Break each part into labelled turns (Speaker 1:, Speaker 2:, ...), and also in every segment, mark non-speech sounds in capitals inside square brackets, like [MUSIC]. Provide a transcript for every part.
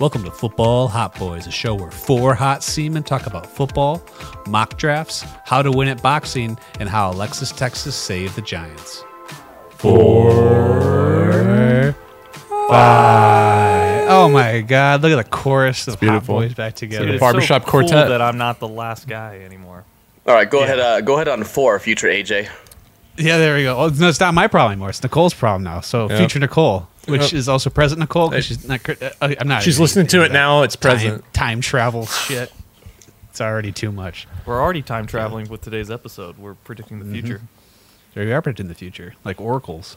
Speaker 1: Welcome to Football Hot Boys, a show where four hot seamen talk about football, mock drafts, how to win at boxing, and how Alexis Texas saved the Giants. Four, five. Oh my God! Look at the chorus of Hot
Speaker 2: beautiful.
Speaker 1: Boys back
Speaker 2: The
Speaker 1: together.
Speaker 3: Dude, it's
Speaker 2: barbershop
Speaker 3: so
Speaker 2: quartet.
Speaker 3: Cool that I'm not the last guy anymore.
Speaker 4: All right, go ahead. Uh, go ahead on four, future AJ.
Speaker 1: Yeah, there we go. Oh, no, it's not my problem anymore. It's Nicole's problem now. So
Speaker 2: Yeah.
Speaker 1: feature Nicole, which
Speaker 2: Yep.
Speaker 1: is also present Nicole because she's not. cr- Uh, I'm not.
Speaker 2: She's listening to it now. It's
Speaker 1: Time,
Speaker 2: present.
Speaker 1: time travel shit. It's already too much.
Speaker 3: We're already time traveling with today's episode. We're predicting
Speaker 2: Mm-hmm.
Speaker 3: the future.
Speaker 1: There we are predicting the future, like oracles.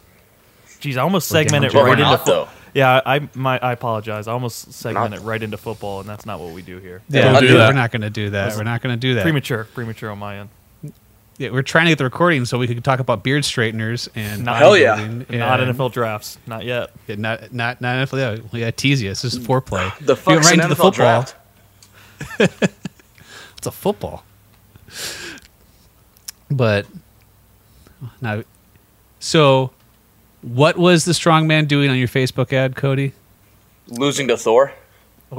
Speaker 3: Jeez, I almost segmented
Speaker 4: down to-
Speaker 3: right
Speaker 4: We're
Speaker 3: into
Speaker 4: not,
Speaker 3: football.
Speaker 4: though.
Speaker 3: Yeah, I I- my I apologize. I almost segmented
Speaker 4: Not-
Speaker 3: right into football, and that's not what we do here.
Speaker 2: Don't
Speaker 1: we're-
Speaker 2: do that.
Speaker 1: we're not going to do that. We're not going to do that.
Speaker 3: Premature, premature on my end.
Speaker 1: Yeah, we're trying to get the recording so we could talk about beard straighteners and
Speaker 3: Not- Hell
Speaker 4: yeah.
Speaker 1: bodybuilding
Speaker 3: Not
Speaker 1: and-
Speaker 3: NFL drafts, not yet.
Speaker 1: Yeah, not not not NFL. Yeah, yeah, tease you. This is foreplay.
Speaker 4: [GASPS]
Speaker 1: We
Speaker 4: The
Speaker 1: went
Speaker 4: fuck's
Speaker 1: right
Speaker 4: an
Speaker 1: into the
Speaker 4: NFL
Speaker 1: football.
Speaker 4: draft?
Speaker 1: [LAUGHS] It's a football. But now, so what was the strong man doing on your Facebook ad, Cody?
Speaker 4: Losing to Thor.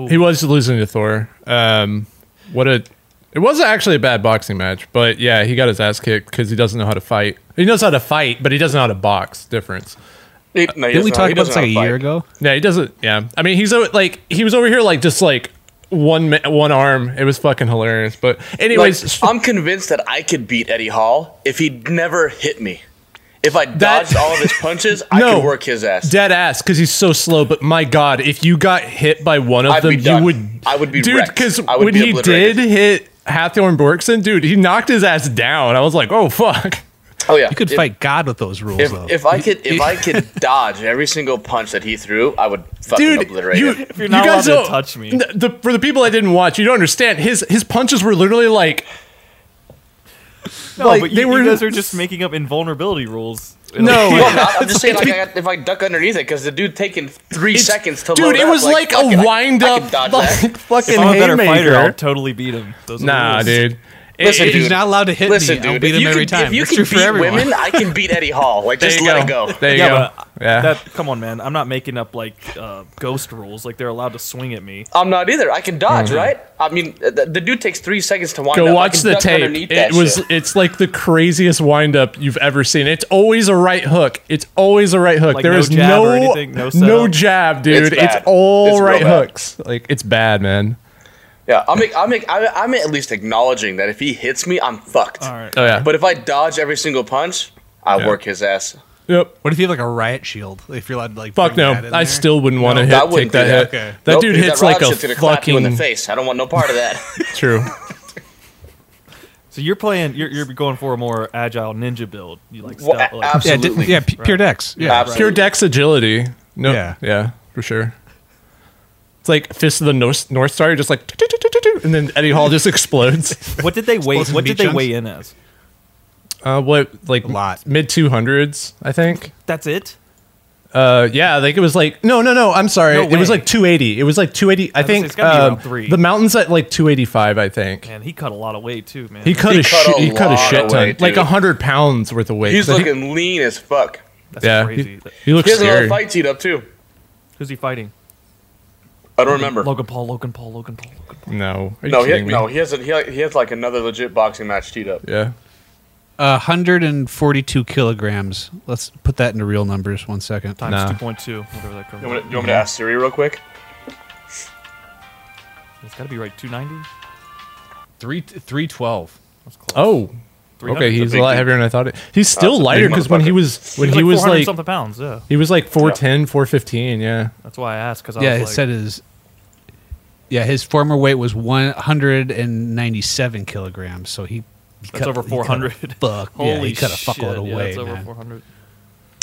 Speaker 2: He was losing to Thor. Um, what a. It was actually a bad boxing match, but yeah, he got his ass kicked because he doesn't know how to fight. He knows how to fight, but he doesn't know how to box. Difference.
Speaker 4: He- no, he
Speaker 1: Didn't we
Speaker 4: doesn't-
Speaker 1: talk
Speaker 4: uh, he
Speaker 1: about this
Speaker 4: doesn't
Speaker 1: like a
Speaker 4: know how to
Speaker 1: year
Speaker 4: fight.
Speaker 1: ago?
Speaker 2: Yeah, he doesn't. Yeah, I mean, he's o- like he was over here like just like one ma- one arm. It was fucking hilarious. But anyways, s-
Speaker 4: Like, [LAUGHS] I'm convinced that I could beat Eddie Hall if he never hit me. If I dodged all of his punches, I
Speaker 2: No.
Speaker 4: could work his ass.
Speaker 2: dead ass because he's so slow. But my god, if you got hit by one of
Speaker 4: I'd
Speaker 2: them,
Speaker 4: be done.
Speaker 2: you would.
Speaker 4: I would be
Speaker 2: dude.
Speaker 4: wrecked.
Speaker 2: Because
Speaker 4: I would
Speaker 2: when
Speaker 4: be
Speaker 2: he
Speaker 4: obliterated.
Speaker 2: did hit Hathorn Borkson, dude, he knocked his ass down. I was like, oh fuck.
Speaker 4: oh yeah,
Speaker 1: You could
Speaker 4: if,
Speaker 1: fight God with those rules,
Speaker 4: If,
Speaker 1: though.
Speaker 4: if I could, if I could dodge every single punch that he threw, I would fucking
Speaker 2: Dude,
Speaker 4: obliterate
Speaker 2: you,
Speaker 4: him.
Speaker 2: you
Speaker 3: not
Speaker 2: guys
Speaker 3: allowed to
Speaker 2: don't
Speaker 3: touch me.
Speaker 2: n- The, for the people that didn't watch, you don't understand. His his punches were literally like
Speaker 3: No,
Speaker 2: Like,
Speaker 3: but
Speaker 2: they
Speaker 3: you,
Speaker 2: were-
Speaker 3: you guys are just making up invulnerability rules.
Speaker 2: no.
Speaker 4: Well, I'm not- I'm just saying, like, I got, if I duck underneath it, because the dude taking three [LAUGHS]
Speaker 2: It's-
Speaker 4: seconds to
Speaker 2: dude,
Speaker 4: load
Speaker 2: it
Speaker 4: up,
Speaker 2: was like,
Speaker 4: fuck it, I-
Speaker 2: a wind
Speaker 4: I
Speaker 2: up,
Speaker 4: could dodge that.
Speaker 2: like, [LAUGHS] fucking
Speaker 3: If I'm a better
Speaker 2: haymaker.
Speaker 3: fighter, I'll totally beat him. Those are the
Speaker 2: nah,
Speaker 3: rules.
Speaker 2: dude. It-
Speaker 4: Listen,
Speaker 2: it-
Speaker 1: He's
Speaker 4: dude,
Speaker 1: not allowed to hit
Speaker 4: Listen,
Speaker 1: me.
Speaker 4: dude,
Speaker 1: I'll beat
Speaker 4: if
Speaker 1: him
Speaker 4: you
Speaker 1: every
Speaker 4: can,
Speaker 1: time.
Speaker 4: if you
Speaker 1: That's
Speaker 4: can
Speaker 1: true for
Speaker 4: beat
Speaker 1: everyone.
Speaker 4: women, I can beat Eddie Hall. Like,
Speaker 2: there
Speaker 4: just
Speaker 2: you
Speaker 4: let
Speaker 2: go.
Speaker 4: it go.
Speaker 2: There you
Speaker 3: Yeah,
Speaker 2: go.
Speaker 3: but
Speaker 2: Yeah.
Speaker 3: that come on, man. I'm not making up like uh, ghost rules. Like they're allowed to swing at me.
Speaker 4: I'm not either. I can dodge, right? I mean, the, the dude takes three seconds to wind up.
Speaker 2: Mm-hmm. Go
Speaker 4: I
Speaker 2: watch
Speaker 4: can
Speaker 2: the
Speaker 4: duck
Speaker 2: tape.
Speaker 4: underneath
Speaker 2: It
Speaker 4: that
Speaker 2: was
Speaker 4: shit.
Speaker 2: it's like the craziest windup you've ever seen. It's always a right hook. It's always a right hook.
Speaker 3: Like
Speaker 2: there
Speaker 3: no
Speaker 2: is
Speaker 3: jab
Speaker 2: no
Speaker 3: or anything? No
Speaker 2: no
Speaker 3: setup?
Speaker 2: jab, dude.
Speaker 4: It's
Speaker 2: It's,
Speaker 4: bad.
Speaker 2: all
Speaker 4: It's real
Speaker 2: right
Speaker 4: bad.
Speaker 2: hooks. Like it's bad, man.
Speaker 4: Yeah, I'm, I'm, I'm, I'm at least acknowledging that if he hits me, I'm fucked.
Speaker 3: All right.
Speaker 2: Oh yeah.
Speaker 4: But if I dodge every single punch, I
Speaker 2: Yeah.
Speaker 4: work his ass.
Speaker 2: yep.
Speaker 1: What if you have like a riot shield? If you're allowed to like
Speaker 2: Fuck
Speaker 1: bring
Speaker 2: no.
Speaker 1: that in
Speaker 2: I
Speaker 1: there?
Speaker 2: still wouldn't want to
Speaker 4: I
Speaker 2: hit take
Speaker 4: wouldn't
Speaker 2: that
Speaker 4: do
Speaker 2: hit.
Speaker 4: that.
Speaker 1: Okay.
Speaker 2: That
Speaker 4: Nope,
Speaker 2: dude
Speaker 4: dude,
Speaker 2: hits
Speaker 4: that
Speaker 2: like
Speaker 4: riot
Speaker 2: a
Speaker 4: shit's gonna clap you in the
Speaker 2: fucking
Speaker 4: face. I don't want no part of
Speaker 2: [LAUGHS]
Speaker 4: that. [LAUGHS]
Speaker 2: true.
Speaker 3: So you're playing. You're, you're going for a more agile ninja build. You like,
Speaker 4: Well,
Speaker 3: stealth,
Speaker 4: a-
Speaker 3: like
Speaker 1: Yeah,
Speaker 4: Absolutely.
Speaker 1: di- yeah, p- pure decks. Yeah,
Speaker 4: Absolutely.
Speaker 2: Pure Dex agility. No.
Speaker 1: Yeah.
Speaker 2: Yeah. for sure. It's like Fist of the North, North Star, you're just like, "Tu-tu-tu-tu-tu," and then Eddie Hall
Speaker 3: [LAUGHS]
Speaker 2: just explodes.
Speaker 3: what did they weigh?
Speaker 1: Explosive
Speaker 3: What did
Speaker 1: meat
Speaker 3: they
Speaker 1: chunks?
Speaker 3: weigh in as?
Speaker 2: Uh, what, like,
Speaker 1: A lot.
Speaker 2: mid 200s, I think.
Speaker 3: That's it.
Speaker 2: Uh, yeah, I think it was like, no, no, no, I'm sorry.
Speaker 3: No
Speaker 2: it was
Speaker 3: way.
Speaker 2: like 280. It was like 280. I,
Speaker 3: was gonna say,
Speaker 2: think
Speaker 3: it's gotta be around
Speaker 2: um,
Speaker 3: three.
Speaker 2: the mountain's at like 285, I think.
Speaker 3: Man, he cut a lot of weight too, man.
Speaker 2: He cut,
Speaker 4: He
Speaker 2: a,
Speaker 4: cut
Speaker 2: shit.
Speaker 4: a
Speaker 2: he cut a
Speaker 4: lot
Speaker 2: shit
Speaker 4: of
Speaker 2: ton,
Speaker 4: weight,
Speaker 2: like
Speaker 4: dude.
Speaker 2: 100 pounds worth of weight.
Speaker 4: He's
Speaker 2: So he-
Speaker 4: looking lean as fuck.
Speaker 3: [LAUGHS] That's
Speaker 2: yeah,
Speaker 3: crazy.
Speaker 2: He, he looks
Speaker 4: He has
Speaker 2: scary.
Speaker 4: another fight teed up too.
Speaker 3: Who's he fighting?
Speaker 4: I don't remember.
Speaker 3: Logan Paul. Logan Paul. Logan Paul. Logan Paul.
Speaker 2: No, are you
Speaker 4: No, he,
Speaker 2: kidding me?
Speaker 4: no, he has a, he, he has like another legit boxing match teed up.
Speaker 2: Yeah.
Speaker 1: uh, 142 kilograms. Let's put that into real numbers. One second.
Speaker 3: Times
Speaker 2: Nah.
Speaker 3: two point two. Whatever that comes.
Speaker 4: You want, me to,
Speaker 3: out.
Speaker 4: you want me to ask Siri real quick?
Speaker 3: It's got to be right. Two ninety.
Speaker 1: Three three twelve.
Speaker 3: That's close.
Speaker 1: Uh,
Speaker 2: Oh.
Speaker 3: 300
Speaker 2: Okay,
Speaker 4: a
Speaker 2: he's a
Speaker 4: big
Speaker 2: lot
Speaker 4: dude.
Speaker 2: heavier than I thought. it- He's still
Speaker 4: that's a
Speaker 2: lighter
Speaker 4: big
Speaker 2: because when he
Speaker 4: motherfucker.
Speaker 2: was when
Speaker 3: He's
Speaker 2: he
Speaker 3: like
Speaker 2: was
Speaker 3: 400
Speaker 2: like
Speaker 3: something pounds. Yeah,
Speaker 2: he was like 410, 415, yeah.
Speaker 3: that's why I asked because I
Speaker 1: Yeah,
Speaker 3: was
Speaker 1: it
Speaker 3: like,
Speaker 1: said his. Yeah, his former weight was 197 kilograms. So he. he
Speaker 3: That's over
Speaker 1: he cut a
Speaker 3: 400.
Speaker 1: [LAUGHS] Fuck.
Speaker 3: Holy
Speaker 1: yeah, he cut a
Speaker 3: shit.
Speaker 1: fuckload of
Speaker 3: yeah,
Speaker 1: weight.
Speaker 3: That's over
Speaker 1: man.
Speaker 3: 400.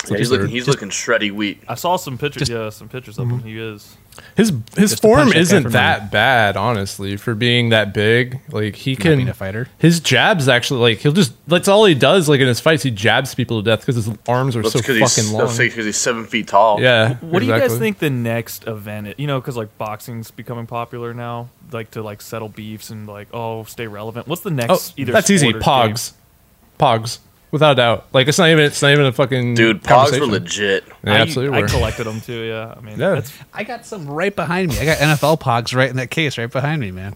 Speaker 4: Yeah, he's
Speaker 2: Just-
Speaker 4: looking he's
Speaker 2: just-
Speaker 4: looking shreddy wheat.
Speaker 3: I saw some pictures.
Speaker 2: Just-
Speaker 3: yeah, some pictures
Speaker 1: Mm-hmm.
Speaker 3: of him. He is.
Speaker 2: His his
Speaker 1: Just to punch
Speaker 2: form
Speaker 1: that guy
Speaker 2: isn't
Speaker 1: for
Speaker 2: that bad, honestly, for being that big. Like he
Speaker 1: Not being
Speaker 2: can
Speaker 1: a fighter.
Speaker 2: His jabs actually like he'll just that's all he does. Like in his fights, he jabs people to death because his arms are
Speaker 4: That's
Speaker 2: so
Speaker 4: because
Speaker 2: fucking
Speaker 4: he's,
Speaker 2: long.
Speaker 4: that's because he's seven feet tall.
Speaker 2: [LAUGHS] yeah.
Speaker 3: What do you guys
Speaker 2: exactly.
Speaker 3: think the next event? Is? You know, because like boxing's becoming popular now, like to like settle beefs and like oh stay relevant. What's the next?
Speaker 2: Oh, that's easy.
Speaker 3: sport or game?
Speaker 2: Pogs. Pogs. without a doubt. Like it's not even it's not even a fucking
Speaker 4: Dude, pogs were
Speaker 2: conversation.
Speaker 4: legit.
Speaker 2: They
Speaker 3: I,
Speaker 2: absolutely
Speaker 3: I
Speaker 2: were.
Speaker 3: collected them too. Yeah, I mean,
Speaker 2: Yeah.
Speaker 3: that's
Speaker 1: I got some right behind me. I got NFL Pogs right in that case, right behind me,
Speaker 3: [LAUGHS]
Speaker 1: man.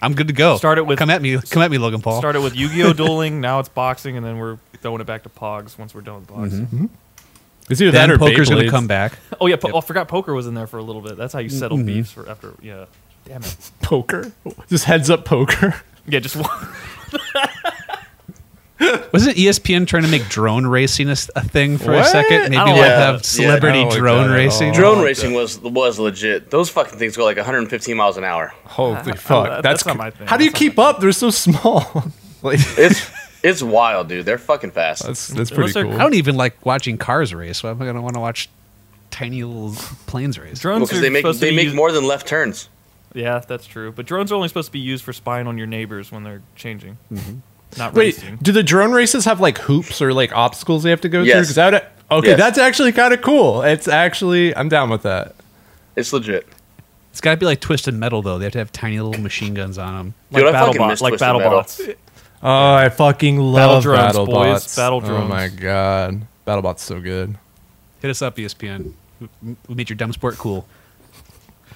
Speaker 1: I'm good to go.
Speaker 3: Start it with-
Speaker 1: come at me, come at me, Logan Paul.
Speaker 3: started with Yu-Gi-Oh dueling. Now it's boxing, and then we're throwing it back to Pogs once we're done with Pogs.
Speaker 2: Mm-hmm. It's either
Speaker 1: then
Speaker 2: that or
Speaker 1: poker's
Speaker 2: going to
Speaker 1: come back.
Speaker 3: [LAUGHS] Oh yeah, po- oh, I forgot poker was in there for a little bit. That's how you settle
Speaker 2: Mm-hmm.
Speaker 3: beefs for after. Yeah, damn it.
Speaker 2: Poker, [LAUGHS] just heads
Speaker 3: [LAUGHS]
Speaker 2: up poker.
Speaker 3: Yeah, just one.
Speaker 1: Wasn't ESPN trying to make drone racing a, s- a thing for a
Speaker 2: What?
Speaker 1: second? Maybe
Speaker 3: I
Speaker 1: we'll
Speaker 3: don't
Speaker 4: like
Speaker 1: have
Speaker 4: that.
Speaker 1: celebrity
Speaker 2: Yeah, I don't like
Speaker 1: drone
Speaker 2: that at
Speaker 1: racing.
Speaker 2: all.
Speaker 4: Drone
Speaker 3: like
Speaker 4: racing was was legit. Those fucking things go like 115 miles an hour.
Speaker 2: Holy fuck,
Speaker 3: that-
Speaker 2: that's,
Speaker 3: that's not my thing.
Speaker 2: How do you
Speaker 3: That's not
Speaker 2: keep up? They're so small. [LAUGHS] like
Speaker 4: It's it's wild, dude. They're fucking fast.
Speaker 2: that's that's pretty
Speaker 3: Unless they're-
Speaker 2: cool.
Speaker 1: I don't even like watching cars race. Why am I going to want to watch tiny little planes race?
Speaker 3: Drones
Speaker 4: because
Speaker 3: are
Speaker 4: they make
Speaker 3: supposed to
Speaker 4: they
Speaker 3: be
Speaker 4: make
Speaker 3: used-
Speaker 4: more than left turns.
Speaker 3: Yeah, that's true. But drones are only supposed to be used for spying on your neighbors when they're changing, not
Speaker 2: Mm-hmm. Wait,
Speaker 3: racing.
Speaker 2: do the drone races have like hoops or like obstacles they have to go through?
Speaker 4: Yes.
Speaker 2: 'Cause I would, okay,
Speaker 4: Yes.
Speaker 2: that's actually kind of cool. It's actually I'm down with that.
Speaker 4: It's legit.
Speaker 1: It's got to be like Twisted Metal though. They have to have tiny little machine guns on them.
Speaker 4: Dude, I
Speaker 3: like
Speaker 4: fucking miss
Speaker 3: BattleBots, like
Speaker 4: Twisted Metal.
Speaker 3: BattleBots.
Speaker 2: Oh, I fucking love
Speaker 3: drones,
Speaker 2: battle
Speaker 3: boys.
Speaker 2: bots.
Speaker 3: Battle
Speaker 2: Oh
Speaker 3: drones.
Speaker 2: my god, battle bots so good.
Speaker 1: Hit us up, E ESPN. We we made your dumb sport cool.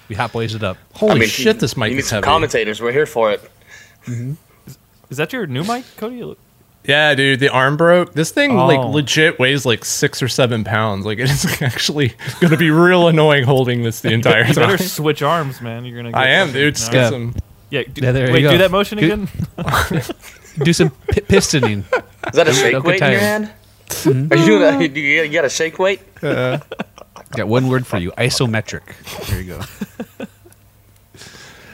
Speaker 1: We hot boys it up.
Speaker 2: Holy
Speaker 4: I mean,
Speaker 2: shit, this mic
Speaker 4: you need
Speaker 2: is
Speaker 4: some
Speaker 2: heavy.
Speaker 4: commentators. We're here for it.
Speaker 3: Is that your new mic, Cody? You look-
Speaker 2: Yeah, dude, the arm broke. This thing like
Speaker 3: Oh.
Speaker 2: legit weighs like six or seven pounds. Like it is [LAUGHS] actually gonna be real annoying holding this the entire
Speaker 3: [LAUGHS] You better
Speaker 2: time.
Speaker 3: switch arms, man. You're gonna. Get
Speaker 2: I am,
Speaker 3: fucking-
Speaker 2: dude. Just
Speaker 3: No.
Speaker 2: get
Speaker 1: Yeah.
Speaker 2: some-
Speaker 3: Yeah. Do,
Speaker 1: Yeah, there you
Speaker 3: wait,
Speaker 1: go.
Speaker 3: do that motion
Speaker 1: Good-
Speaker 3: again. [LAUGHS]
Speaker 1: Do some pi pistoning.
Speaker 4: Is that a shake
Speaker 1: good
Speaker 4: weight in your
Speaker 1: times.
Speaker 2: [LAUGHS]
Speaker 4: hand? Are you doing
Speaker 2: Mm-hmm.
Speaker 4: that? [LAUGHS] You you got a shake weight?
Speaker 1: Got one word for you: isometric. There you go. [LAUGHS]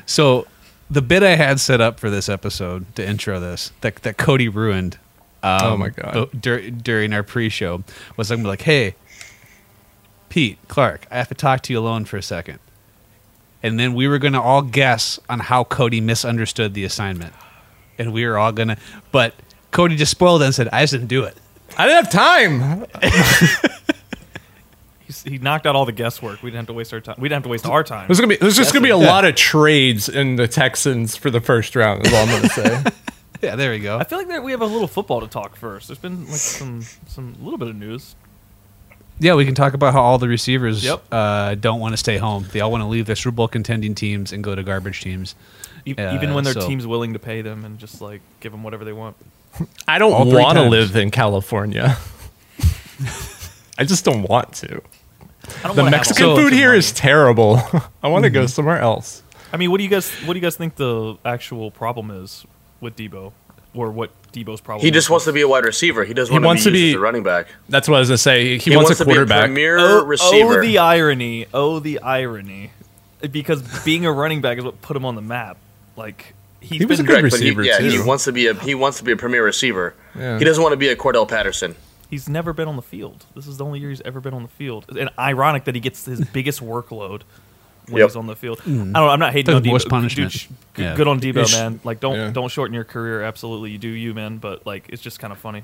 Speaker 1: So, the bit I had set up for this episode to intro this that that Cody ruined. Um,
Speaker 2: Oh my God.
Speaker 1: uh, Dur- during our pre-show, was I'm gonna be like, "Hey, Pete Clark, I have to talk to you alone for a second. And then we were going to all guess on how Cody misunderstood the assignment, and we were all gonna. But Cody just spoiled it and said, "I just didn't do it." [LAUGHS]
Speaker 2: I didn't have time.
Speaker 3: He's, he knocked out all the guesswork. We didn't have to waste our time. We didn't have to waste our time.
Speaker 2: There's gonna be there's just gonna be a
Speaker 1: yeah.
Speaker 2: lot of trades in the Texans for the first round. Is all I'm gonna say.
Speaker 1: Yeah, there we go.
Speaker 3: I feel like that we have a little football to talk first. There's been like some some little bit of news.
Speaker 1: Yeah, we can talk about how all the receivers
Speaker 3: Yep.
Speaker 1: uh, don't want to stay home. They all want to leave their Super Bowl contending teams and go to garbage teams.
Speaker 3: E-
Speaker 1: Yeah,
Speaker 3: even when their
Speaker 1: so-
Speaker 3: team's willing to pay them and just like give them whatever they want.
Speaker 2: [LAUGHS]
Speaker 1: All
Speaker 2: I don't
Speaker 1: three
Speaker 2: want to
Speaker 1: times.
Speaker 2: live in California. [LAUGHS] I just don't want to.
Speaker 3: I don't
Speaker 2: The
Speaker 3: wanna have all
Speaker 2: Mexican
Speaker 3: sorts
Speaker 2: food
Speaker 3: of
Speaker 2: here
Speaker 3: money.
Speaker 2: is terrible. [LAUGHS] I want to go somewhere else.
Speaker 3: I mean, what do you guys what do you guys think the actual problem is with Debo, or what Debo's problem?
Speaker 4: He just wants to be a wide receiver. He doesn't
Speaker 2: He
Speaker 4: want
Speaker 2: wants
Speaker 4: to
Speaker 2: to
Speaker 4: be used
Speaker 2: be-
Speaker 4: as a running back.
Speaker 2: That's what I was gonna say. He, wants, a
Speaker 4: to be
Speaker 2: quarterback.
Speaker 4: a premier
Speaker 3: oh,
Speaker 4: receiver.
Speaker 3: Oh, the irony! Oh, the irony! Because being a running back is what put him on the map. Like he's
Speaker 2: He was
Speaker 3: been
Speaker 2: a good
Speaker 4: Correct, but he,
Speaker 2: receiver,
Speaker 4: yeah, he
Speaker 2: too.
Speaker 4: wants to be a he wants to be a premier receiver.
Speaker 2: Yeah.
Speaker 4: He doesn't want to be a Cordell Patterson.
Speaker 3: he's never been on the field. This is the only year he's ever been on the field. And ironic that he gets his biggest workload when
Speaker 4: Yep.
Speaker 3: he's on the field. I don't. know, I'm not hating
Speaker 1: The
Speaker 3: on Debo.
Speaker 1: worst punishment.
Speaker 3: Dude, sh- good-
Speaker 1: Yeah.
Speaker 3: Good on
Speaker 2: You
Speaker 3: Debo,
Speaker 2: sh-
Speaker 3: man. Like don't
Speaker 2: yeah.
Speaker 3: don't shorten your career. Absolutely, you do you, man. But like it's just kind of funny.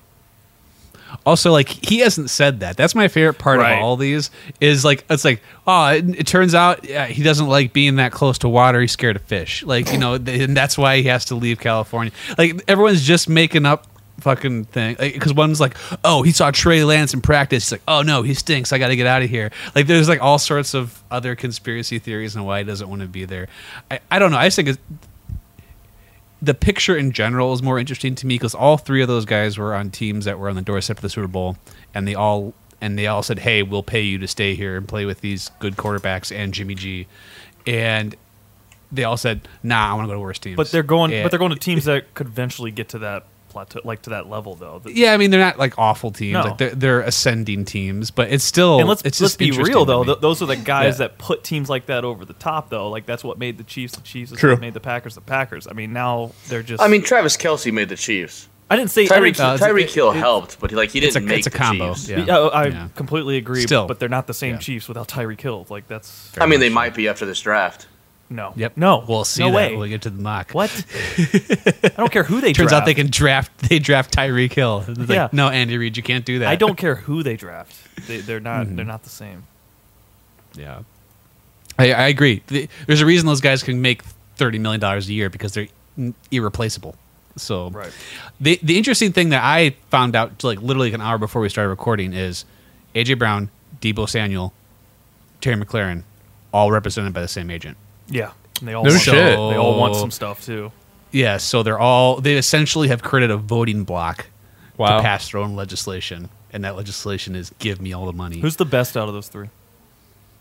Speaker 1: Also, like he hasn't said that. That's my favorite part
Speaker 3: Right.
Speaker 1: of all these. Is like it's like oh, it, it turns out yeah, he doesn't like being that close to water. He's scared of fish. Like you know, [LAUGHS] th- and that's why he has to leave California. Like everyone's just making up fucking thing because one's like oh he saw trey lance in practice He's like oh no he stinks i gotta get out of here like there's like all sorts of other conspiracy theories and why he doesn't want to be there I, I don't know i just think it's, the picture in general is more interesting to me because all three of those guys were on teams that were on the doorstep of the Super Bowl, and they all and they all said, "Hey, we'll pay you to stay here and play with these good quarterbacks and Jimmy G," and they all said, "Nah, I want to go to worse teams."
Speaker 3: But they're going.
Speaker 1: Yeah.
Speaker 3: But they're going to teams that could eventually get to that plateau, like to that level, though. That-
Speaker 1: Yeah, I mean they're not like awful teams.
Speaker 3: No.
Speaker 1: Like they're, they're ascending teams, but it's still.
Speaker 3: And let's
Speaker 1: Oh, it's
Speaker 3: let's
Speaker 1: just
Speaker 3: be
Speaker 1: interesting
Speaker 3: real
Speaker 1: to
Speaker 3: though.
Speaker 1: me.
Speaker 3: Th- those are the guys
Speaker 1: Yeah.
Speaker 3: that put teams like that over the top, though. Like that's what made the Chiefs the Chiefs. That's
Speaker 2: True.
Speaker 3: What made the Packers the Packers. I mean, now they're just.
Speaker 4: I mean, Travis Kelsey made the Chiefs.
Speaker 3: I didn't say. I
Speaker 4: Tyreek
Speaker 3: didn't-
Speaker 1: uh, it's-
Speaker 4: Tyreek
Speaker 1: it-
Speaker 4: Hill helped, but he, like he
Speaker 1: it's
Speaker 4: didn't
Speaker 1: a-
Speaker 4: make
Speaker 1: it's a
Speaker 4: the
Speaker 1: combo,
Speaker 4: Chiefs.
Speaker 1: yeah.
Speaker 3: Yeah, oh, I
Speaker 1: Yeah.
Speaker 3: completely agree.
Speaker 1: Still.
Speaker 3: but they're not the same
Speaker 1: Yeah.
Speaker 3: Chiefs without Tyreek Hill. Like that's
Speaker 4: I mean, they might be after this draft.
Speaker 3: no.
Speaker 1: Yep.
Speaker 3: No.
Speaker 1: We'll see
Speaker 3: No
Speaker 1: that
Speaker 3: way.
Speaker 1: when we get to the mock. [LAUGHS]
Speaker 3: What? I don't care who they.
Speaker 1: Turns out they
Speaker 3: draft.
Speaker 1: can draft. [LAUGHS] They draft Tyreek Hill. It's like,
Speaker 3: Yeah.
Speaker 1: No, Andy Reid, you can't do that. Mm-hmm.
Speaker 3: I don't care who they draft. They, they're not. They're not the same.
Speaker 1: Yeah, I, I agree. The- There's a reason those guys can make thirty million dollars a year because they're n- irreplaceable. So
Speaker 3: Right.
Speaker 1: the the interesting thing that I found out like literally an hour before we started recording is AJ Brown, Debo Samuel, Terry McLaren, all represented by the same agent.
Speaker 3: Yeah. And they all
Speaker 2: No
Speaker 3: want,
Speaker 2: shit.
Speaker 3: They all want some stuff too.
Speaker 1: Yeah, so they're all they essentially have created a voting block
Speaker 2: Wow.
Speaker 1: to pass their own legislation, and that legislation is give me all the money.
Speaker 3: Who's the best out of those three?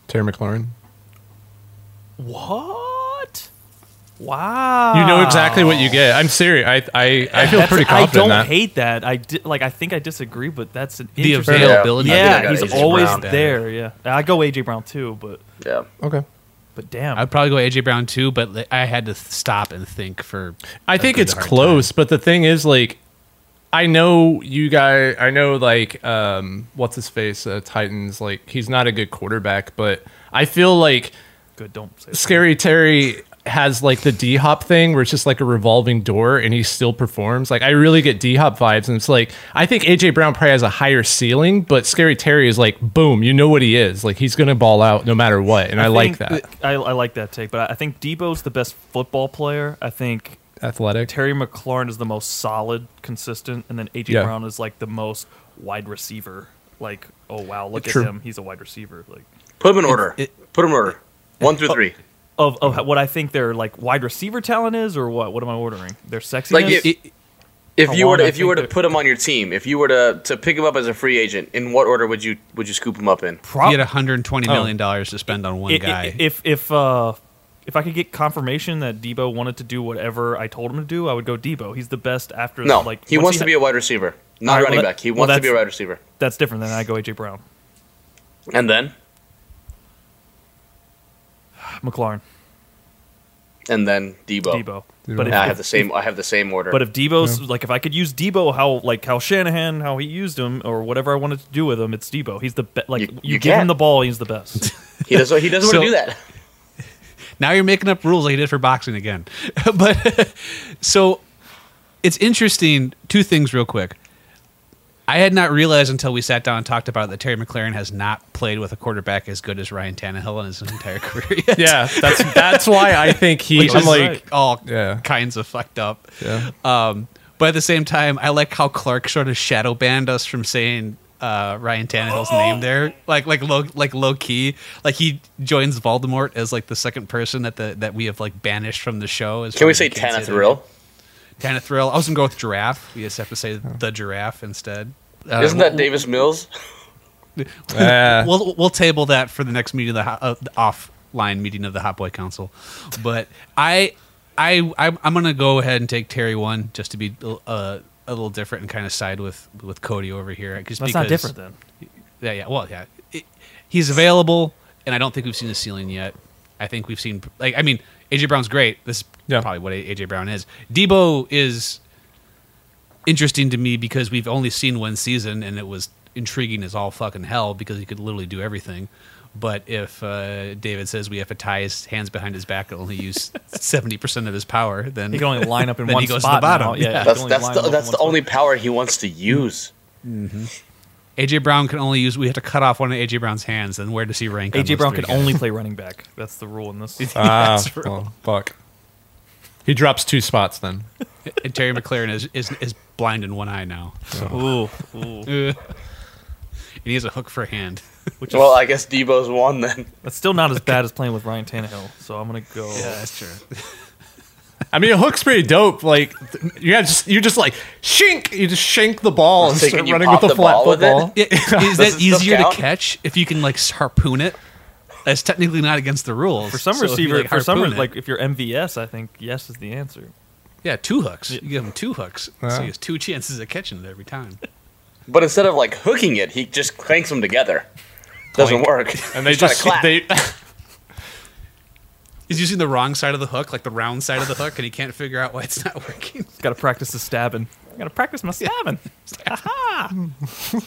Speaker 2: Terry McLaurin.
Speaker 3: What? Wow.
Speaker 2: You know exactly what you get. I'm serious. I I, I feel
Speaker 3: Ah. That's-
Speaker 2: pretty confident.
Speaker 3: I don't
Speaker 2: in that.
Speaker 3: hate that. I di- like. I think I disagree, but that's an
Speaker 1: the
Speaker 3: interesting.
Speaker 4: avail-
Speaker 1: availability?
Speaker 4: I think I
Speaker 3: Yeah,
Speaker 4: got
Speaker 3: he's
Speaker 4: A.J.
Speaker 3: always
Speaker 4: Brown.
Speaker 3: there. Yeah, I go AJ Brown too, but
Speaker 4: Yeah.
Speaker 2: Okay.
Speaker 3: but damn,
Speaker 1: I'd probably go AJ Brown too, but li- I had to th- stop and think for.
Speaker 2: I
Speaker 1: a
Speaker 2: think
Speaker 1: good
Speaker 2: it's
Speaker 1: hard
Speaker 2: close, but the thing is, like, I know you guys. I know, like, um, what's his face? Uh, Titans. Like, he's not a good quarterback, but I feel like
Speaker 3: good. Don't say that.
Speaker 2: Scary Terry has like the D Hop thing, where it's just like a revolving door, and he still performs. Like, I really get D Hop vibes, and it's like I think AJ Brown probably has a higher ceiling, but Scary Terry is like, boom, you know what he is. Like, he's gonna ball out no matter what, and [LAUGHS] I, like
Speaker 3: think-
Speaker 2: that.
Speaker 3: I, I like that take, but I think Debo's the best football player. I think
Speaker 2: Athletic.
Speaker 3: Terry McLaurin is the most solid, consistent, and then AJ
Speaker 2: Yeah.
Speaker 3: Brown is like the most wide receiver. Like, oh wow, look
Speaker 2: True.
Speaker 3: at him. He's a wide receiver. Like
Speaker 4: Put them in order. Put them in order. One through three.
Speaker 3: of, of what I think their like wide receiver talent is, or what? What am I ordering? Their sexiness.
Speaker 4: Like, if-
Speaker 1: It,
Speaker 4: If
Speaker 3: How
Speaker 4: you were
Speaker 3: long
Speaker 4: to,
Speaker 3: I
Speaker 4: if you were to
Speaker 3: think that-
Speaker 4: put him on your team, if you were to to pick him up as a free agent, in what order would you would you scoop him up in?
Speaker 1: he
Speaker 3: Prob-
Speaker 1: had
Speaker 2: Oh.
Speaker 1: 120 million dollars to spend on one
Speaker 3: I- I-
Speaker 1: guy.
Speaker 3: If if uh, if I could get confirmation that Debo wanted to do whatever I told him to do, I would go Debo. He's the best after.
Speaker 4: No,
Speaker 3: like
Speaker 4: he
Speaker 3: once
Speaker 4: wants to be
Speaker 3: ha-
Speaker 4: a wide receiver, not
Speaker 3: All right, well,
Speaker 4: running
Speaker 3: that-
Speaker 4: back. He
Speaker 3: well,
Speaker 4: wants to be a
Speaker 3: that's-
Speaker 4: wide receiver,
Speaker 3: that's different than I go AJ Brown,
Speaker 4: and then
Speaker 3: McLaurin,
Speaker 4: and then Debo.
Speaker 3: Debo.
Speaker 2: Debo.
Speaker 3: But if,
Speaker 4: Yeah, I have the
Speaker 3: if-
Speaker 4: same. I have the same order.
Speaker 3: But if Debo's like, if I could use Debo, how like how Shanahan, how he used him, or whatever I wanted to do with him, it's Debo. He's the best. Like
Speaker 4: You-
Speaker 3: you,
Speaker 4: you
Speaker 3: give
Speaker 4: can't.
Speaker 3: him the ball, he's
Speaker 1: [LAUGHS]
Speaker 3: the best.
Speaker 4: he doesn't. He doesn't
Speaker 1: So-
Speaker 4: want to do [LAUGHS] that.
Speaker 1: now you're making up rules like you did for boxing again. [LAUGHS] but so it's interesting. Two things, real quick. I had not realized until we sat down and talked about it that Terry McLaren has not played with a quarterback as good as Ryan Tannehill in his entire [LAUGHS] career. yet.
Speaker 2: Yeah, that's that's why I think he.
Speaker 1: Which
Speaker 2: I'm
Speaker 1: is
Speaker 2: like.
Speaker 3: right.
Speaker 1: all
Speaker 2: Yeah.
Speaker 1: kinds of fucked up.
Speaker 2: Yeah.
Speaker 1: Um, but at the same time, I like how Clark sort of shadow banned us from saying uh, Ryan Tannehill's name there, like like low like low key, like he joins Voldemort as like the second person that the that we have like banished from the show. as
Speaker 4: Can
Speaker 1: far
Speaker 4: we
Speaker 1: as
Speaker 4: say
Speaker 1: can't
Speaker 4: Tanith
Speaker 1: the-
Speaker 4: Rill?
Speaker 1: Tanithril. I was gonna go with giraffe. We just have to say the giraffe instead. Uh,
Speaker 4: Isn't that Davis Mills?
Speaker 2: [LAUGHS] Yeah.
Speaker 1: we'll we'll table that for the next meeting of the, ho- uh, the offline meeting of the Hot Boy Council. But I I I'm, I'm gonna go ahead and take Terry one just to be uh, a little different and kind of side with with Cody over here. Just
Speaker 3: That's
Speaker 1: because,
Speaker 3: not different then.
Speaker 1: Yeah, yeah. Well, yeah. It- he's available, and I don't think we've seen the ceiling yet. I think we've seen like I mean AJ Brown's great. This is
Speaker 2: Yeah.
Speaker 1: probably what AJ Brown is. Debo is interesting to me because we've only seen one season and it was intriguing as all fucking hell because he could literally do everything. But if uh, David says we have to tie his hands behind his back and only
Speaker 3: [LAUGHS]
Speaker 1: use seventy percent of his power, then
Speaker 3: He can only line up
Speaker 1: [LAUGHS]
Speaker 3: in
Speaker 1: Then
Speaker 3: one
Speaker 1: he goes to the
Speaker 3: spot. now.
Speaker 1: bottom.
Speaker 3: Yeah,
Speaker 1: Yeah.
Speaker 3: he can
Speaker 4: That's
Speaker 3: only
Speaker 4: that's
Speaker 3: line
Speaker 4: the,
Speaker 3: up in
Speaker 4: that's
Speaker 3: one
Speaker 4: the
Speaker 3: spot.
Speaker 4: only power he wants to use.
Speaker 1: AJ Brown can only use. We have to cut off one of AJ Brown's hands. Then where does he rank? on
Speaker 3: AJ
Speaker 1: those
Speaker 3: Brown
Speaker 1: three
Speaker 3: can
Speaker 1: guys?
Speaker 3: only play running back. That's the rule in this.
Speaker 2: Ah,
Speaker 3: [LAUGHS]
Speaker 1: That's real.
Speaker 2: well, fuck. He drops two spots then.
Speaker 1: And Terry McLaren is, is is blind in one eye now. [LAUGHS]
Speaker 3: ooh, ooh.
Speaker 1: and he has a hook for a hand.
Speaker 3: Which is,
Speaker 4: Well, I guess Debo's one then. [LAUGHS]
Speaker 3: that's still not as bad as playing with Ryan Tannehill. So I'm gonna go.
Speaker 1: that's true.
Speaker 2: I mean, a hook's pretty dope. Like th- you have just you just like shink, you just shank the ball and
Speaker 4: Thinking
Speaker 2: start
Speaker 4: you
Speaker 2: running
Speaker 4: pop
Speaker 2: with a
Speaker 4: the
Speaker 2: flat
Speaker 4: ball with it? [LAUGHS]
Speaker 2: football.
Speaker 1: [LAUGHS] Yeah, [LAUGHS] is
Speaker 4: Does it
Speaker 1: that
Speaker 4: still
Speaker 1: easier to
Speaker 4: count?
Speaker 1: catch if you can like harpoon it? That's technically not against the rules.
Speaker 3: For some
Speaker 1: So if you,
Speaker 3: receiver,
Speaker 1: like,
Speaker 3: for some
Speaker 1: harpoon
Speaker 3: re-
Speaker 1: it-
Speaker 3: like if you're MVS, I think yes is the answer.
Speaker 1: yeah, two hooks. You give him two hooks, so
Speaker 2: Yeah.
Speaker 1: he has two chances of catching it every time.
Speaker 4: But instead of like hooking it, he just cranks them together. Doesn't work. [LAUGHS]
Speaker 2: And they
Speaker 4: He's trying to
Speaker 2: just
Speaker 4: clap.
Speaker 2: they [LAUGHS]
Speaker 1: He's using the wrong side of the hook, like the round side of the hook, and he can't figure out why it's not working.
Speaker 3: Got to practice the stabbing. Got to practice my stabbing.
Speaker 1: [LAUGHS]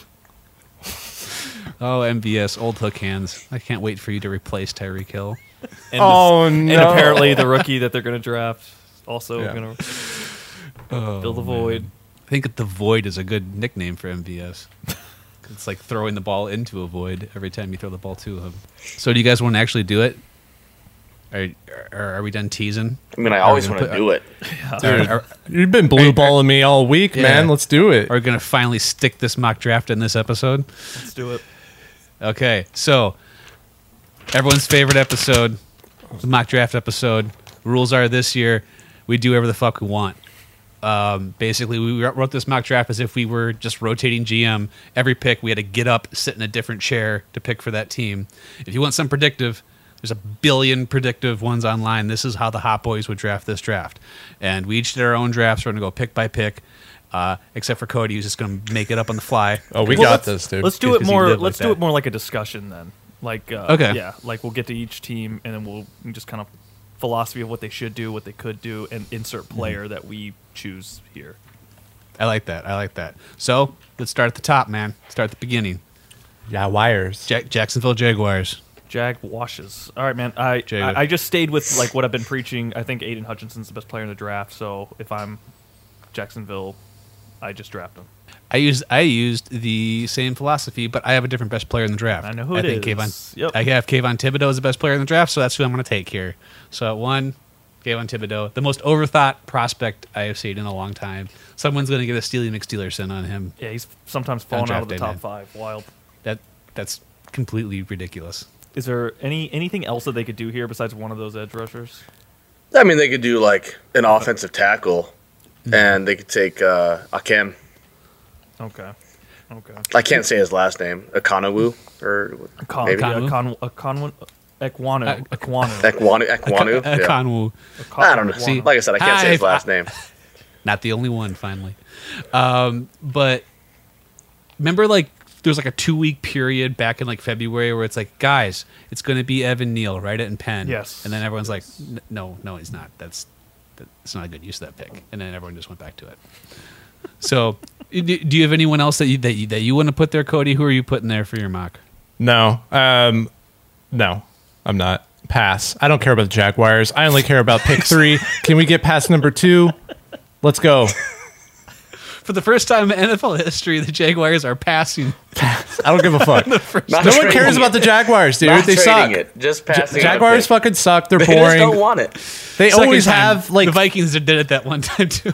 Speaker 1: Oh, MVS, old hook hands. I can't wait for you to replace Tyreek Hill.
Speaker 3: And
Speaker 2: Oh,
Speaker 3: this- And
Speaker 2: no.
Speaker 3: apparently the rookie that they're gonna draft also
Speaker 1: [LAUGHS]
Speaker 2: Yeah.
Speaker 3: gonna
Speaker 1: Oh,
Speaker 3: fill the void.
Speaker 1: I think the void is a good nickname for MVS. it's like throwing the ball into a void every time you throw the ball to him. So, do you guys want to actually do it? Are, are, are we done teasing?
Speaker 4: I mean, I always want to do it.
Speaker 2: Dude, you've been blue balling me all week,
Speaker 1: Yeah.
Speaker 2: man. Let's do it.
Speaker 1: Are we going to finally stick this mock draft in this episode?
Speaker 3: Let's do it.
Speaker 1: Okay, so everyone's favorite episode, the mock draft episode. Rules are this year, we do whatever the fuck we want. Um, basically, we wrote this mock draft as if we were just rotating GM. Every pick, we had to get up, sit in a different chair to pick for that team. If you want some predictive, there's a billion predictive ones online. This is how the Hot Boys would draft this draft. And we each did our own drafts. We're going to go pick by pick, uh, except for Cody, who's just going to make it up on the fly.
Speaker 2: Oh, we
Speaker 3: Well,
Speaker 2: got
Speaker 3: let's-
Speaker 2: this, dude.
Speaker 3: Let's do
Speaker 1: Because
Speaker 3: it
Speaker 1: he
Speaker 3: more.
Speaker 1: did like
Speaker 3: let's do
Speaker 1: that.
Speaker 3: it more like a discussion then. Like uh,
Speaker 1: Okay.
Speaker 3: yeah, like we'll get to each team and then we'll just kind of philosophy of what they should do, what they could do, and insert
Speaker 1: Mm-hmm.
Speaker 3: player that we choose here.
Speaker 1: I like that. I like that. So let's start at the top, man. Start at the beginning.
Speaker 2: yeah, wires.
Speaker 1: Jack- Jacksonville Jaguars.
Speaker 3: Jag washes. All right, man. I,
Speaker 1: Jag.
Speaker 3: I I just stayed with like what I've been preaching. I think Aiden Hutchinson's the best player in the draft. So if I'm Jacksonville, I just draft him.
Speaker 1: I used I used the same philosophy, but I have a different best player in the draft.
Speaker 3: I know who
Speaker 1: I
Speaker 3: it
Speaker 1: think
Speaker 3: is.
Speaker 1: Kayvon-
Speaker 3: Yep.
Speaker 1: I have Kayvon Thibodeau as the best player in the draft, so that's who I'm going to take here. So at one, Kayvon Thibodeau, the most overthought prospect I have seen in a long time. Someone's going to get a Steely McSteelerson on him.
Speaker 3: Yeah, he's sometimes falling out of
Speaker 1: Undrafted,
Speaker 3: the top
Speaker 1: man.
Speaker 3: five. Wild.
Speaker 1: That that's completely ridiculous.
Speaker 3: Is there any anything else that they could do here besides one of those edge rushers?
Speaker 4: I mean, they could do like an offensive tackle,
Speaker 3: Mm-hmm.
Speaker 4: and they could take uh, Akem.
Speaker 3: Okay. Okay.
Speaker 4: I can't say his last name, Akanawu or
Speaker 3: Con,
Speaker 4: maybe
Speaker 1: Con-
Speaker 3: yeah, Con, a Con, uh, Ekwanu,
Speaker 1: Uh,
Speaker 3: Ekwanu,
Speaker 4: Ekwanu. Ekwanu?
Speaker 1: Ka- uh,
Speaker 4: yeah.
Speaker 1: Kanwu.
Speaker 3: Ekwanu,
Speaker 4: I don't know.
Speaker 1: See,
Speaker 4: Like I said, I can't say his
Speaker 1: Hi.
Speaker 4: last
Speaker 2: [LAUGHS]
Speaker 4: name.
Speaker 1: not the only one finally um, but remember like there's like a two week period back in like february where it's like guys it's going to be evan neal write it in pen
Speaker 3: Yes.
Speaker 1: and then everyone's like "N- no no he's not that's that's not a good use of that pick and then everyone just went back to it so [LAUGHS] do, do you have anyone else that you that you, that you want to put there cody who are you putting there for your mock
Speaker 2: No, um, no, I'm not. Pass. I don't care about the Jaguars. I only care about pick three. Can we get past number two? Let's go.
Speaker 1: for the first time in nfl history the jaguars are passing
Speaker 2: I don't give
Speaker 4: [LAUGHS]
Speaker 2: a fuck.
Speaker 4: Not
Speaker 2: No one
Speaker 4: trading
Speaker 2: cares
Speaker 4: it.
Speaker 2: about the Jaguars, dude.
Speaker 4: Not
Speaker 2: they
Speaker 4: trading
Speaker 2: suck.
Speaker 4: it. Just passing. on a
Speaker 2: Jaguars
Speaker 4: pick.
Speaker 2: fucking suck. They're
Speaker 4: [LAUGHS] They just don't
Speaker 2: boring.
Speaker 4: want it.
Speaker 2: They
Speaker 1: Second
Speaker 2: always
Speaker 1: time.
Speaker 2: have like
Speaker 1: the vikings did it that one time too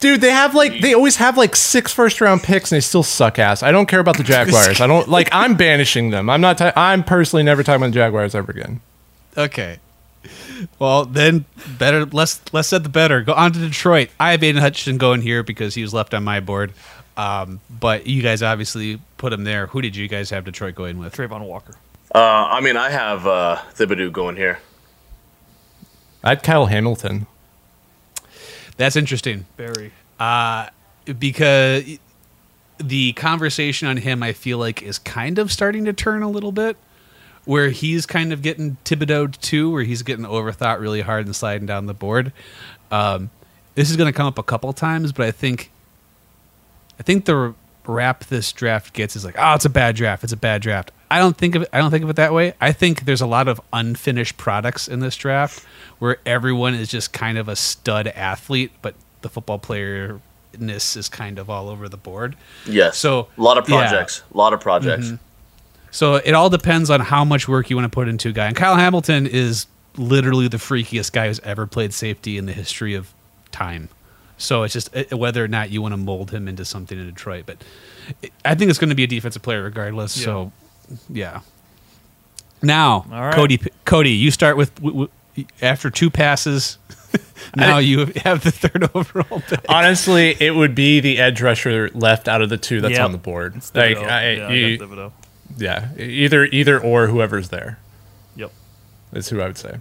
Speaker 2: Dude, they have like they always have like six first round picks and they still suck ass. I don't care [LAUGHS] about the Jaguars. I don't like I'm banishing them. I'm not i I'm personally never talking about the Jaguars ever again.
Speaker 1: Okay. Well, then better less less said the better. Go on to Detroit. I have Aiden Hutchinson going here because he was left on my board. Um, but you guys obviously put him there. Who did you guys have Detroit going with?
Speaker 3: Trayvon Walker.
Speaker 4: Uh, I mean, I have uh, Thibodeau going here.
Speaker 2: I'd Kyle Hamilton.
Speaker 1: That's interesting
Speaker 3: Barry.
Speaker 1: because the conversation on him, I feel like, is kind of starting to turn a little bit. Where he's kind of getting Thibodeau too, where he's getting overthought really hard and sliding down the board. Um, this is going to come up a couple times, but I think I think the wrap this draft gets is like, oh, it's a bad draft. It's a bad draft. I don't think of it. I don't think of it that way. I think there's a lot of unfinished products in this draft where everyone is just kind of a stud athlete, but the football playerness is kind of all over the board.
Speaker 4: Yes.
Speaker 1: So,
Speaker 4: a lot of
Speaker 1: yeah.
Speaker 4: projects. A lot of projects.
Speaker 2: Mm-hmm.
Speaker 1: So it all depends on how much work you want to put into a guy. And Kyle Hamilton is literally the freakiest guy who's ever played safety in the history of time. So it's just uh, whether or not you want to mold him into something in Detroit. But I think it's going to be a defensive player regardless.
Speaker 3: Yeah.
Speaker 1: So, yeah. Now,
Speaker 3: All right.
Speaker 1: Cody, Cody, you start with w- w- after two passes. [LAUGHS] now you have the third [LAUGHS] overall pick.
Speaker 2: Honestly, it would be the edge rusher left out of the two that's
Speaker 3: Yep.
Speaker 2: on the board.
Speaker 3: It's
Speaker 2: like
Speaker 3: Thibodeau.
Speaker 2: I,
Speaker 3: yeah,
Speaker 2: you-
Speaker 3: I got Thibodeau.
Speaker 2: yeah, either either or whoever's there
Speaker 3: Yep.
Speaker 2: is who I would say.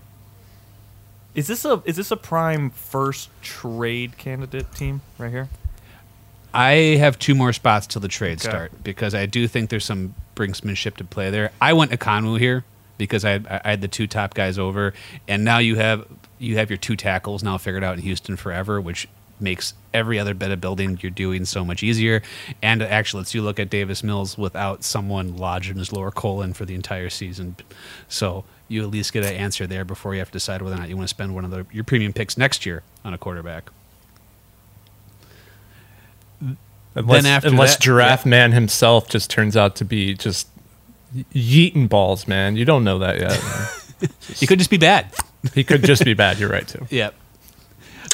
Speaker 3: Is this a is this a prime first trade candidate team right here?
Speaker 1: I have two more spots till the trades
Speaker 3: Okay.
Speaker 1: start because I do think there's some brinksmanship to play there. I went Ekonwu here because I, I I had the two top guys over, and now you have you have your two tackles now figured out in Houston forever, which makes every other bit of building you're doing so much easier. And it actually lets you look at Davis Mills without someone lodged in his lower colon for the entire season. So you at least get an answer there before you have to decide whether or not you want to spend one of the, your premium picks next year on a quarterback.
Speaker 2: Unless,
Speaker 1: after
Speaker 2: unless
Speaker 1: that-
Speaker 2: Giraffe Man himself just turns out to be just yeeting balls, man. You don't know that yet.
Speaker 1: It could just be bad.
Speaker 2: He could just be bad. You're right too.
Speaker 1: Yep.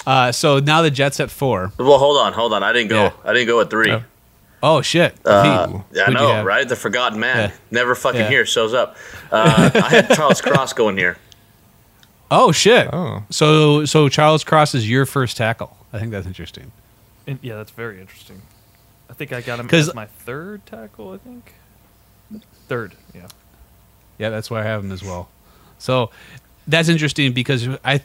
Speaker 1: Uh, so now the Jets at four.
Speaker 4: Well, hold on, hold on. I didn't go.
Speaker 1: Yeah.
Speaker 4: I didn't go at three.
Speaker 2: Oh.
Speaker 1: Oh shit!
Speaker 4: Uh,
Speaker 1: Who-
Speaker 4: I
Speaker 1: who'd you
Speaker 4: know,
Speaker 1: have?
Speaker 4: right? The forgotten man,
Speaker 1: Yeah.
Speaker 4: never fucking
Speaker 1: Yeah.
Speaker 4: here, shows up. Uh, I had
Speaker 2: [LAUGHS]
Speaker 4: Charles Cross going here.
Speaker 1: Oh shit!
Speaker 2: Oh.
Speaker 1: So so Charles Cross is your first tackle. I think that's interesting.
Speaker 3: And, yeah, that's very interesting. I think I got him
Speaker 1: 'Cause-
Speaker 3: as my third tackle. I think third. Yeah.
Speaker 1: Yeah, that's why I have him as well. So that's interesting because I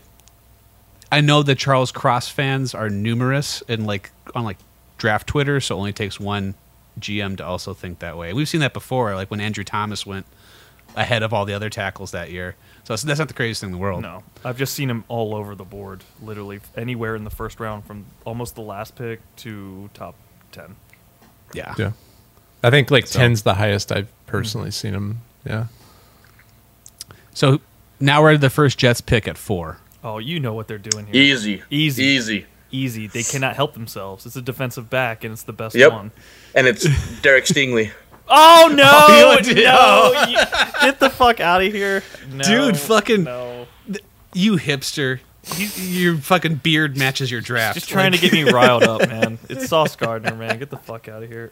Speaker 1: I know the Charles Cross fans are numerous and like on like draft Twitter, so it only takes one GM to also think that way. We've seen that before, like when Andrew Thomas went ahead of all the other tackles that year. So that's that's not the craziest thing in the world.
Speaker 3: No, Oh. I've just seen him all over the board, literally anywhere in the first round, from almost the last pick to top ten.
Speaker 1: Yeah.
Speaker 2: Yeah. I think like
Speaker 1: So-
Speaker 2: ten's the highest I've personally seen him. Yeah.
Speaker 1: So now we're at the first Jets pick at four.
Speaker 3: Oh, you know what they're doing here.
Speaker 4: Easy,
Speaker 3: Easy.
Speaker 4: easy.
Speaker 3: Easy. They cannot help themselves. It's a defensive back, and it's the best
Speaker 4: Yep.
Speaker 3: one.
Speaker 4: And it's Derek Stingley.
Speaker 3: [LAUGHS] Oh no!
Speaker 1: You did-
Speaker 3: [LAUGHS] no! You- get the fuck out of here, No,
Speaker 1: Dude, fucking-
Speaker 3: No.
Speaker 1: You hipster. You, your fucking beard matches your draft.
Speaker 3: Just trying to get me riled up, man. It's Sauce Gardner, man. Get the fuck out of here.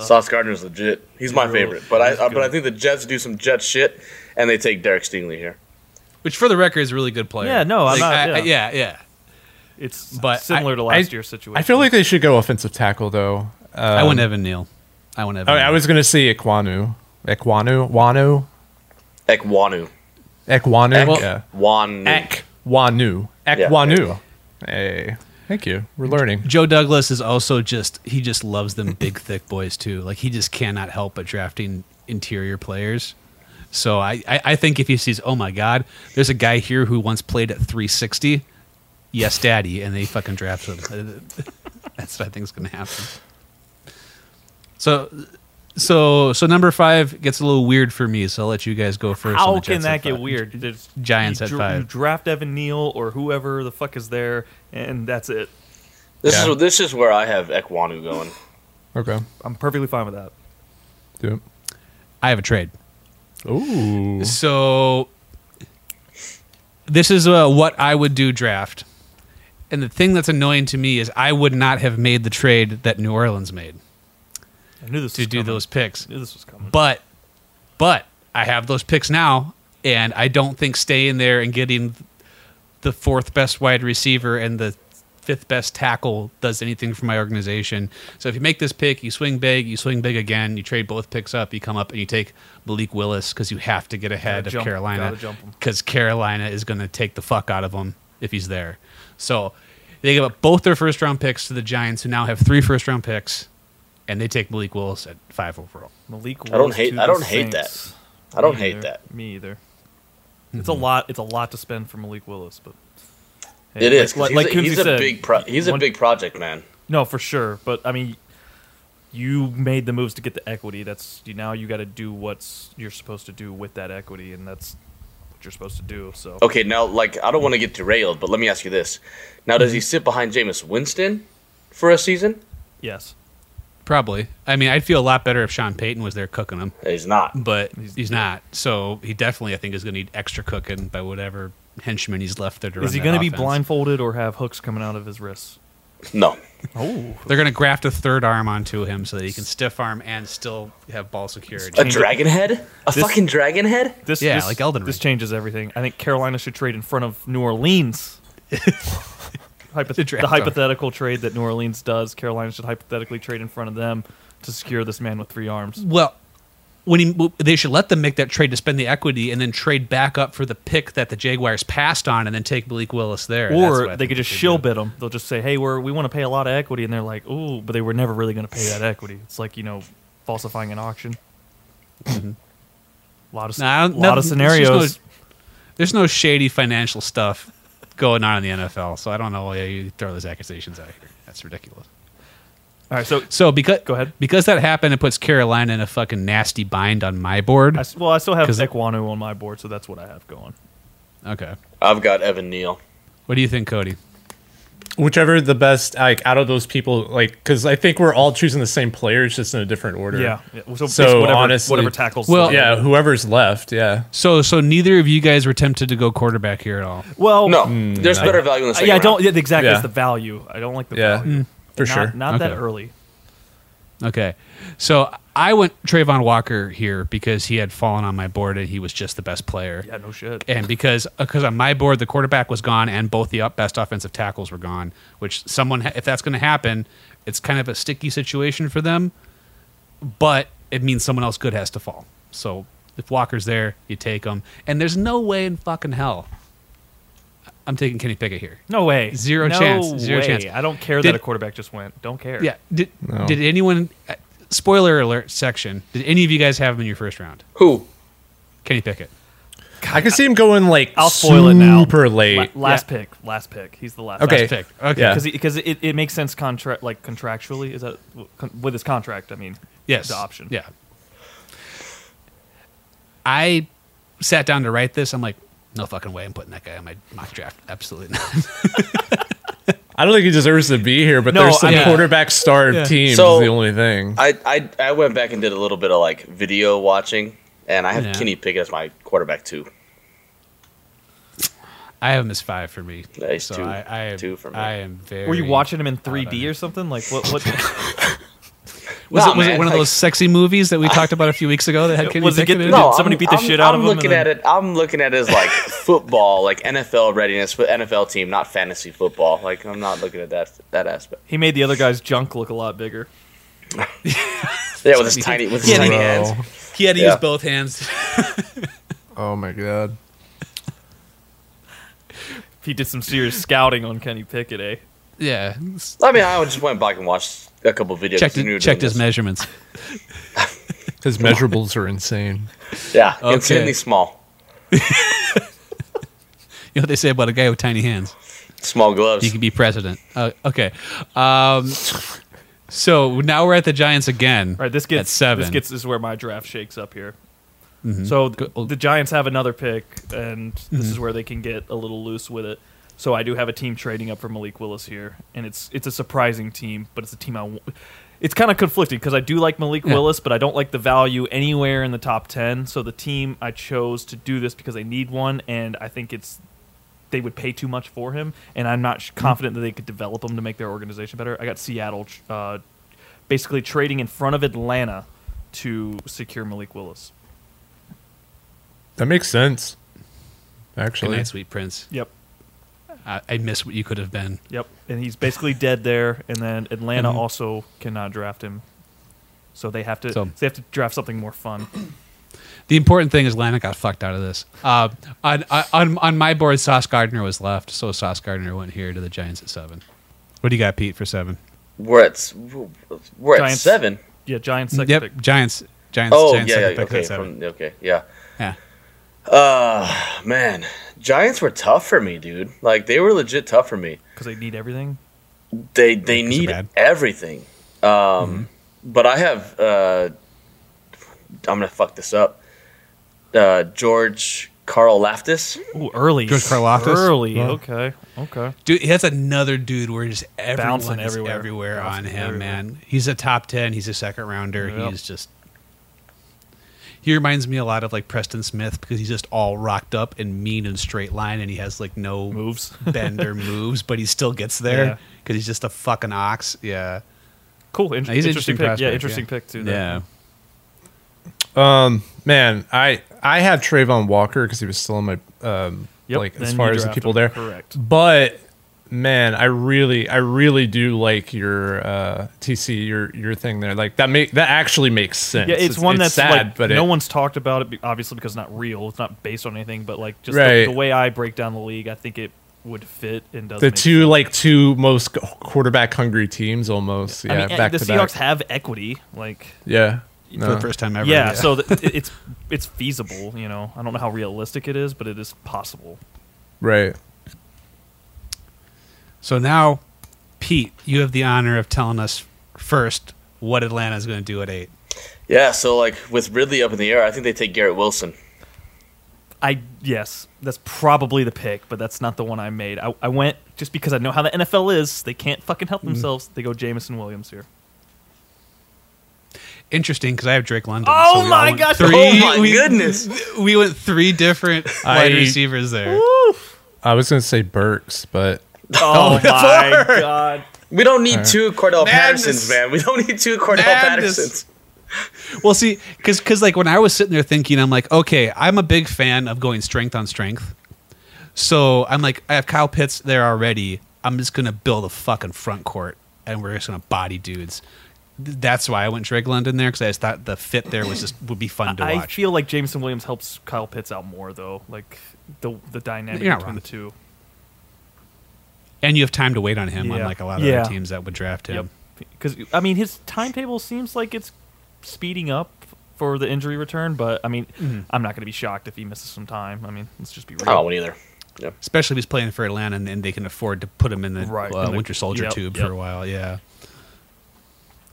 Speaker 4: Sauce Gardner's legit. He's my
Speaker 3: He's
Speaker 4: favorite.
Speaker 3: really-
Speaker 4: But I,
Speaker 3: he's
Speaker 4: I but I
Speaker 3: good.
Speaker 4: think the Jets do some Jets shit, and they take Derek Stingley here.
Speaker 1: which for the record is a really good player.
Speaker 3: Yeah, no, I'm not-
Speaker 1: I- I-
Speaker 3: yeah.
Speaker 1: yeah, yeah.
Speaker 3: It's
Speaker 1: But
Speaker 3: similar
Speaker 1: I-
Speaker 3: to
Speaker 2: I-
Speaker 3: last year's situation.
Speaker 2: I feel like they should go offensive tackle though. Um,
Speaker 1: I went Evan Neal. I went Evan.
Speaker 2: I, I
Speaker 1: Neal.
Speaker 2: was gonna say Ekwanu. Ekwanu. Wanu.
Speaker 4: Ekwanu.
Speaker 2: Ekwanu.
Speaker 4: Ek,
Speaker 2: yeah.
Speaker 4: Wanu.
Speaker 2: Ekwanu.
Speaker 4: Yeah.
Speaker 2: Ekwanu. Hey. Thank you. We're learning.
Speaker 1: Joe Douglas is also just he just loves them big thick boys too. Like he just cannot help but drafting interior players. So I, I, I think if he sees, oh my god, there's a guy here who once played at 360. Yes, daddy, and they fucking draft him. [LAUGHS] That's what I think is going to happen. So, so, so number five gets a little weird for me. So I'll let you guys go first. on
Speaker 3: How
Speaker 1: the
Speaker 3: can
Speaker 1: Jets
Speaker 3: that
Speaker 1: at
Speaker 3: get
Speaker 1: five.
Speaker 3: weird? There's-
Speaker 1: Giants
Speaker 3: you
Speaker 1: at
Speaker 3: dr-
Speaker 1: five.
Speaker 3: You draft Evan Neal or whoever the fuck is there, and that's it.
Speaker 4: This
Speaker 2: Yeah.
Speaker 4: is this is where I have Ekwanu going.
Speaker 2: Okay.
Speaker 3: I'm perfectly fine with that.
Speaker 2: Do
Speaker 1: I have a trade.
Speaker 2: it. Ooh.
Speaker 1: So this is a what I would do draft. And the thing that's annoying to me is I would not have made the trade that New Orleans made
Speaker 3: I knew this
Speaker 1: to
Speaker 3: was
Speaker 1: do
Speaker 3: coming.
Speaker 1: those picks.
Speaker 3: I knew this was coming.
Speaker 1: But but I have those picks now and I don't think staying there and getting the fourth best wide receiver and the fifth best tackle does anything for my organization. So if you make this pick, you swing big, you swing big again, you trade both picks up, you come up and you take Malik Willis because you have to get ahead
Speaker 3: Gotta
Speaker 1: of
Speaker 3: jump-
Speaker 1: Carolina
Speaker 3: gotta jump 'em.
Speaker 1: because Carolina is going to take the fuck out of him if he's there. So they give up both their first round picks to the Giants, who now have three first round picks, and they take Malik Willis at five overall.
Speaker 3: Malik
Speaker 4: don't
Speaker 3: Willis
Speaker 4: hate-
Speaker 3: to
Speaker 4: I
Speaker 3: the
Speaker 4: don't hate that.
Speaker 3: Saints.
Speaker 4: I don't
Speaker 3: Me
Speaker 4: hate
Speaker 3: either.
Speaker 4: that.
Speaker 3: Me either. It's
Speaker 1: Mm-hmm.
Speaker 3: a lot. It's a lot to spend for Malik Willis, but hey,
Speaker 4: It is.
Speaker 3: Like,
Speaker 4: 'cause he's
Speaker 3: like,
Speaker 4: a,
Speaker 3: Kunze
Speaker 4: he's a
Speaker 3: said,
Speaker 4: big pro- he's a
Speaker 3: one-
Speaker 4: big project man.
Speaker 3: No, for sure. But I mean, you made the moves to get the equity. That's you, now you got to do what's you're supposed to do with that equity, and that's what you're supposed to do. So
Speaker 4: Okay, now like I don't want to get derailed, but let me ask you this: Now, does he
Speaker 3: Mm-hmm.
Speaker 4: sit behind Jameis Winston for a season?
Speaker 3: yes,
Speaker 1: Probably. I mean, I'd feel a lot better if Sean Payton was there cooking him,
Speaker 4: He's not.
Speaker 1: but
Speaker 3: He's-
Speaker 1: he's, not. So he definitely, I think, is going to need extra cooking by whatever henchman he's left there to run
Speaker 3: is he
Speaker 1: going to
Speaker 3: be blindfolded or have hooks coming out of his wrists?
Speaker 4: No.
Speaker 3: Oh,
Speaker 1: They're going to graft a third arm onto him so that he can stiff arm and still have ball security.
Speaker 4: A dragon head? A
Speaker 3: This-
Speaker 4: fucking dragon head?
Speaker 3: this
Speaker 1: Yeah,
Speaker 3: this-
Speaker 1: like Elden
Speaker 3: This
Speaker 1: Ring.
Speaker 3: changes everything. I think Carolina should trade in front of
Speaker 1: [LAUGHS]
Speaker 3: New Orleans. Hypoth-
Speaker 1: To
Speaker 3: the,
Speaker 1: draft
Speaker 3: hypothetical trade that New Orleans does, Carolina should hypothetically trade in front of them to secure this man with three arms.
Speaker 1: Well, when he, they should let them make that trade to spend the equity and then trade back up for the pick that the Jaguars passed on and then take Malik Willis there. That's what I
Speaker 3: Or they
Speaker 1: think
Speaker 3: could just
Speaker 1: should
Speaker 3: shill
Speaker 1: do.
Speaker 3: bid them. They'll just say, "Hey, we're we want to pay a lot of equity," and they're like, "Ooh," but they were never really going to pay that equity. It's like you know, falsifying an auction. [LAUGHS] A lot of
Speaker 1: No, Mm-hmm. I
Speaker 3: a
Speaker 1: don't- no, there's just
Speaker 3: lot of
Speaker 1: no-
Speaker 3: scenarios.
Speaker 1: There's no shady financial stuff going on in the NFL, so I don't know why you throw those accusations out here. That's ridiculous.
Speaker 3: All right, so
Speaker 1: So because
Speaker 3: Go ahead.
Speaker 1: because that happened, it puts Carolina in a fucking nasty bind on my board.
Speaker 3: I s well, I still have
Speaker 1: 'Cause-
Speaker 3: Ekwanu on my board, so that's what I have going.
Speaker 1: Okay,
Speaker 4: I've got Evan Neal.
Speaker 1: what do you think, Cody?
Speaker 2: whichever the best like out of those people like because I think we're all choosing the same players just in a different order.
Speaker 3: Yeah. yeah. So,
Speaker 2: So,
Speaker 3: so whatever,
Speaker 2: honestly-
Speaker 3: whatever tackles.
Speaker 1: Well-
Speaker 3: the-
Speaker 2: Yeah, whoever's left. Yeah.
Speaker 1: So so neither of you guys were tempted to go quarterback here at all.
Speaker 3: Well,
Speaker 4: No, there's better value in the
Speaker 3: Uh,
Speaker 4: second
Speaker 3: yeah, I
Speaker 4: round.
Speaker 3: don't. Yeah, exactly.
Speaker 2: Yeah.
Speaker 3: It's the value. I don't like the
Speaker 2: Yeah,
Speaker 3: value.
Speaker 2: for
Speaker 3: not,
Speaker 2: sure.
Speaker 3: Not that
Speaker 1: Mm, Okay.
Speaker 3: early.
Speaker 1: Okay. So I went Trayvon Walker here because he had fallen on my board and he was just the best player.
Speaker 3: Yeah, no shit.
Speaker 1: and because because on my board the quarterback was gone and both the up best offensive tackles were gone, which someone if that's going to happen, it's kind of a sticky situation for them. But it means someone else good has to fall. So if Walker's there, you take him, and there's no way in fucking hell. I'm taking Kenny Pickett here.
Speaker 3: No way.
Speaker 1: Zero
Speaker 3: No
Speaker 1: chance. Zero
Speaker 3: way.
Speaker 1: chance.
Speaker 3: I don't care
Speaker 1: Did-
Speaker 3: that a quarterback just went. Don't care.
Speaker 1: Yeah. Did, did anyone? uh, Spoiler alert section. Did any of you guys have him in your first round?
Speaker 4: Who?
Speaker 1: Kenny Pickett.
Speaker 2: I can see him going like
Speaker 3: I'll spoil it now.
Speaker 2: super
Speaker 3: La-
Speaker 2: late.
Speaker 3: last pick. Last pick. He's the last.
Speaker 2: Okay.
Speaker 1: Last pick. Okay.
Speaker 2: Yeah.
Speaker 3: Because because it, it makes sense contract like contractually is that con- with his contract I mean
Speaker 1: Yes.
Speaker 3: the option
Speaker 1: Yeah. I sat down to write this. I'm like, no fucking way I'm putting that guy on my mock draft. Absolutely not. [LAUGHS]
Speaker 2: I don't think he deserves to be here, but
Speaker 3: No,
Speaker 2: there's some
Speaker 1: I-
Speaker 2: quarterback starved
Speaker 1: Yeah.
Speaker 2: teams.
Speaker 4: So-
Speaker 2: is the only thing.
Speaker 4: I, I I went back and did a little bit of like video watching, and I have
Speaker 1: Yeah.
Speaker 4: Kenny Pickett as my quarterback too.
Speaker 1: I have him as five for me.
Speaker 4: Nice,
Speaker 1: so
Speaker 4: two-
Speaker 1: I, I am,
Speaker 4: two for me.
Speaker 1: I am very.
Speaker 3: were you watching him in
Speaker 1: I don't
Speaker 3: 3D
Speaker 1: know.
Speaker 3: or something like what what
Speaker 1: Was,
Speaker 4: Nah,
Speaker 1: it, was
Speaker 4: man,
Speaker 1: it one of
Speaker 4: like-
Speaker 1: those sexy movies that we talked about a few weeks ago that
Speaker 3: [LAUGHS]
Speaker 1: had Kenny
Speaker 3: Was it
Speaker 1: Pickett
Speaker 3: good-
Speaker 1: in it?
Speaker 3: No. somebody beat the shit out
Speaker 4: I'm
Speaker 3: of him and
Speaker 4: looking
Speaker 3: then-
Speaker 4: at it. I'm looking at it as like [LAUGHS] football, like NFL readiness for NFL team, not fantasy football. Like I'm not looking at that that aspect.
Speaker 3: he made the other guy's junk look a lot bigger
Speaker 4: Yeah, with his tiny with his
Speaker 1: Yeah,
Speaker 4: tiny
Speaker 1: no.
Speaker 4: hands.
Speaker 1: He had to
Speaker 4: Yeah.
Speaker 1: use both hands.
Speaker 2: Oh my god.
Speaker 3: he did some serious scouting on Kenny Pickett eh
Speaker 1: [LAUGHS] yeah.
Speaker 4: I mean, I just went back and watched a couple videos.
Speaker 1: Checked,
Speaker 4: when you were
Speaker 1: checked
Speaker 4: doing
Speaker 1: his
Speaker 4: this.
Speaker 1: measurements. [LAUGHS]
Speaker 2: His measurables are insane.
Speaker 4: Yeah,
Speaker 1: Okay.
Speaker 4: insanely small,
Speaker 1: You know what they say about a guy with tiny hands?
Speaker 4: small gloves.
Speaker 1: You can be president. Uh, okay. Um, so now we're at the Giants again.
Speaker 3: all right this
Speaker 1: at
Speaker 3: gets
Speaker 1: seven. Mm-hmm.
Speaker 3: this gets this is where my draft shakes up here so th-
Speaker 1: Go- oh. Mm-hmm.
Speaker 3: the Giants have another pick and this is where they can get a little loose with it so I do have a team trading up for Malik Willis here and it's it's a surprising team but it's a team I w- it's kind of conflicted because I do like Malik
Speaker 1: Yeah.
Speaker 3: Willis, but I don't like the value anywhere in the top 10. So the team I chose to do this because they need one, and I think it's they would pay too much for him, and I'm not sh-
Speaker 1: Mm-hmm.
Speaker 3: confident that they could develop him to make their organization better. I got Seattle tr- uh, basically trading in front of Atlanta to secure Malik Willis.
Speaker 2: That makes sense.
Speaker 1: Good
Speaker 2: Actually,
Speaker 1: night, sweet prince.
Speaker 3: Yep.
Speaker 1: I, I miss what you could have been.
Speaker 3: Yep. And he's basically dead there, and then Atlanta also cannot draft him. So they have to
Speaker 1: So-
Speaker 3: they have to draft something more fun.
Speaker 1: The important thing is Lana got fucked out of this. Uh, on, on on my board, Sauce Gardner was left, so Sauce Gardner went here to the Giants at seven. What do you got, Pete, for seven?
Speaker 4: we're at we're at
Speaker 3: Giants.
Speaker 4: seven.
Speaker 3: Yeah, Giants second
Speaker 1: yep,
Speaker 3: pick.
Speaker 1: Giants. Giants.
Speaker 4: Oh
Speaker 1: Giants
Speaker 4: yeah,
Speaker 1: second
Speaker 4: yeah,
Speaker 1: pick at
Speaker 4: okay,
Speaker 1: seven.
Speaker 4: from, okay, yeah. Ah,
Speaker 1: yeah.
Speaker 4: Man, Giants were tough for me, dude. Like they were legit tough for me.
Speaker 3: because they need everything.
Speaker 4: They they need
Speaker 1: bad. Mm-hmm.
Speaker 4: everything. Um, But I have uh, I'm gonna fuck this up. Uh, George Carl Laftis.
Speaker 3: Ooh, early.
Speaker 1: George Karlaftis?
Speaker 3: Early.
Speaker 1: Yeah.
Speaker 3: Okay. Okay.
Speaker 1: Dude, that's another dude where just everyone
Speaker 3: Bouncing
Speaker 1: is
Speaker 3: everywhere.
Speaker 1: everywhere on
Speaker 3: Bouncing
Speaker 1: him,
Speaker 3: everywhere.
Speaker 1: man. He's a top ten. He's a second rounder.
Speaker 3: Yep.
Speaker 1: He's just. He reminds me a lot of like Preston Smith because he's just all rocked up and mean and straight line, and he has like no
Speaker 3: Moves.
Speaker 1: bend or moves, but he still gets
Speaker 3: Yeah.
Speaker 1: there because he's just a fucking ox. Yeah.
Speaker 3: Cool. In-
Speaker 1: Now, he's an interesting
Speaker 3: interesting, pick. Yeah,
Speaker 1: prospect,
Speaker 3: interesting
Speaker 1: yeah.
Speaker 3: pick too. there.
Speaker 1: Yeah.
Speaker 2: man, I I have Trayvon Walker because he was still in my um,
Speaker 3: Yep,
Speaker 2: like as
Speaker 3: then
Speaker 2: far
Speaker 3: you
Speaker 2: as the
Speaker 3: draft
Speaker 2: people
Speaker 3: him.
Speaker 2: there.
Speaker 3: Correct.
Speaker 2: But man, I really I really do like your uh, TC your your thing there. Like that make that actually makes sense.
Speaker 3: Yeah, it's, one that's
Speaker 2: sad,
Speaker 3: like
Speaker 2: but
Speaker 3: no
Speaker 2: it,
Speaker 3: one's talked about it, be- obviously because it's not real. It's not based on anything, but like just
Speaker 2: Right.
Speaker 3: the, the way I break down the league, I think it would fit and does.
Speaker 2: the
Speaker 3: make
Speaker 2: two like two most quarterback hungry teams almost.
Speaker 3: sense.
Speaker 2: Yeah,
Speaker 3: I mean,
Speaker 2: back
Speaker 3: the
Speaker 2: to
Speaker 3: Seahawks
Speaker 2: back.
Speaker 3: have equity, like
Speaker 2: yeah.
Speaker 1: For
Speaker 2: No.
Speaker 1: the first time ever.
Speaker 3: yeah, so th- it- it's it's feasible. You know, I don't know how realistic it is, but it is possible.
Speaker 2: Right.
Speaker 1: So now, Pete, you have the honor of telling us first what Atlanta's going to do at eight.
Speaker 4: Yeah, so like with Ridley up in the air, I think they take Garrett Wilson.
Speaker 3: I yes, that's probably the pick, but that's not the one I made. I, I went just because I know how the NFL is, they can't fucking help themselves. They go Jamison Williams here.
Speaker 1: Interesting because I have Drake London.
Speaker 3: Oh
Speaker 1: we all
Speaker 3: my
Speaker 1: went
Speaker 3: gosh.
Speaker 1: Three,
Speaker 4: Oh my
Speaker 1: we,
Speaker 4: goodness.
Speaker 1: We went three different wide
Speaker 2: I-
Speaker 1: receivers there.
Speaker 2: I was going to say Burks, but [LAUGHS]
Speaker 3: Oh my god.
Speaker 4: We don't need two Cordell
Speaker 1: Madness.
Speaker 4: Pattersons, man. We don't need two Cordell
Speaker 1: Madness.
Speaker 4: Pattersons.
Speaker 1: Well, see, because like when I was sitting there thinking, I'm like, okay, I'm a big fan of going strength on strength. So I'm like, I have Kyle Pitts there already. I'm just gonna build a fucking front court, and we're just gonna body dudes. Th- That's why I went Drake London there because I just thought the fit there was just would be fun to
Speaker 3: I
Speaker 1: watch.
Speaker 3: feel like Jameson Williams helps Kyle Pitts out more though. Like the the dynamic
Speaker 1: You're not
Speaker 3: between
Speaker 1: wrong.
Speaker 3: the two.
Speaker 1: and you have time to wait on him,
Speaker 3: Yeah.
Speaker 1: unlike a lot of
Speaker 3: Yeah.
Speaker 1: other teams that would draft him.
Speaker 3: Because I mean, his timetable seems like it's speeding up for the injury return, but I mean,
Speaker 1: Mm-hmm.
Speaker 3: I'm not going to be shocked if he misses some time. I mean, let's just be real.
Speaker 4: I
Speaker 2: Oh.
Speaker 4: don't want either.
Speaker 1: Especially if he's playing for Atlanta and, and they can afford to put him in the
Speaker 3: Right.
Speaker 1: uh,
Speaker 3: In the-
Speaker 1: Winter Soldier
Speaker 3: yep,
Speaker 1: tube
Speaker 3: yep.
Speaker 1: for a while. Yeah.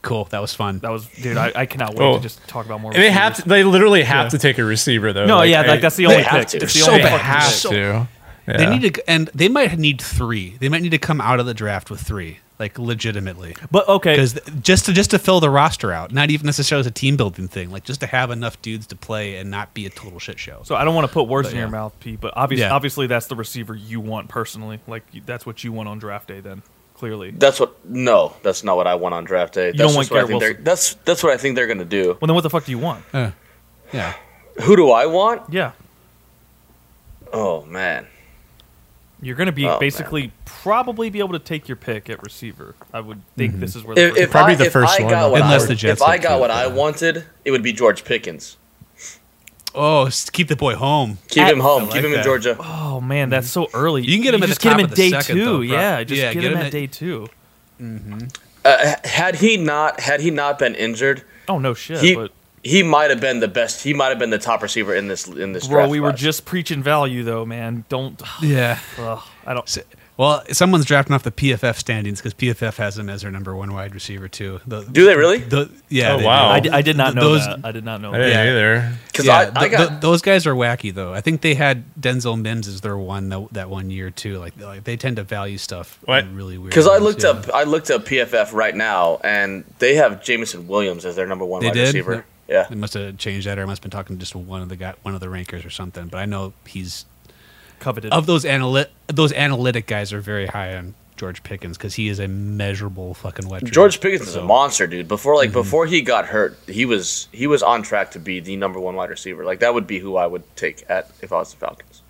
Speaker 1: Cool. That was fun.
Speaker 3: That was, dude. I, I cannot wait
Speaker 2: Oh.
Speaker 3: to just talk about more.
Speaker 2: they have
Speaker 3: receivers.
Speaker 2: to, they literally have
Speaker 3: Yeah.
Speaker 2: to take a receiver though.
Speaker 3: No, yeah,
Speaker 2: I-
Speaker 3: like that's the
Speaker 4: they
Speaker 3: only
Speaker 4: have
Speaker 3: pick.
Speaker 4: to.
Speaker 3: It's the
Speaker 4: They're
Speaker 1: so
Speaker 3: only
Speaker 1: bad.
Speaker 3: fucking pick.
Speaker 2: have
Speaker 1: So-
Speaker 2: to.
Speaker 1: They
Speaker 2: Yeah.
Speaker 1: need to, and they might need three. They might need to come out of the draft with three, like legitimately,
Speaker 3: But okay,
Speaker 1: because just to just to fill the roster out, not even necessarily as a team building thing, like just to have enough dudes to play and not be a total shit show.
Speaker 3: so I don't want to put words
Speaker 1: But
Speaker 3: in your
Speaker 1: yeah.
Speaker 3: mouth, Pete. But obviously,
Speaker 1: Yeah.
Speaker 3: obviously, that's the receiver you want personally. Like you- that's what you want on draft day. Then clearly,
Speaker 4: That's what. No, that's not what I want on draft day. That's
Speaker 3: don't want
Speaker 4: just what I
Speaker 3: Garrett
Speaker 4: think they're-
Speaker 3: Wilson.
Speaker 4: That's that's what I think they're gonna do.
Speaker 3: well, then what the fuck do you want?
Speaker 1: Uh, yeah,
Speaker 4: Who do I want?
Speaker 3: Yeah,
Speaker 4: Oh man.
Speaker 3: you're going to be
Speaker 4: Oh, man.
Speaker 3: basically probably be able to take your pick at receiver. I would think
Speaker 1: Mm-hmm.
Speaker 3: this is where the
Speaker 4: If, if
Speaker 2: Probably
Speaker 4: I,
Speaker 2: the
Speaker 4: if
Speaker 2: first
Speaker 4: I
Speaker 2: one,
Speaker 4: got what
Speaker 1: unless
Speaker 4: I,
Speaker 1: the Jets
Speaker 4: If I
Speaker 1: have
Speaker 4: got
Speaker 1: two,
Speaker 4: what
Speaker 1: yeah.
Speaker 4: I wanted, it would be George Pickens.
Speaker 1: Oh, s- keep the boy home.
Speaker 4: Keep
Speaker 3: At-
Speaker 4: him home.
Speaker 1: I like
Speaker 4: keep him
Speaker 1: that.
Speaker 4: in Georgia.
Speaker 3: Oh man, that's so early.
Speaker 1: Mm-hmm. You can get him at
Speaker 3: just
Speaker 1: the top
Speaker 3: get him
Speaker 1: of
Speaker 3: at
Speaker 1: the
Speaker 3: day
Speaker 1: second,
Speaker 3: two.
Speaker 1: though, prob-
Speaker 3: yeah, just
Speaker 1: yeah,
Speaker 3: get,
Speaker 1: get
Speaker 3: him,
Speaker 1: him
Speaker 3: at,
Speaker 1: at-
Speaker 3: day two.
Speaker 4: Uh, had he not had he not been injured,
Speaker 3: Oh no shit,
Speaker 4: he
Speaker 3: but
Speaker 4: he might have been the best. He might have been the top receiver in this in this
Speaker 3: bro,
Speaker 4: draft.
Speaker 3: we were
Speaker 4: class.
Speaker 3: just preaching value though, man. Don't. [SIGHS]
Speaker 1: Yeah.
Speaker 3: Ugh,
Speaker 1: [LAUGHS]
Speaker 3: I don't.
Speaker 1: Well, someone's drafting off the PFF standings because PFF has him as their number one wide receiver too. The-
Speaker 4: Do they really?
Speaker 1: the- yeah.
Speaker 2: Oh,
Speaker 1: they
Speaker 2: wow.
Speaker 1: do.
Speaker 3: I, di- I did not know
Speaker 1: Those-
Speaker 3: that. I did not know.
Speaker 2: I didn't
Speaker 1: Yeah.
Speaker 2: either.
Speaker 4: because
Speaker 1: yeah,
Speaker 4: I, I
Speaker 1: th-
Speaker 4: got
Speaker 1: th- those guys are wacky though. I think they had Denzel Mims as their one that, that one year too. Like, like they tend to value stuff
Speaker 2: What?
Speaker 1: in really weird.
Speaker 4: Because I
Speaker 1: ways,
Speaker 4: looked
Speaker 1: yeah.
Speaker 4: up, I looked up PFF right now, and they have Jamison Williams as their number one
Speaker 1: They
Speaker 4: wide
Speaker 1: did?
Speaker 4: receiver. Yeah,
Speaker 1: They must have changed that, or I must have been talking to just one of the guy, one of the rankers or something. But I know he's
Speaker 3: Coveted.
Speaker 1: of those analyt those analytic guys are very high on George Pickens because he is a measurable fucking weapon.
Speaker 4: George Pickens is a monster, dude. Before like
Speaker 3: Mm-hmm.
Speaker 4: before he got hurt, he was he was on track to be the number one wide receiver. Like that would be who I would take at if I was the Falcons.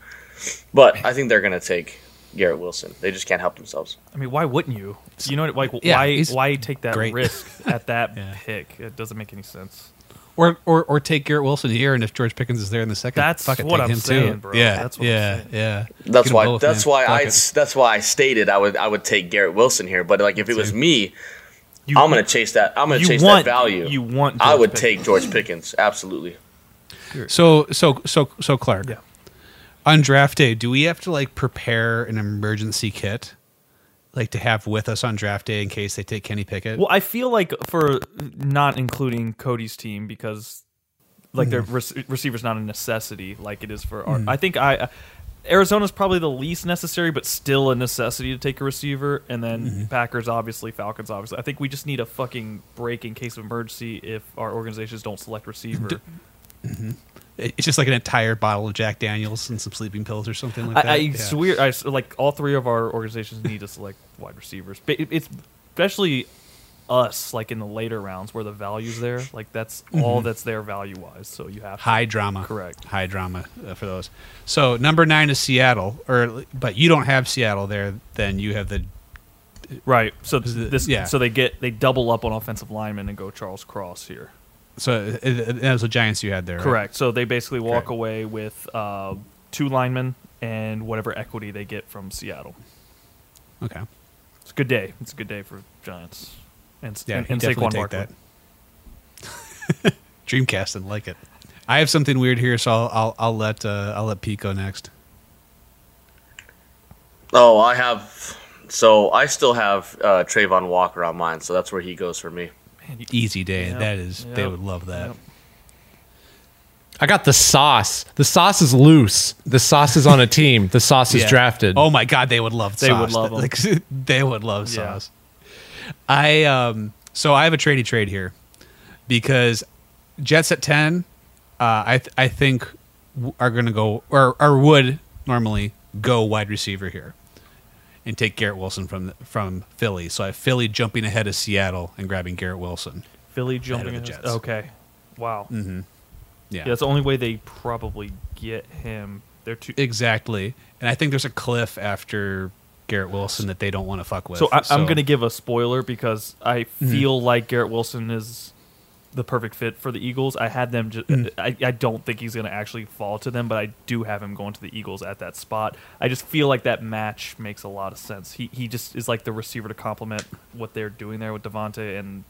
Speaker 4: But I think they're gonna take Garrett Wilson. They just can't help themselves.
Speaker 3: I mean, why wouldn't you? You know, like
Speaker 1: Yeah,
Speaker 3: why
Speaker 1: he's
Speaker 3: why take that
Speaker 1: great.
Speaker 3: risk
Speaker 1: [LAUGHS]
Speaker 3: at that
Speaker 1: Yeah.
Speaker 3: pick? It doesn't make any sense.
Speaker 1: or, or or take Garrett Wilson here, and if George Pickens is there in the second,
Speaker 3: That's
Speaker 1: fuck it,
Speaker 3: what
Speaker 1: take
Speaker 3: I'm
Speaker 1: him
Speaker 3: saying,
Speaker 1: too.
Speaker 3: bro.
Speaker 1: Yeah,
Speaker 3: That's what I'm
Speaker 1: yeah,
Speaker 3: saying.
Speaker 1: yeah.
Speaker 4: That's
Speaker 1: Get 'em
Speaker 4: why.
Speaker 1: both,
Speaker 4: that's
Speaker 1: man.
Speaker 4: why
Speaker 1: Fuck
Speaker 4: I.
Speaker 1: it.
Speaker 4: s- That's why I stated I would. I would take Garrett Wilson here. But like, if it was me,
Speaker 3: You,
Speaker 4: I'm gonna chase that. I'm gonna
Speaker 3: you
Speaker 4: chase
Speaker 3: want-
Speaker 4: that value.
Speaker 3: You want?
Speaker 4: I
Speaker 3: George
Speaker 4: would
Speaker 3: Pickens.
Speaker 4: take George Pickens absolutely.
Speaker 1: So so so so Clark.
Speaker 3: Yeah.
Speaker 1: On draft day, do we have to like prepare an emergency kit, like to have with us on draft day in case they take Kenny Pickett?
Speaker 3: Well, I feel like for not including Cody's team because like their rec- receiver's not a necessity like it is for our. I think I Arizona's probably the least necessary, but still a necessity to take a receiver. And then Packers, obviously, Falcons, obviously. I think we just need a fucking break in case of emergency if our organizations don't select receiver.
Speaker 1: It's just like an entire bottle of Jack Daniels and some sleeping pills or something like that.
Speaker 3: I, I
Speaker 1: Yeah.
Speaker 3: it's weird. I s like all three of our organizations need to select wide receivers. But it, it's especially us, like in the later rounds where the value's there. Like that's
Speaker 1: Mm-hmm.
Speaker 3: all that's there value wise. So you have to-
Speaker 1: High drama.
Speaker 3: Correct.
Speaker 1: High drama uh, for those. So number nine is Seattle, or but you don't have Seattle there. Then you have the
Speaker 3: right? So
Speaker 1: Is it-
Speaker 3: this,
Speaker 1: yeah.
Speaker 3: so they get they double up on offensive linemen and go Charles Cross here.
Speaker 1: so uh, uh, that was the Giants you had there. right?
Speaker 3: Correct. So they basically walk
Speaker 1: Correct.
Speaker 3: away with uh, two linemen and whatever equity they get from Seattle.
Speaker 1: Okay.
Speaker 3: It's a good day. It's a good day for Giants and
Speaker 1: Yeah.
Speaker 3: and,
Speaker 1: he'd
Speaker 3: and
Speaker 1: definitely
Speaker 3: Saquon
Speaker 1: take
Speaker 3: Barkley.
Speaker 1: that. [LAUGHS] Dreamcast and like it. I have something weird here, so I'll I'll, I'll let uh, I'll let Pete go next.
Speaker 4: Oh, I have. So I still have uh, Trayvon Walker on mine, so that's where he goes for me.
Speaker 3: Man, you-
Speaker 1: Easy day.
Speaker 3: Yep,
Speaker 1: That is. They
Speaker 3: yep,
Speaker 1: would love that.
Speaker 3: yep.
Speaker 2: I got the sauce. The sauce is loose. The sauce is on a team. The sauce is
Speaker 1: Yeah.
Speaker 2: drafted.
Speaker 1: Oh my god, they would love.
Speaker 3: They
Speaker 1: sauce.
Speaker 3: would love 'em.
Speaker 1: [LAUGHS] Like, they would love
Speaker 3: Yeah.
Speaker 1: sauce. I um. So I have a tradey trade here, because Jets at ten, uh, I th- I think w- are going to go or or would normally go wide receiver here, and take Garrett Wilson from the, from Philly. So I have Philly jumping ahead of Seattle and grabbing Garrett Wilson.
Speaker 3: Philly jumping.
Speaker 1: of the
Speaker 3: ahead-
Speaker 1: Jets. Mm.
Speaker 3: Okay. Wow.
Speaker 1: Yeah,
Speaker 3: Yeah, that's the only way they probably get him. They're too.
Speaker 1: exactly. And I think there's a cliff after Garrett Wilson that they don't want to fuck with.
Speaker 3: so I, I'm going to give a spoiler because I feel like Garrett Wilson is the perfect fit for the Eagles. I had them. Just, I, I don't think he's going to actually fall to them, but I do have him going to the Eagles at that spot. I just feel like that match makes a lot of sense. He he just is like the receiver to complement what they're doing there with Devontae and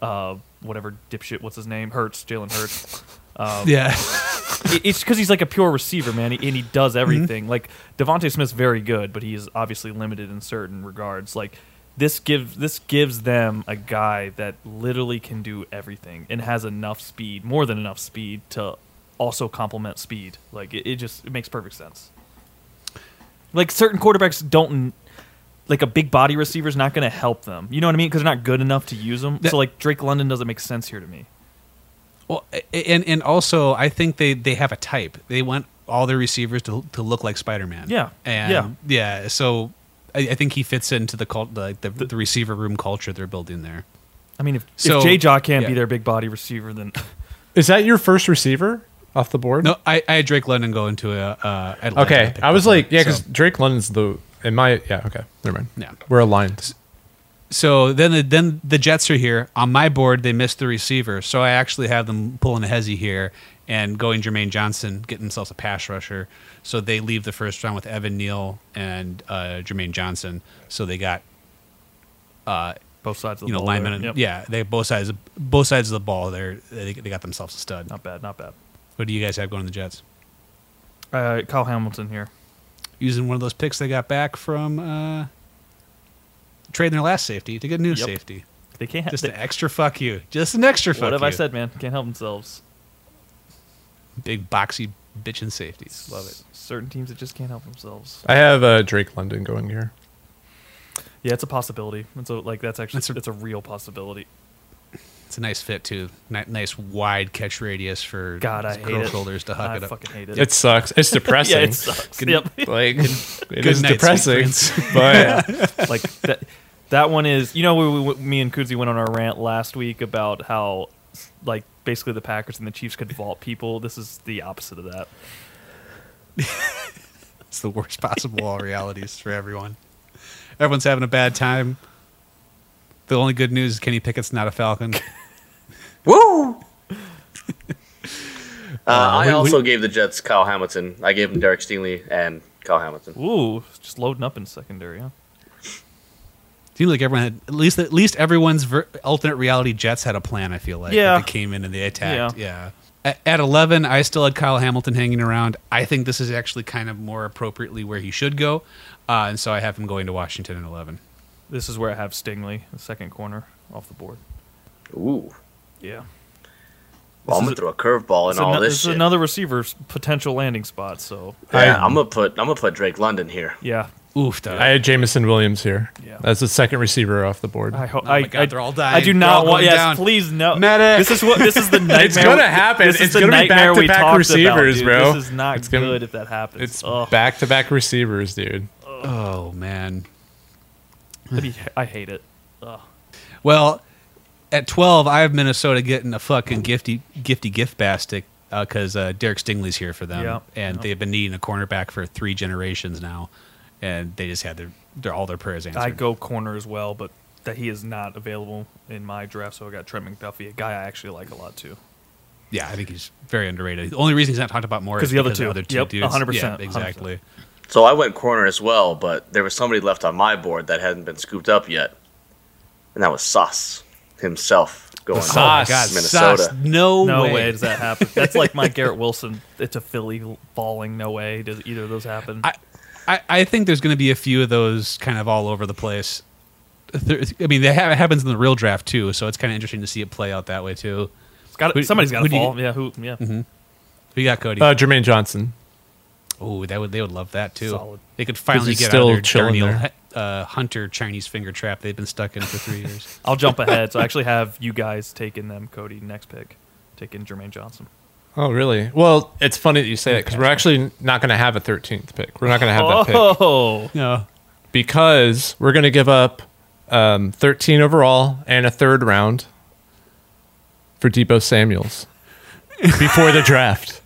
Speaker 3: uh, whatever dipshit. What's his name? Hurts. Jalen Hurts. Um,
Speaker 1: yeah. [LAUGHS]
Speaker 3: it- it's because he's like a pure receiver, man, and he does
Speaker 1: Mm-hmm.
Speaker 3: everything. Like Devonte Smith's very good, but he is obviously limited in certain regards. Like this gives this gives them a guy that literally can do everything and has enough speed, more than enough speed to also complement speed. Like it, it just it makes perfect sense. Like certain quarterbacks don't. Like a big body receiver's not going to help them. You know what I mean? Because they're not good enough to use them.
Speaker 1: That-
Speaker 3: so like Drake London doesn't make sense here to me.
Speaker 1: Well, a- and and also I think they they have a type. They want all their receivers to to look like Spider Man.
Speaker 3: Yeah.
Speaker 1: And yeah. So I, I think he fits into the cult, the, the the receiver room culture they're building there.
Speaker 3: I mean, if,
Speaker 1: So-
Speaker 3: if J. Jaw can't be
Speaker 1: yeah.
Speaker 3: their big body receiver, then [LAUGHS]
Speaker 2: Is that your first receiver off the board?
Speaker 1: No, I, I had Drake London go into a. Uh, Atlanta
Speaker 2: Okay.
Speaker 1: pick
Speaker 2: I was
Speaker 1: before,
Speaker 2: like, yeah, because
Speaker 1: so-
Speaker 2: Drake London's the in my yeah. Okay. Never mind.
Speaker 1: Yeah.
Speaker 2: We're aligned.
Speaker 1: So then the, then the Jets are here on my board. They missed the receiver, so I actually have them pulling a hezzy here and going Jermaine Johnson, getting themselves a pass rusher. So they leave the first round with Evan Neal and uh, Jermaine Johnson. So they got
Speaker 3: both sides of the
Speaker 1: you know
Speaker 3: ball
Speaker 1: linemen.
Speaker 3: there.
Speaker 1: and-
Speaker 3: Yep.
Speaker 1: Yeah, they have both sides both sides of the ball. They're, they they got themselves a stud.
Speaker 3: Not bad, not bad.
Speaker 1: What do you guys have going to the Jets?
Speaker 3: Uh, Kyle Hamilton here.
Speaker 1: Using one of those picks they got back from uh, trading their last safety to get a new
Speaker 3: Yep. [LAUGHS]
Speaker 1: safety.
Speaker 3: They can't.
Speaker 1: Just
Speaker 3: they,
Speaker 1: an extra fuck you. Just an extra fuck
Speaker 3: what have
Speaker 1: you.
Speaker 3: I said, man? Can't help themselves.
Speaker 1: Big boxy bitchin' safeties. Love it.
Speaker 3: S- Certain teams that just can't help themselves.
Speaker 2: I have uh, Drake London going here.
Speaker 3: Yeah, it's a possibility. And so, like, that's actually
Speaker 1: That's
Speaker 3: that's
Speaker 1: a-
Speaker 3: a, real possibility.
Speaker 1: It's a nice fit too. Ni- nice wide catch radius for
Speaker 3: God, I hate
Speaker 1: girl
Speaker 3: it.
Speaker 1: shoulders to
Speaker 3: I
Speaker 1: hug it up.
Speaker 3: fucking hate it.
Speaker 2: It sucks. It's depressing.
Speaker 3: yeah, it sucks. yep.
Speaker 2: Like it
Speaker 1: good
Speaker 2: is
Speaker 1: night, sweet
Speaker 2: depressing.
Speaker 1: prince.
Speaker 2: [LAUGHS]
Speaker 3: [LAUGHS]
Speaker 2: But
Speaker 3: like that. That one is. You know, we, we, me and Kudzi went on our rant last week about how, like, basically the Packers and the Chiefs could vault people. This is the opposite of that.
Speaker 1: It's the worst [LAUGHS] possible all realities for everyone. Everyone's having a bad time. The only good news is Kenny Pickett's not a
Speaker 3: [LAUGHS]
Speaker 1: Falcon.
Speaker 4: Woo! Uh,
Speaker 1: we-
Speaker 4: I
Speaker 1: we-
Speaker 4: also gave the Jets Kyle Hamilton. I gave him Derek Stingley and Kyle Hamilton.
Speaker 3: Ooh, just loading up in secondary. Huh?
Speaker 1: Seems like everyone had at least at least everyone's ver- alternate reality Jets had a plan. I feel like that
Speaker 3: Yeah.
Speaker 1: they came in and they attacked. Yeah. A- At eleven, I still had Kyle Hamilton hanging around. I think this is actually kind of more appropriately where he should go, uh, and so I have him going to Washington at eleven.
Speaker 3: This is where I have Stingley, the second corner off the board.
Speaker 4: Ooh.
Speaker 3: Yeah.
Speaker 4: Well, I'm
Speaker 3: is
Speaker 4: gonna
Speaker 3: a-
Speaker 4: throw a curveball
Speaker 3: It's,
Speaker 4: and all
Speaker 3: ano-
Speaker 4: this.
Speaker 3: it's
Speaker 4: shit.
Speaker 3: another receiver's potential landing spot. So
Speaker 4: Yeah,
Speaker 2: I-
Speaker 4: I'm gonna put I'm gonna put Drake London here.
Speaker 3: yeah,
Speaker 1: Oof! duh.
Speaker 2: I had Jamison Williams here.
Speaker 3: Yeah.
Speaker 2: That's the second receiver off the board.
Speaker 3: I hope.
Speaker 1: Oh my
Speaker 3: I,
Speaker 1: God,
Speaker 3: I,
Speaker 1: they're all
Speaker 3: I
Speaker 1: dying.
Speaker 3: do
Speaker 1: They're
Speaker 3: not
Speaker 1: all
Speaker 3: want.
Speaker 1: going
Speaker 3: Yes,
Speaker 1: down.
Speaker 3: please no.
Speaker 2: Medic.
Speaker 3: This is what. This is the nightmare.
Speaker 2: gonna happen.
Speaker 3: This is
Speaker 2: It's
Speaker 3: the
Speaker 2: gonna be
Speaker 3: nightmare we
Speaker 2: back-to-back
Speaker 3: talked
Speaker 2: receivers,
Speaker 3: about, dude.
Speaker 2: bro.
Speaker 3: This is not
Speaker 2: It's gonna-
Speaker 3: good if that happens.
Speaker 2: it's
Speaker 3: Ugh,
Speaker 2: back to back receivers, dude.
Speaker 1: oh man.
Speaker 3: I mean, I hate it. Ugh.
Speaker 1: Well, at 12, I have Minnesota getting a fucking gifty, gifty gift basket because uh, Derek Stingley's here for them,
Speaker 3: Yep,
Speaker 1: and
Speaker 3: yep.
Speaker 1: they've been needing a cornerback for three generations now, and they just had their, their all their prayers answered.
Speaker 3: I go corner as well, but that he is not available in my draft. So I got Trent McDuffie, a guy I actually like a lot too.
Speaker 1: yeah, I think he's very underrated. The only reason he's not talked about more is
Speaker 3: 'Cause the other
Speaker 1: because of
Speaker 3: two.
Speaker 1: other two
Speaker 3: Yep,
Speaker 1: dudes.
Speaker 3: 100%,
Speaker 1: Yeah, exactly.
Speaker 4: So I went corner as well, but there was somebody left on my board that hadn't been scooped up yet, and that was Sauce himself going
Speaker 1: Oh my
Speaker 2: Sauce.
Speaker 1: God,
Speaker 4: Minnesota.
Speaker 1: Sauce, no,
Speaker 3: No
Speaker 1: way.
Speaker 3: way. does that happen. That's like my Garrett Wilson. It's a Philly falling. No way does either of those happen.
Speaker 1: I, I, I think there's going to be a few of those kind of all over the place. There- I mean, that ha- happens in the real draft too, so it's kind of interesting to see it play out that way too.
Speaker 3: It's got
Speaker 1: Who-
Speaker 3: somebody's got
Speaker 1: who
Speaker 3: to
Speaker 1: do you-
Speaker 3: fall. yeah, who? Yeah.
Speaker 1: Who you got, Cody?
Speaker 2: Uh, Jermaine Johnson.
Speaker 1: oh, that would they would love that too.
Speaker 3: Solid.
Speaker 1: They could finally
Speaker 2: he's
Speaker 1: get out of
Speaker 2: still
Speaker 1: their
Speaker 2: chilling
Speaker 1: dirty
Speaker 2: there.
Speaker 1: old, uh, hunter Chinese finger trap they've been stuck in for
Speaker 3: [LAUGHS]
Speaker 1: three years.
Speaker 3: I'll jump ahead. So I actually have you guys taking them, Cody, next pick, taking Jermaine Johnson.
Speaker 2: Oh, really? Well, it's funny that you say that because we're actually not going to have a 13th pick. We're not going to have that pick.
Speaker 3: Oh,
Speaker 1: No,
Speaker 2: because we're going to give up um, 13 overall and a third round for Debo Samuels before the
Speaker 3: [LAUGHS]
Speaker 2: draft.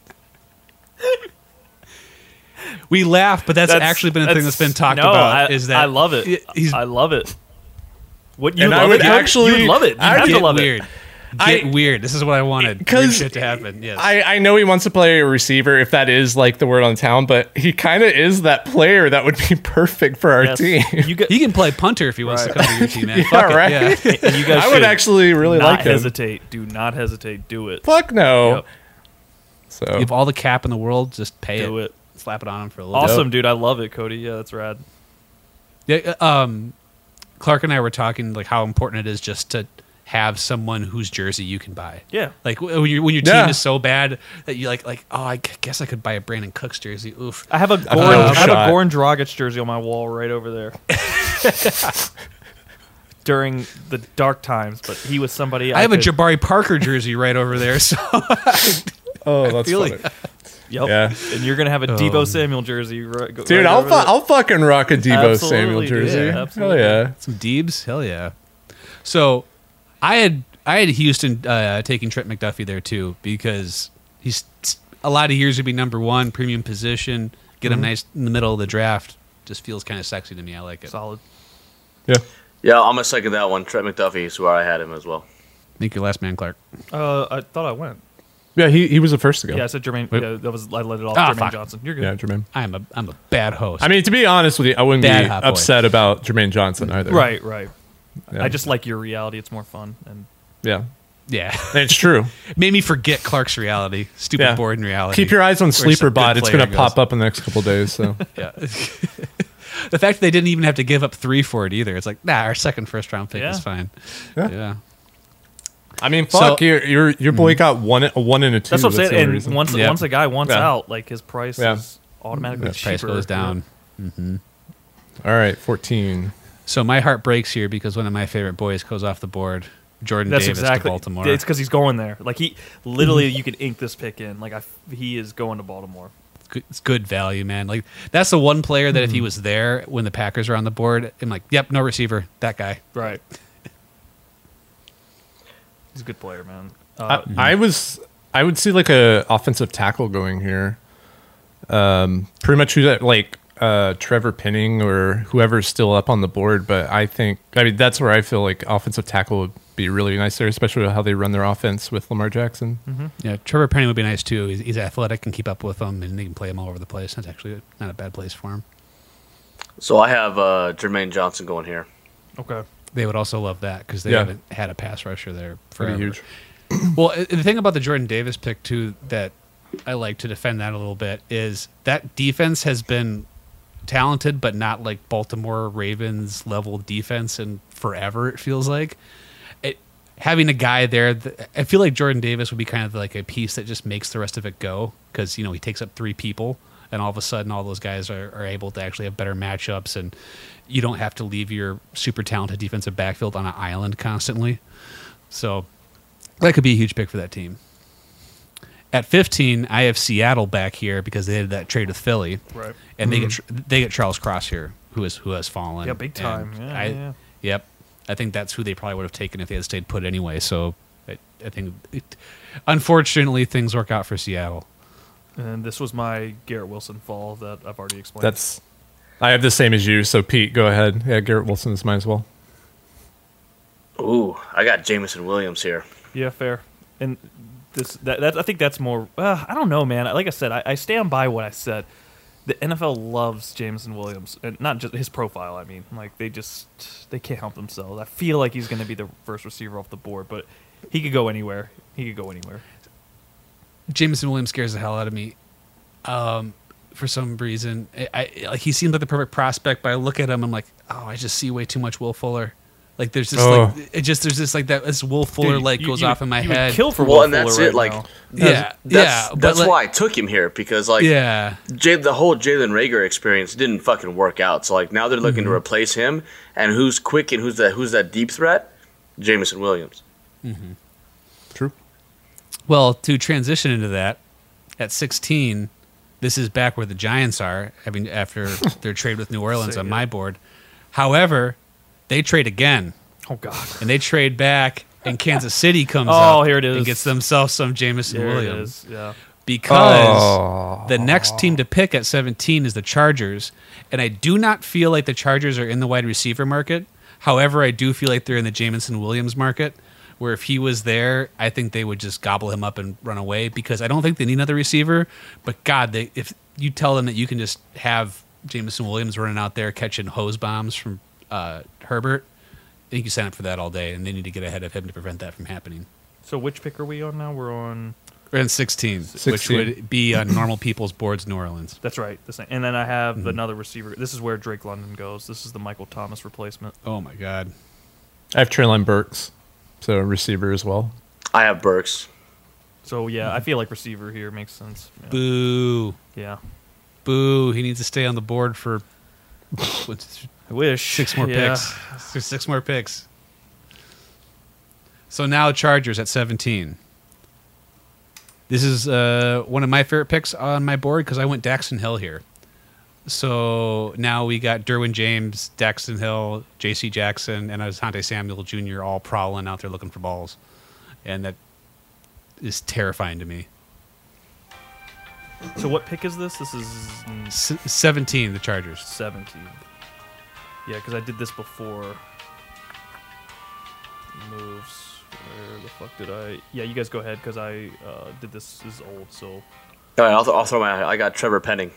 Speaker 1: we laugh, but that's, actually been a thing that's been talked
Speaker 3: no,
Speaker 1: about.
Speaker 3: I,
Speaker 1: is that
Speaker 3: I love
Speaker 1: y-
Speaker 3: it.
Speaker 1: He's
Speaker 3: I love it. What you
Speaker 2: And I
Speaker 3: love
Speaker 2: would
Speaker 3: it? You-
Speaker 2: actually-
Speaker 3: you love it. You
Speaker 2: I
Speaker 3: have
Speaker 2: would
Speaker 3: to
Speaker 1: get
Speaker 3: love
Speaker 1: weird.
Speaker 2: I-
Speaker 1: Get weird. This is what I wanted. Weird
Speaker 2: 'Cause
Speaker 1: shit to happen. Yes.
Speaker 2: I, I know he wants to play a receiver, if that is like the word on town, but he kind of is that player that would be [LAUGHS] perfect for our
Speaker 3: it.
Speaker 2: team.
Speaker 3: Yes. You, gu-
Speaker 1: he can play punter if he wants to
Speaker 3: Right.
Speaker 1: come to your team,
Speaker 3: [LAUGHS]
Speaker 1: man.
Speaker 2: Yeah,
Speaker 1: Fuck it,
Speaker 2: right?
Speaker 1: yeah.
Speaker 3: you guys
Speaker 2: [LAUGHS] I would
Speaker 3: should
Speaker 2: actually really
Speaker 3: not
Speaker 2: like him.
Speaker 3: hesitate. Do not hesitate. Do it.
Speaker 2: Fuck no.
Speaker 3: Yep.
Speaker 2: So
Speaker 1: You have all the cap in the world, just pay
Speaker 3: Do
Speaker 1: it.
Speaker 3: it.
Speaker 1: Slap it on him for a little bit.
Speaker 3: Awesome, dude. I love it, Cody. Yeah, that's rad.
Speaker 1: Yeah, uh, um, Clark and I were talking like how important it is just to have someone whose jersey you can buy.
Speaker 3: Yeah.
Speaker 1: Like w- when your when your team
Speaker 2: Yeah.
Speaker 1: is so bad that you like like oh I g- guess I could buy a Brandon Cooks jersey. Oof.
Speaker 3: I have a
Speaker 2: no
Speaker 3: Goran, I have a
Speaker 2: shot.
Speaker 3: Goran Dragic jersey on my wall right over
Speaker 2: [LAUGHS]
Speaker 3: there. During the dark times, but he was somebody. I,
Speaker 1: I have a
Speaker 3: could-
Speaker 1: Jabari Parker jersey right over there. [LAUGHS] So
Speaker 2: oh, that's
Speaker 1: feel
Speaker 2: funny.
Speaker 1: you.
Speaker 3: Yep.
Speaker 2: Yeah.
Speaker 3: And you're gonna have a Debo
Speaker 1: Um,
Speaker 3: Samuel jersey, right, go-
Speaker 2: Dude,
Speaker 3: right
Speaker 2: I'll
Speaker 3: over
Speaker 2: fu-
Speaker 3: there.
Speaker 2: I'll fucking rock a Debo
Speaker 3: Absolutely,
Speaker 2: Samuel
Speaker 3: dude.
Speaker 2: jersey.
Speaker 1: Yeah,
Speaker 2: Hell
Speaker 3: absolutely.
Speaker 2: yeah.
Speaker 1: some Deebs, hell yeah. So I had I had Houston uh, taking Trent McDuffie there too because he's a lot of years would be number one premium position. Get
Speaker 2: Mm-hmm.
Speaker 1: him nice in the middle of the draft. Just feels kind of sexy to me. I like it.
Speaker 3: solid.
Speaker 2: Yeah.
Speaker 4: Yeah, I'm gonna second that one. Trent McDuffie is where I had him as well.
Speaker 1: Think your last man, Clark.
Speaker 3: Uh, I thought I went.
Speaker 2: Yeah, he, he was the first to go.
Speaker 3: Yeah, I said Jermaine.
Speaker 1: Wait.
Speaker 3: Yeah, that was I let it off.
Speaker 1: Ah,
Speaker 3: Jermaine
Speaker 1: fuck.
Speaker 3: Johnson. You're good.
Speaker 2: Yeah, Jermaine.
Speaker 1: I'm a I'm a bad host.
Speaker 2: I mean, to be honest with you, I wouldn't
Speaker 1: Bad
Speaker 2: be
Speaker 1: hot boy.
Speaker 2: upset about Jermaine Johnson either.
Speaker 3: Right, right.
Speaker 2: Yeah.
Speaker 3: I just like your reality. It's more fun. And
Speaker 2: yeah, [LAUGHS]
Speaker 1: yeah,
Speaker 2: it's true.
Speaker 1: [LAUGHS] made me forget Clark's reality. Stupid
Speaker 2: Yeah.
Speaker 1: boring reality.
Speaker 2: Keep your eyes on
Speaker 1: some
Speaker 2: sleeper
Speaker 1: good
Speaker 2: bot. It's
Speaker 1: player
Speaker 2: going to
Speaker 1: goes.
Speaker 2: pop up in the next couple days. So
Speaker 1: Yeah. the fact that they didn't even have to give up three for it either. It's like nah, our second first round pick
Speaker 3: Yeah.
Speaker 1: is fine.
Speaker 2: Yeah.
Speaker 1: yeah.
Speaker 2: [LAUGHS] I mean,
Speaker 1: So-
Speaker 2: fuck your your your boy got one a one and a two.
Speaker 3: that's what I'm saying.
Speaker 2: the
Speaker 3: And
Speaker 2: reason.
Speaker 3: once
Speaker 1: Yeah.
Speaker 3: once a guy wants
Speaker 2: Yeah.
Speaker 3: out, like his price
Speaker 2: Yeah.
Speaker 3: is automatically
Speaker 2: His
Speaker 3: cheaper.
Speaker 1: Price goes down.
Speaker 2: all right, fourteen.
Speaker 1: So my heart breaks here because one of my favorite boys goes off the board, Jordan
Speaker 3: That's
Speaker 1: Davis
Speaker 3: exactly.
Speaker 1: to Baltimore.
Speaker 3: It's because he's going there. Like he
Speaker 1: [LAUGHS]
Speaker 3: literally, you can ink this pick in. Like I, he is going to Baltimore.
Speaker 1: It's good- it's good value, man. Like that's the one player that if
Speaker 3: Hmm.
Speaker 1: he was there when the Packers are on the board, I'm like, yep, no receiver, that guy.
Speaker 3: Right. [LAUGHS] he's a good player, man. Uh,
Speaker 2: I, I was I would see like a offensive tackle going here. Um, pretty much who that like uh Trevor Pinning or whoever's still up on the board. But I think I mean that's where I feel like offensive tackle would be really nice there, especially with how they run their offense with Lamar Jackson.
Speaker 3: Mm-hmm.
Speaker 1: Yeah, Trevor Penning would be nice too. He's, he's athletic and keep up with them, and they can play him all over the place. That's actually not a bad place for him.
Speaker 4: So I have uh, Jermaine Johnson going here.
Speaker 3: okay.
Speaker 1: They would also love that because they
Speaker 2: Yeah.
Speaker 1: haven't had a pass rusher there
Speaker 2: Pretty
Speaker 1: forever.
Speaker 2: huge.
Speaker 1: Well, uh, the thing about the Jordan Davis pick too that I like to defend that a little bit is that defense has been talented, but not like Baltimore Ravens level defense in forever. It feels like it, having a guy there. th I feel like Jordan Davis would be kind of like a piece that just makes the rest of it go because you know he takes up three people, and all of a sudden all those guys are, are able to actually have better matchups, and you don't have to leave your super talented defensive backfield on an island constantly. So that could be a huge pick for that team. At 15, I have Seattle back here because they had that trade with Philly,
Speaker 3: Right.
Speaker 1: and they get they get Charles Cross here, who is who has fallen.
Speaker 3: Mm-hmm. Yeah, big
Speaker 1: And
Speaker 3: time. Yeah,
Speaker 1: I,
Speaker 3: yeah, yeah.
Speaker 1: Yep, I think that's who they probably would have taken if they had stayed put anyway. So I, I think, it, unfortunately, things work out for Seattle.
Speaker 3: And this was my Garrett Wilson fall that I've already explained.
Speaker 2: That's I have the same as you, so Pete, go ahead. Yeah, Garrett Wilson is mine as well.
Speaker 4: Ooh, I got Jamison Williams here.
Speaker 3: yeah, fair. And this that, that I think that's more. Uh, I don't know, man. Like I said, I, I stand by what I said. The NFL loves Jameson Williams, and not just his profile. I mean, like they just they can't help themselves. I feel like he's going to be the first receiver off the board, but he could go anywhere. He could go anywhere.
Speaker 1: Jameson Williams scares the hell out of me. Um, for some reason, I, I like he seemed like the perfect prospect, but I look at him, I'm like, oh, I just see way too much Will Fuller. Like there's just
Speaker 2: Oh.
Speaker 1: like it just there's just like that this Will Fuller
Speaker 3: Dude,
Speaker 1: like
Speaker 3: you-
Speaker 1: goes
Speaker 3: you-
Speaker 1: off in my
Speaker 3: you would
Speaker 1: head.
Speaker 3: Kill for
Speaker 4: well,
Speaker 3: Will
Speaker 4: and that's
Speaker 3: Fuller
Speaker 4: it.
Speaker 3: right
Speaker 4: Like,
Speaker 3: now.
Speaker 1: yeah,
Speaker 4: that's,
Speaker 1: yeah. but,
Speaker 4: that's
Speaker 1: like-
Speaker 4: why I took him here because like
Speaker 1: Yeah,
Speaker 4: Jay, the whole Jalen Rager experience didn't fucking work out. So like now they're looking
Speaker 1: Mm-hmm.
Speaker 4: to replace him, and who's quick and who's that who's that deep threat? Jamison Williams.
Speaker 2: True.
Speaker 1: Well, to transition into that, at 16, this is back where the Giants are. I mean,
Speaker 3: [LAUGHS]
Speaker 1: after their trade with New Orleans
Speaker 3: Say
Speaker 1: on
Speaker 3: it.
Speaker 1: my board. However, they trade again
Speaker 3: oh god,
Speaker 1: and they trade back, and Kansas City comes
Speaker 3: Oh,
Speaker 1: up
Speaker 3: here it
Speaker 1: and
Speaker 3: is.
Speaker 1: gets themselves some Jamison
Speaker 3: there it
Speaker 1: Williams
Speaker 3: is. Yeah,
Speaker 1: because
Speaker 2: Oh.
Speaker 1: the next team to pick at 17 is the Chargers, and I do not feel like the Chargers are in the wide receiver market. However, I do feel like they're in the Jamison Williams market, where if he was there, I think they would just gobble him up and run away because I don't think they need another receiver. But God, they, if you tell them that you can just have Jamison Williams running out there catching hose bombs from uh, Herbert, I think you sign up for that all day, and they need to get ahead of him to prevent that from happening.
Speaker 3: So which pick are we on now? We're on.
Speaker 1: Or in 16, which
Speaker 2: 16.
Speaker 1: would be on normal people's boards, New Orleans.
Speaker 3: That's right. The same. And then I have
Speaker 1: Mm-hmm.
Speaker 3: another receiver. This is where Drake London goes. This is the Michael Thomas replacement.
Speaker 1: Oh my God.
Speaker 2: I have Traylon Burks, so receiver as well.
Speaker 4: I have Burks.
Speaker 3: So yeah, I feel like receiver here makes sense. Yeah.
Speaker 1: Boo.
Speaker 3: Yeah.
Speaker 1: Boo. He needs to stay on the board for what's-
Speaker 3: I wish
Speaker 1: six more
Speaker 3: Yeah.
Speaker 1: picks. Six- Six more picks. So now Chargers at 17. This is uh, one of my favorite picks on my board because I went Daxton Hill here. So now we got Derwin James, Daxton Hill, J.C. Jackson, and Asante Samuel Jr. all prowling out there looking for balls. And that is terrifying to me.
Speaker 3: So what pick is this? This is mm,
Speaker 1: S- 17, the Chargers.
Speaker 3: 17. Yeah, because I did this before. Moves. Where the fuck did I? Yeah, you guys go ahead because I uh, did this this is old. So.
Speaker 4: All right, I'll, th- I'll throw my. I got Trevor Penning.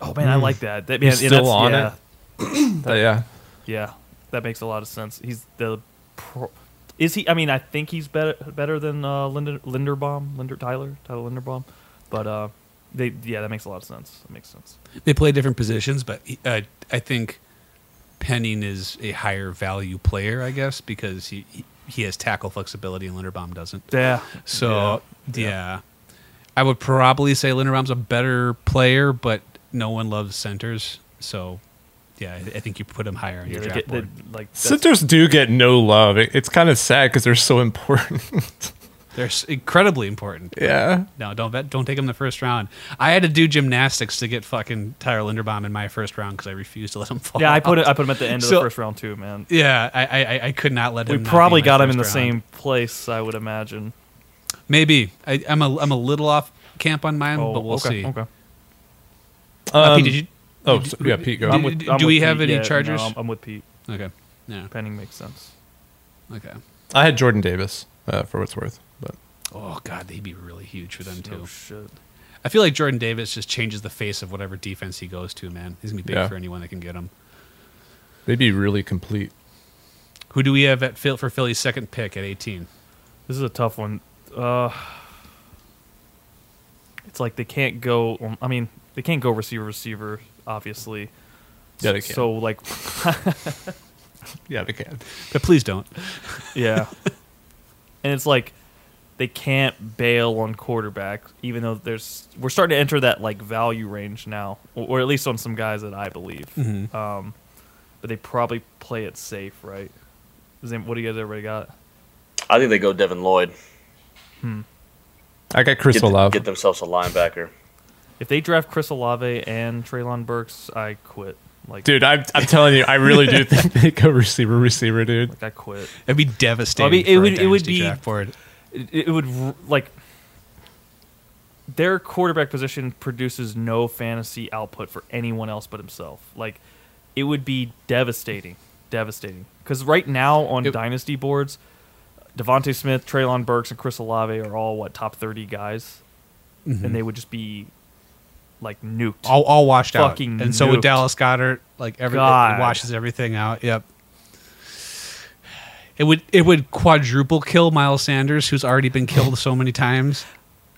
Speaker 3: Oh man, I like that. That
Speaker 2: He's
Speaker 3: yeah,
Speaker 2: still
Speaker 3: that's-
Speaker 2: on
Speaker 3: yeah,
Speaker 2: it? Uh, yeah.
Speaker 3: Yeah, that makes a lot of sense. He's the pro- is he? I mean, I think he's better better than uh, Linder, Linderbaum, Linder Tyler, Tyler Linderbaum. But uh, they yeah, that makes a lot of sense. That makes sense.
Speaker 1: they play different positions, but uh, I think Penning is a higher value player, I guess, because he he- he has tackle flexibility and Linderbaum doesn't.
Speaker 3: Yeah.
Speaker 1: So yeah, I would probably say Linderbaum's a better player, but no one loves centers, so yeah, I, I think you put him higher on
Speaker 3: yeah,
Speaker 1: your
Speaker 3: they
Speaker 1: draft
Speaker 3: get- they-
Speaker 1: board.
Speaker 3: like that's-
Speaker 2: Centers do get no love. It, it's kind of sad because they're so [LAUGHS] important.
Speaker 1: They're s- incredibly important.
Speaker 2: yeah.
Speaker 1: No, don't vet, don't take him the first round. I had to do gymnastics to get fucking Tyler Linderbaum in my first round because I refused to let him fall.
Speaker 3: [LAUGHS] yeah, I put
Speaker 1: out.
Speaker 3: it. I put him at the end of
Speaker 1: So-
Speaker 3: the first round too, man.
Speaker 1: Yeah, I, I, I- I could not let
Speaker 3: We
Speaker 1: him. not be
Speaker 3: probably
Speaker 1: my
Speaker 3: got him in the
Speaker 1: first round.
Speaker 3: same place, I would imagine.
Speaker 1: Maybe I, I'm a I'm a little off camp on mine,
Speaker 3: Oh,
Speaker 1: but we'll
Speaker 3: okay,
Speaker 1: see.
Speaker 3: Okay.
Speaker 1: Uh,
Speaker 2: Um,
Speaker 1: Pete, did you?
Speaker 2: oh, so- yeah, Pete, go.
Speaker 1: Do-
Speaker 3: I'm with,
Speaker 1: do
Speaker 3: I'm
Speaker 1: we
Speaker 3: with
Speaker 1: have
Speaker 3: Pete.
Speaker 1: any
Speaker 3: Yeah, no,
Speaker 1: Chargers?
Speaker 3: I'm, I'm with Pete.
Speaker 1: Okay. Yeah.
Speaker 3: Penning makes sense.
Speaker 1: Okay.
Speaker 2: I had Jordan Davis uh, for what's worth, but
Speaker 1: Oh God, they'd be really huge for them too.
Speaker 3: Oh shit.
Speaker 1: I feel like Jordan Davis just changes the face of whatever defense he goes to. Man, he's gonna be big
Speaker 2: Yeah.
Speaker 1: for anyone that can get him.
Speaker 2: they'd be really complete.
Speaker 1: Who do we have at Phil for Philly's second pick at 18?
Speaker 3: This is a tough one. Uh, it's like they can't go. um, I mean, they can't go receiver receiver. Obviously,
Speaker 2: Yeah, they can.
Speaker 3: So like,
Speaker 2: Yeah, they can.
Speaker 1: But please don't.
Speaker 2: [LAUGHS]
Speaker 3: yeah, and it's like they can't bail on quarterback, even though there's we're starting to enter that like value range now, or, or at least on some guys that I believe.
Speaker 2: Mm-hmm.
Speaker 3: Um, but they probably play it safe, right? Does any- what do you guys everybody got?
Speaker 4: I think they go Devin Lloyd.
Speaker 2: I got Chris
Speaker 4: Get, th-
Speaker 2: Olave.
Speaker 4: get themselves a linebacker.
Speaker 3: If they draft Chris Olave and Traylon Burks, I quit. Like,
Speaker 2: Dude, I'm, I'm telling you, I really do think they go receiver, receiver, dude.
Speaker 3: like I quit.
Speaker 1: That'd be devastating.
Speaker 3: I mean, it
Speaker 1: for a
Speaker 3: would- it would
Speaker 1: dynasty
Speaker 3: be-
Speaker 1: draft board.
Speaker 3: it, it would r- like their quarterback position produces no fantasy output for anyone else but himself. Like it would be devastating, devastating. Because right now on
Speaker 1: It-
Speaker 3: dynasty boards, Devonte Smith, Traylon Burks, and Chris Olave are all what top thirty guys, and they would just be like nuked.
Speaker 1: Mm-hmm. all, all washed
Speaker 3: Fucking
Speaker 1: out. And so with
Speaker 3: nuked.
Speaker 1: Dallas Goddard, like every
Speaker 3: God.
Speaker 1: it washes everything out. Yep.
Speaker 3: [LAUGHS]
Speaker 1: It would it would quadruple kill Miles Sanders, who's already been killed so many times.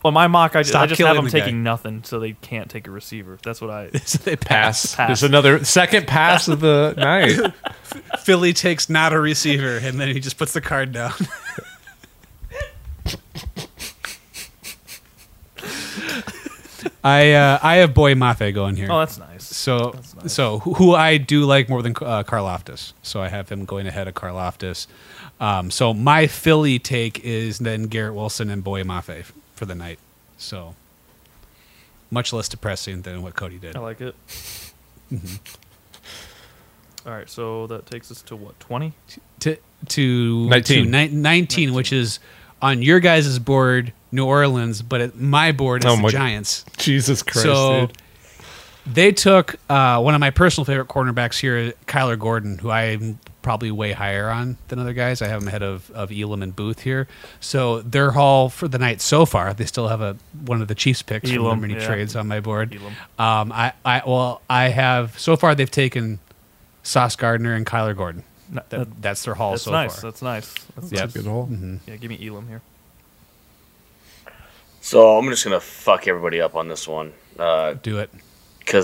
Speaker 3: Well, my mock, I just,
Speaker 1: Stop
Speaker 3: I just have
Speaker 1: killing
Speaker 3: them
Speaker 1: the guy.
Speaker 3: taking nothing, so they can't take a receiver. That's
Speaker 1: [LAUGHS]
Speaker 3: what I.
Speaker 1: So they pass.
Speaker 2: Pass.
Speaker 3: Pass.
Speaker 2: There's another second pass of the night.
Speaker 1: [LAUGHS]
Speaker 2: [LAUGHS]
Speaker 1: Philly takes not a receiver, and then he just puts the card
Speaker 3: [LAUGHS]
Speaker 1: down. [LAUGHS] I uh, I have Boy Mafe going here.
Speaker 3: Oh, that's nice.
Speaker 1: so
Speaker 3: nice.
Speaker 1: so who who I do like more than uh, Karloftis. So I have him going ahead of Karloftis. Um, so my Philly take is then Garrett Wilson and Boy Mafe f- for the night. So much less depressing than what Cody did.
Speaker 3: I like it. Mm-hmm. All right, so that takes us to what twenty?
Speaker 1: to to
Speaker 2: 19.
Speaker 1: to ni- 19, which is on your guys' board, New Orleans, but at my board is
Speaker 2: Oh
Speaker 1: the
Speaker 2: my-
Speaker 1: Giants.
Speaker 2: Jesus Christ,
Speaker 1: so
Speaker 2: dude.
Speaker 1: they took uh, one of my personal favorite cornerbacks here, Kyler Gordon, who I'm probably way higher on than other guys. I have him ahead of, of Elam and Booth here. So their haul for the night so far, they still have a one of the Chiefs picks from
Speaker 3: Elam,
Speaker 1: their many
Speaker 3: yeah.
Speaker 1: trades on my board.
Speaker 3: Elam.
Speaker 1: Um, I, I well I have so far they've taken Sauce Gardner and Kyler Gordon.
Speaker 3: No,
Speaker 1: That,
Speaker 3: that-
Speaker 1: that's their haul
Speaker 3: That's
Speaker 1: so
Speaker 3: nice.
Speaker 1: far.
Speaker 3: That's nice. That's
Speaker 1: Yeah.
Speaker 3: nice.
Speaker 2: Good hole.
Speaker 3: Yeah, give me Elam here.
Speaker 4: So I'm just gonna fuck everybody up on this one because
Speaker 1: Do it.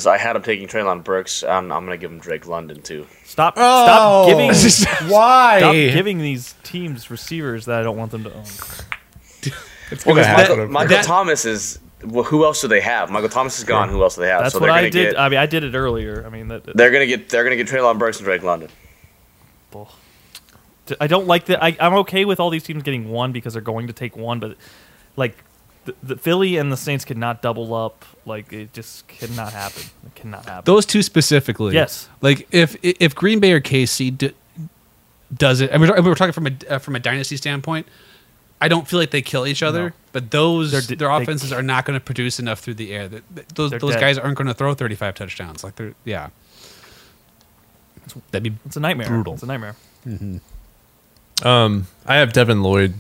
Speaker 4: I had him taking Traylon Brooks. I'm, I'm gonna give him Drake London too.
Speaker 3: Stop!
Speaker 4: Oh!
Speaker 3: Stop
Speaker 4: [LAUGHS]
Speaker 3: giving! Stop
Speaker 2: Oh! [LAUGHS] giving. Why?
Speaker 3: giving these teams receivers that I don't want them to own.
Speaker 2: It's
Speaker 4: Well,
Speaker 2: gonna
Speaker 4: 'cause
Speaker 2: happen.
Speaker 4: Michael, Michael
Speaker 1: That-
Speaker 4: Thomas is. Well, who else do they have? Michael Thomas is gone. Who else do they have?
Speaker 3: That's
Speaker 4: so
Speaker 3: what
Speaker 4: they're
Speaker 3: I
Speaker 4: gonna
Speaker 3: did.
Speaker 4: Get,
Speaker 3: I mean, I did it earlier. I mean, that, that-
Speaker 4: they're gonna get. They're gonna get Traylon Brooks and Drake London.
Speaker 3: bull. D- I don't like that. I, I'm okay with all these teams getting one because they're going to take one, but like the, the Philly and the Saints could not double up. Like it just cannot happen. It cannot happen.
Speaker 1: Those two specifically.
Speaker 3: Yes.
Speaker 1: Like if if Green Bay or KC d- does it, and we're, we're talking from a uh, from a dynasty standpoint. I don't feel like they kill each other,
Speaker 3: No.
Speaker 1: but those
Speaker 3: They're d-
Speaker 1: their
Speaker 3: they-
Speaker 1: offenses are not going to produce enough through the air. That that- those
Speaker 3: They're
Speaker 1: those
Speaker 3: dead.
Speaker 1: guys aren't going to throw 35 touchdowns. Like they're yeah. That'd be
Speaker 3: it's a nightmare.
Speaker 1: Brutal.
Speaker 3: It's a nightmare.
Speaker 2: Um, I have Devin Lloyd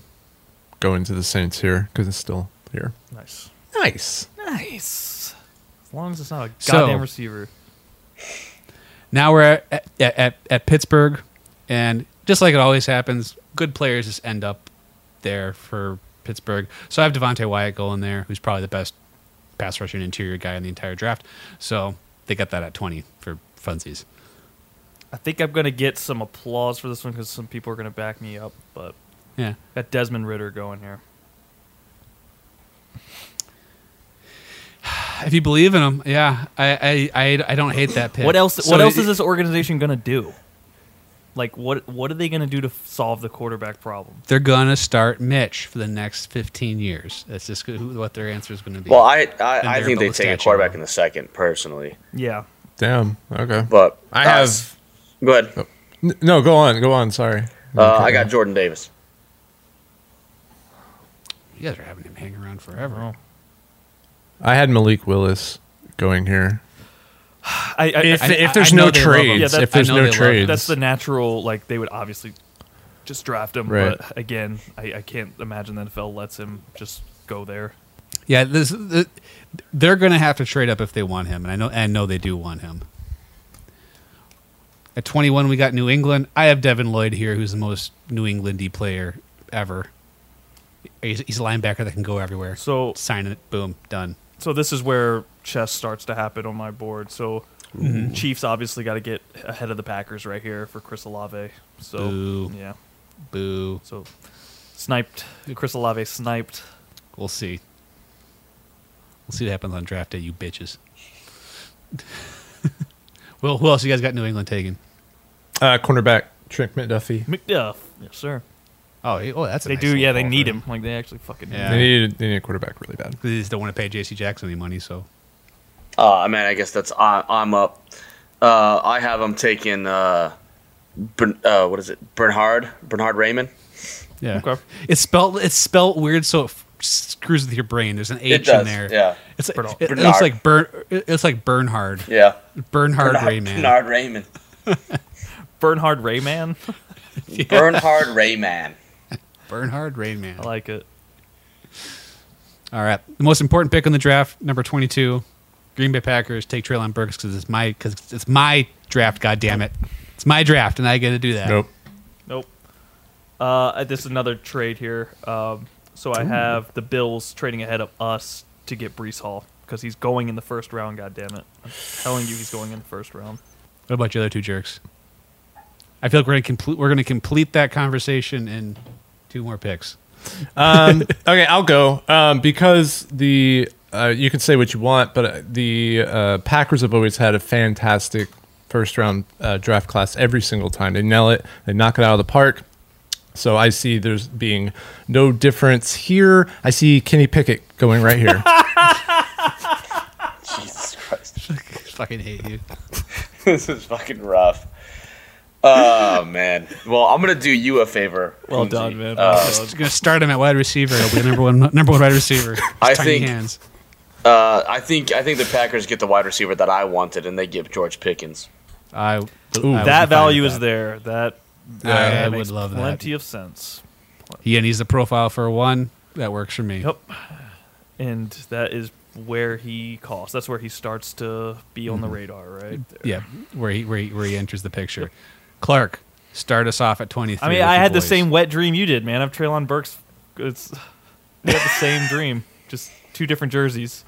Speaker 2: going to the Saints here because it's still here.
Speaker 3: Nice.
Speaker 2: Nice.
Speaker 3: Nice. As long as it's not a
Speaker 1: So-
Speaker 3: goddamn receiver.
Speaker 1: now we're at at, at at Pittsburgh, and just like it always happens, good players just end up there for Pittsburgh. So I have Devontae Wyatt going there, who's probably the best pass rusher and interior guy in the entire draft. So they got that at twenty for funsies.
Speaker 3: I think I'm gonna get some applause for this one because some people are gonna back me up, but
Speaker 1: Yeah.
Speaker 3: got Desmond Ritter going here.
Speaker 1: If you believe in him, yeah, I I, I, I don't hate that pick.
Speaker 3: What else?
Speaker 1: So
Speaker 3: what else is
Speaker 1: it-
Speaker 3: this organization gonna do? Like what? What are they gonna do to f- solve the quarterback problem?
Speaker 1: They're gonna start Mitch for the next fifteen years. That's just who, what their answer is gonna be.
Speaker 4: Well, I I, I
Speaker 1: they're
Speaker 4: think they
Speaker 1: both
Speaker 4: take a
Speaker 1: statue.
Speaker 4: quarterback in the second personally,
Speaker 3: Yeah,
Speaker 2: Damn. Okay.
Speaker 4: but
Speaker 2: I
Speaker 4: uh,
Speaker 2: have.
Speaker 4: Go ahead.
Speaker 2: N- no, go on. Go on. Sorry.
Speaker 4: Uh, I got Jordan Davis.
Speaker 1: you guys are having him hang around forever.
Speaker 2: I had Malik Willis going here.
Speaker 3: I, I,
Speaker 2: If,
Speaker 3: I,
Speaker 1: I-
Speaker 2: if there's
Speaker 1: I know
Speaker 2: no
Speaker 1: they love him.
Speaker 2: trades,
Speaker 3: Yeah, that-
Speaker 2: if there's
Speaker 1: I know
Speaker 2: no
Speaker 1: they love him.
Speaker 2: trades,
Speaker 3: that's the natural. Like they would obviously just draft him,
Speaker 2: Right.
Speaker 3: but again, I, I can't imagine the NFL lets him just go there.
Speaker 1: Yeah, this th they're going to have to trade up if they want him, and I know and I know they do want him. At 21, we got New England. I have Devin Lloyd here, who's the most New Englandy player ever. He's, he's a linebacker that can go everywhere.
Speaker 3: So,
Speaker 1: Sign it, boom, done.
Speaker 3: so this is where chess starts to happen on my board. So,
Speaker 1: Mm-hmm.
Speaker 3: Chiefs obviously got to get ahead of the Packers right here for Chris Olave. So,
Speaker 1: Boo.
Speaker 3: yeah,
Speaker 1: Boo.
Speaker 3: so sniped. Chris Olave sniped.
Speaker 1: We'll see. We'll see what happens on draft day, you bitches. [LAUGHS] well, who else you guys got New England taking?
Speaker 2: uh, cornerback Trent McDuffie.
Speaker 3: McDuff, yes sir.
Speaker 1: Oh, he- oh, that's a
Speaker 3: they
Speaker 1: nice
Speaker 3: do.
Speaker 1: little
Speaker 3: Yeah, they
Speaker 1: call
Speaker 3: need
Speaker 1: for
Speaker 3: him. Like they actually fucking.
Speaker 1: Yeah.
Speaker 2: They need, they need a quarterback really bad.
Speaker 1: They just don't want to pay J.C. Jackson any money, so
Speaker 4: Uh, man, I guess that's I, I'm up. Uh, I have him taking uh, Bern, uh, what is it? Bernhard Bernhard Raymond.
Speaker 1: Yeah.
Speaker 3: Okay.
Speaker 1: It's spelled it's spelled weird, so it f- screws with your brain. There's an H
Speaker 4: It does.
Speaker 1: in there.
Speaker 4: Yeah.
Speaker 1: It's like,
Speaker 3: Bernard.
Speaker 1: it
Speaker 4: Bernard.
Speaker 1: looks like Bern. It's like Bernhard.
Speaker 4: Yeah.
Speaker 1: Bernhard
Speaker 4: Bernhard
Speaker 1: Rayman.
Speaker 4: Bernhard Raymond.
Speaker 3: Bernhard Rayman. [LAUGHS]
Speaker 4: Bernhard Rayman.
Speaker 1: Bernhard Rayman.
Speaker 3: I like it.
Speaker 1: All right. The most important pick in the draft, number twenty-two, Green Bay Packers take Traylon Burks because it's my because it's my draft. God damn it, it's my draft, and I get to do that.
Speaker 2: Nope.
Speaker 3: Nope. Uh, this is another trade here. Um, So I have the Bills trading ahead of us to get Brees Hall because he's going in the first round. God damn it! I'm telling you, he's going in the first round.
Speaker 1: What about your other two jerks? I feel like we're gonna complete we're gonna complete that conversation in two more picks. [LAUGHS]
Speaker 2: um, okay, I'll go um, because the uh, you can say what you want, but uh, the uh, Packers have always had a fantastic first round uh, draft class every single time. They nail it, they knock it out of the park. So I see there's being no difference here. I see Kenny Pickett going
Speaker 3: [LAUGHS]
Speaker 2: right here.
Speaker 4: Jesus Christ,
Speaker 1: Fucking hate you.
Speaker 4: this is fucking rough. Oh man. Well, I'm gonna do you a favor.
Speaker 3: Well
Speaker 4: Kumzi.
Speaker 3: done, Oh, man.
Speaker 4: Uh,
Speaker 3: Well done.
Speaker 1: Just gonna start him at wide receiver. He'll be the number one [LAUGHS] number one wide receiver.
Speaker 4: I
Speaker 1: Tiny
Speaker 4: think-
Speaker 1: hands.
Speaker 4: Uh, I think I think the Packers get the wide receiver that I wanted, and they give George Pickens.
Speaker 1: I,
Speaker 2: Ooh,
Speaker 1: I
Speaker 3: that value
Speaker 1: is
Speaker 3: is there. That
Speaker 1: Yeah, I
Speaker 3: that
Speaker 1: would
Speaker 3: makes
Speaker 1: love that.
Speaker 3: plenty of sense.
Speaker 1: Yeah, and he's the profile for one. That works for me.
Speaker 3: Yep. And that is where he costs. That's where he starts to be on the radar, right? There.
Speaker 1: Mm-hmm. Mm, Yeah, where he, where he where he enters the picture. Clark, start us off at twenty three.
Speaker 3: I mean, I had the same wet dream you did, man. I'm Traylon Burks. It's we had the
Speaker 1: [LAUGHS]
Speaker 3: same dream, just two different jerseys.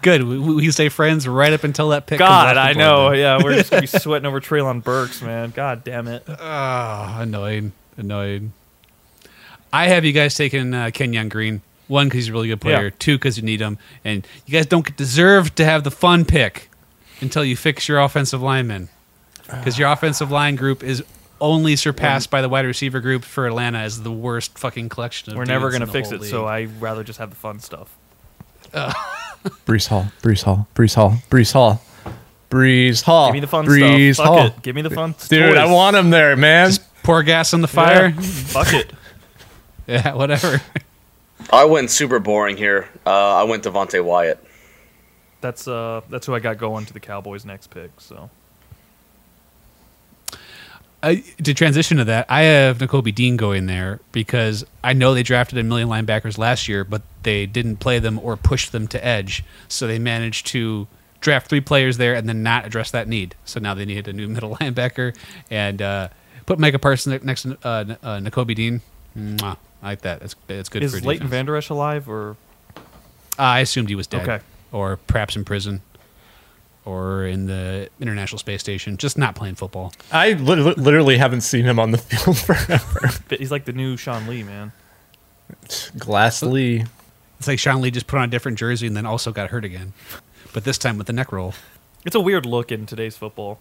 Speaker 1: Good. We, we stay friends right up until that pick. comes off
Speaker 3: God,
Speaker 1: the
Speaker 3: I
Speaker 1: board,
Speaker 3: know.
Speaker 1: man.
Speaker 3: Yeah, we're
Speaker 1: [LAUGHS]
Speaker 3: just gonna be sweating over Traylon Burks, man. God damn it.
Speaker 1: Ah, annoying, annoying. I have you guys taking uh, Kenyon Green. One, because he's a really good player.
Speaker 3: Yeah.
Speaker 1: Two, because you need him. And you guys don't deserve to have the fun pick until you fix your offensive linemen. Because your offensive line group is only surpassed by the wide receiver group for Atlanta as the worst fucking collection of
Speaker 3: We're never
Speaker 1: dudes in
Speaker 3: gonna
Speaker 1: the
Speaker 3: fix
Speaker 1: whole
Speaker 3: it. So
Speaker 1: league.
Speaker 3: I'd rather just have the fun stuff.
Speaker 2: Brees Hall, Brees Hall, Brees Hall, Brees Hall, Brees Hall.
Speaker 3: Give me the fun
Speaker 2: Brees
Speaker 3: stuff.
Speaker 2: Oh, Hall.
Speaker 3: Fuck it. Give me the fun stuff.
Speaker 2: Dude, I want him there, man.
Speaker 1: pour gas on the fire. [LAUGHS]
Speaker 3: Fuck it.
Speaker 1: Yeah, whatever.
Speaker 4: I went super boring here. Uh, I went Devontae Wyatt.
Speaker 3: That's uh, that's who I got going to the Cowboys next pick. So
Speaker 1: I, to transition to that, I have Nicobe Dean going there because I know they drafted a million linebackers last year, but they didn't play them or push them to edge. So they managed to draft three players there and then not address that need. So now they needed a new [LAUGHS] middle linebacker and uh, put Micah Parsons next to uh, N- uh, Nicobe Dean. Mwah. I like that. That's that's good.
Speaker 3: is
Speaker 1: for
Speaker 3: Leighton
Speaker 1: defense.
Speaker 3: Van Der Esch alive or [LAUGHS]
Speaker 1: Uh, I assumed he was dead,
Speaker 3: Okay.
Speaker 1: or perhaps in prison, or in the International Space Station, just not playing football.
Speaker 2: I li- li- literally haven't seen him on the [LAUGHS] field forever.
Speaker 3: he's like the new Sean Lee, man.
Speaker 2: Glassly.
Speaker 1: It's like Sean Lee just put on a different jersey and then also got hurt again, but this time with the neck roll.
Speaker 3: It's a weird look in today's football.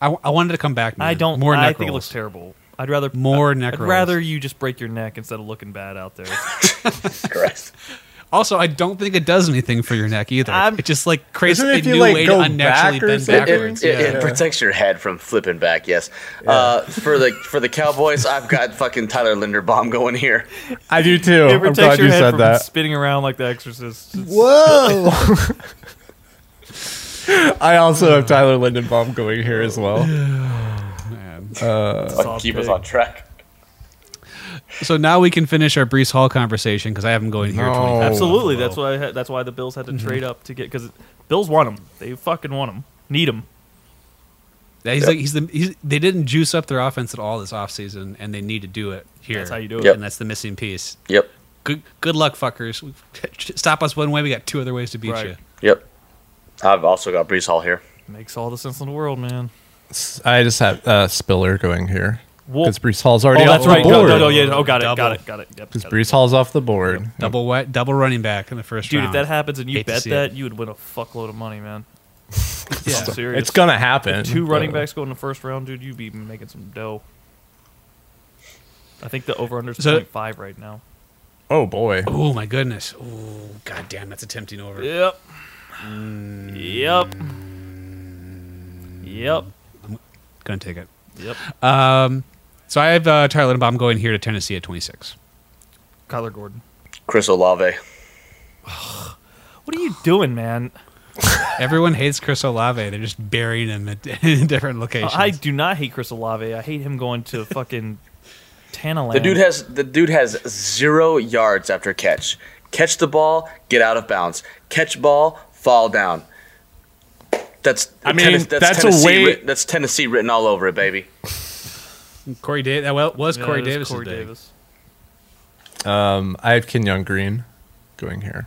Speaker 1: I, I wanted to come back. Man.
Speaker 3: I don't.
Speaker 1: more
Speaker 3: I
Speaker 1: neck
Speaker 3: think it
Speaker 1: rolls.
Speaker 3: looks terrible. I'd rather
Speaker 1: More neck
Speaker 3: I'd
Speaker 1: rolls.
Speaker 3: rather you just break your neck instead of looking bad
Speaker 1: [LAUGHS]
Speaker 3: out there.
Speaker 4: [LAUGHS] Correct.
Speaker 1: Also, I don't think it does anything for your neck either.
Speaker 3: I'm-
Speaker 1: it just like creates
Speaker 2: Isn't it
Speaker 1: a
Speaker 2: if you,
Speaker 1: new
Speaker 2: like,
Speaker 1: way to
Speaker 2: go
Speaker 1: unnaturally
Speaker 2: back or
Speaker 1: bend
Speaker 2: something?
Speaker 4: It,
Speaker 1: backwards.
Speaker 4: it, it- it
Speaker 2: yeah.
Speaker 4: protects your head from flipping back. Yes. Uh, for the for the Cowboys, I've got fucking Tyler Linderbaum going here.
Speaker 2: I do too.
Speaker 3: It
Speaker 2: I'm glad
Speaker 3: protects your
Speaker 2: you
Speaker 3: head
Speaker 2: said
Speaker 3: from
Speaker 2: that.
Speaker 3: spinning around like The Exorcist. It's-
Speaker 2: Whoa. [LAUGHS] I also have Tyler Lindenbaum going here as well.
Speaker 1: Man.
Speaker 3: it's all
Speaker 4: Keep us
Speaker 3: big.
Speaker 4: on track.
Speaker 1: So now we can finish our Brees Hall conversation because I have him going here. at
Speaker 2: No.
Speaker 1: 25.
Speaker 3: Absolutely. That's why. I had- That's why the Bills had to
Speaker 1: Mm-hmm.
Speaker 3: trade up to get because Bills want him. They fucking want him. Need him.
Speaker 1: Yeah, He's like he's the he's, they didn't juice up their offense at all this offseason, and they need to do it here.
Speaker 3: That's how you do it.
Speaker 4: Yep.
Speaker 1: and that's the missing piece.
Speaker 4: Yep.
Speaker 1: Good good luck, fuckers. [LAUGHS] Stop us one way. We got two other ways to beat
Speaker 3: Right.
Speaker 1: you.
Speaker 4: Yep. I've also got Brees Hall here.
Speaker 3: Makes all the sense in the world, man.
Speaker 2: I just have uh, Spiller going here
Speaker 3: Well-
Speaker 2: because Brees Hall's already
Speaker 3: oh, that's
Speaker 2: off the
Speaker 3: right. No,
Speaker 2: board.
Speaker 3: no, no, yeah. Oh, got it. Got
Speaker 1: Double.
Speaker 3: it. Got it. Yep,
Speaker 2: Because
Speaker 3: got it.
Speaker 2: Brees Hall's off the board.
Speaker 1: Double wet, double running back in the first
Speaker 3: Dude, if
Speaker 1: round.
Speaker 3: that happens and you
Speaker 1: Hate to
Speaker 3: bet
Speaker 1: see
Speaker 3: that,
Speaker 1: it.
Speaker 3: you would win a fuckload of
Speaker 1: [LAUGHS]
Speaker 3: money, man.
Speaker 1: Yeah.
Speaker 3: I'm serious.
Speaker 2: It's gonna happen.
Speaker 3: Two running
Speaker 2: but-
Speaker 3: backs go in the first round, dude. You'd be making some dough. I think the over under is
Speaker 1: So-
Speaker 3: 0.5 right now.
Speaker 2: Oh boy.
Speaker 1: Oh my goodness! Oh god damn, that's a tempting over.
Speaker 3: Yep. Yep.
Speaker 1: Mm.
Speaker 3: Yep.
Speaker 1: Gonna take it.
Speaker 3: Yep.
Speaker 1: Um, so I have uh, Tyler Lindenbaum going here to Tennessee at 26.
Speaker 3: Kyler Gordon.
Speaker 4: Chris Olave.
Speaker 3: What are you doing, man?
Speaker 1: Everyone hates Chris Olave. They're just burying him at [LAUGHS] different
Speaker 3: Uh,
Speaker 1: locations.
Speaker 3: I do not hate Chris Olave. I hate him
Speaker 1: [LAUGHS]
Speaker 3: going to fucking Tanaland.
Speaker 4: The dude has the dude has zero yards after catch. Catch the ball, get out of bounds. Catch ball, fall down. That's
Speaker 2: I mean,
Speaker 4: Tennes-
Speaker 2: that's a
Speaker 4: Tennessee
Speaker 2: way-
Speaker 4: writ- that's Tennessee written all over it, baby.
Speaker 1: Corey Davis. That well, was
Speaker 3: Yeah,
Speaker 1: Corey
Speaker 3: it is
Speaker 1: Davis.
Speaker 3: Corey
Speaker 1: day.
Speaker 3: Davis.
Speaker 2: Um, I have Kenyon Green going here.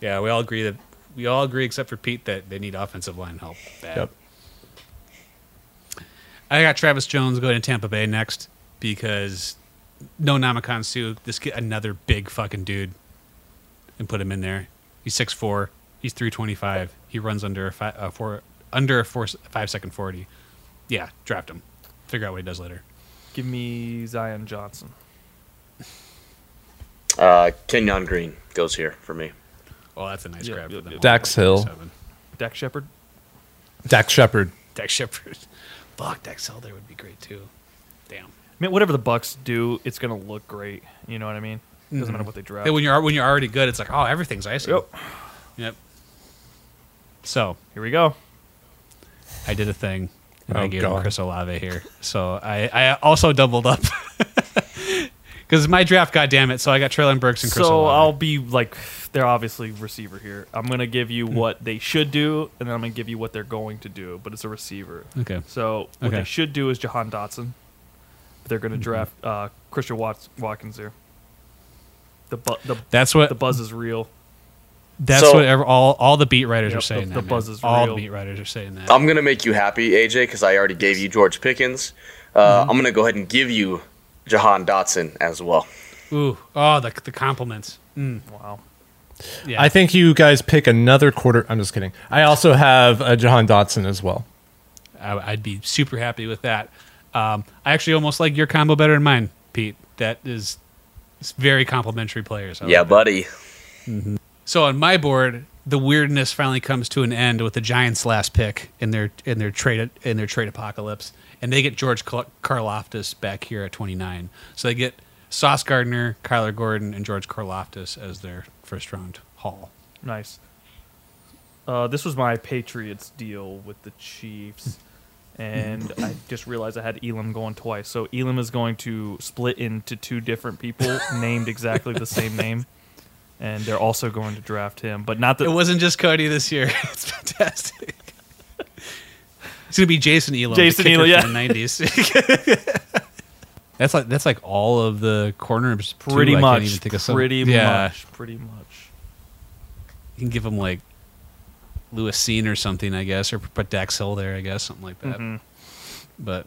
Speaker 1: Yeah, we all agree that we all agree except for Pete that they need offensive line help. Bad.
Speaker 2: Yep.
Speaker 1: I got Travis Jones going to Tampa Bay next because no Namakon Sue. This get another big fucking dude and put him in there. He's 6'4", he's 325. He runs under a fi- uh, four under a four, 5 second 40. Yeah, draft him. Figure out what he does later.
Speaker 3: Give me Zion Johnson.
Speaker 4: Uh, Kenyon Green goes here for me.
Speaker 1: Well, that's a nice
Speaker 3: Yeah,
Speaker 1: grab
Speaker 3: yeah,
Speaker 1: for
Speaker 3: yeah.
Speaker 1: them.
Speaker 2: Dax Hill.
Speaker 1: Seven.
Speaker 3: Dak Shepard.
Speaker 2: Dak Shepard.
Speaker 1: Dax Shepard. [LAUGHS] Fuck, Dax Hill there would be great too. Damn.
Speaker 3: I mean, whatever the Bucks do, it's gonna look great. You know what I mean? Doesn't matter what they
Speaker 1: Mm-hmm.
Speaker 3: draft.
Speaker 1: Hey, when you're when you're already good, it's like oh everything's icy.
Speaker 3: Yep.
Speaker 1: Yep. So
Speaker 3: Here we go.
Speaker 1: I did a thing. And I
Speaker 2: Oh,
Speaker 1: gave him
Speaker 2: God.
Speaker 1: Chris Olave here. So I, I also doubled up [LAUGHS] because my draft, goddamn it. So I got Traylon Burks and Chris
Speaker 3: so I'll
Speaker 1: Olave.
Speaker 3: be like, they're obviously receiver here. I'm gonna give you what they should do, and then I'm gonna give you what they're going to do. But it's a receiver.
Speaker 1: okay.
Speaker 3: So what
Speaker 1: Okay. Mm-hmm.
Speaker 3: they should do is Jahan Dotson. They're gonna draft uh, Christian Watts, Watkins here. The bu- the
Speaker 1: That's what
Speaker 3: the buzz is real.
Speaker 1: that's
Speaker 4: So-
Speaker 1: what ever, all all the beat writers
Speaker 3: Yep,
Speaker 1: are saying.
Speaker 3: the-
Speaker 1: that,
Speaker 3: the buzz
Speaker 1: man.
Speaker 3: is
Speaker 1: all
Speaker 3: real. Um,
Speaker 1: the beat writers are saying that.
Speaker 4: I'm gonna make you happy, AJ, because I already gave you George Pickens. Uh,
Speaker 2: Mm-hmm.
Speaker 4: I'm gonna go ahead and give you Jahan Dotson as well.
Speaker 1: Ooh, oh the the compliments.
Speaker 3: Wow.
Speaker 1: Yeah,
Speaker 2: I think you guys pick another quarter. I'm just kidding. I also have uh, Jahan Dotson as well.
Speaker 1: I, I'd be super happy with that. Um, I actually almost like your combo better than mine, Pete. That is it's very complimentary players. I
Speaker 4: Yeah,
Speaker 1: like that.
Speaker 4: buddy.
Speaker 1: So on my board, the weirdness finally comes to an end with the Giants' last pick in their in their trade in their trade apocalypse, and they get George Car- Karloftis back here at 29. So they get Sauce Gardner, Kyler Gordon, and George Karloftis as their first round haul.
Speaker 3: Nice. Uh, this was my Patriots deal with the
Speaker 1: [LAUGHS]
Speaker 3: Chiefs, and I just realized I had Elam going twice. So Elam is going to split into two
Speaker 1: [LAUGHS]
Speaker 3: different people named exactly the same name, and they're also going to draft him. But not
Speaker 1: It
Speaker 3: that
Speaker 1: wasn't just Cody this year. [LAUGHS] It's fantastic. It's gonna be Jason Elam. the
Speaker 3: Jason
Speaker 1: kicker
Speaker 3: Elam, yeah.
Speaker 1: from the nineties. [LAUGHS] that's like that's like all of the corners. too.
Speaker 3: pretty
Speaker 1: I can't
Speaker 3: much,
Speaker 1: even think of some-
Speaker 3: pretty
Speaker 1: Yeah.
Speaker 3: much, pretty much.
Speaker 1: you can give him like Lewis Seen or something, I guess, or put Dax Hill there, I guess, something like that.
Speaker 3: Mhm.
Speaker 1: But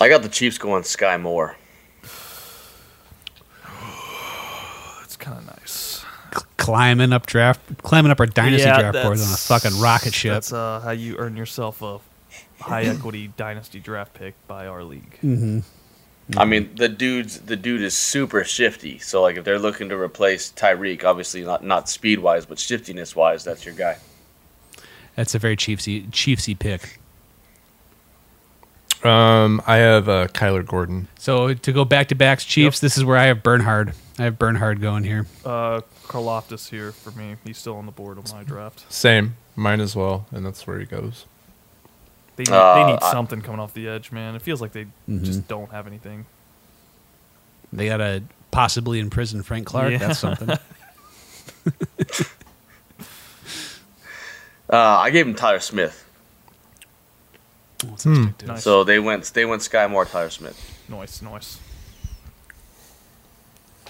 Speaker 4: I got the Chiefs going Sky Moore.
Speaker 3: That's kind of nice.
Speaker 1: cl- climbing up draft, climbing up our dynasty
Speaker 3: Yeah,
Speaker 1: draft boards on a
Speaker 3: that's-
Speaker 1: fucking rocket ship.
Speaker 3: That's uh, how you earn yourself a high equity dynasty draft pick by our league.
Speaker 1: Mm-hmm.
Speaker 3: Mm-hmm.
Speaker 4: I mean, the dude's the dude is super shifty. So like, if they're looking to replace Tyreek, obviously not not speed wise, but shiftiness wise, that's your guy.
Speaker 1: That's a very Chiefsy, Chiefsy pick.
Speaker 2: Um, I have uh, Kyler Gordon.
Speaker 1: So to go back to backs Chiefs, this is where I have Bernhard. I have Bernhard going here.
Speaker 3: uh, Karloftis here for me. He's still on the board on my draft.
Speaker 2: Same. Mine as well. And that's where he goes.
Speaker 3: They need,
Speaker 4: Uh,
Speaker 3: they need
Speaker 4: I-
Speaker 3: something coming off the edge, man. It feels like they
Speaker 1: Mm-hmm.
Speaker 3: just don't have anything.
Speaker 1: They got to possibly imprison Frank Clark.
Speaker 3: Yeah.
Speaker 1: That's
Speaker 3: [LAUGHS]
Speaker 1: something.
Speaker 4: Uh, I gave him Tyler Smith.
Speaker 1: What's
Speaker 2: Hmm.
Speaker 1: expected.
Speaker 3: Nice.
Speaker 4: So they went they went Sky Moore, Tyler Smith.
Speaker 3: Noise, noise.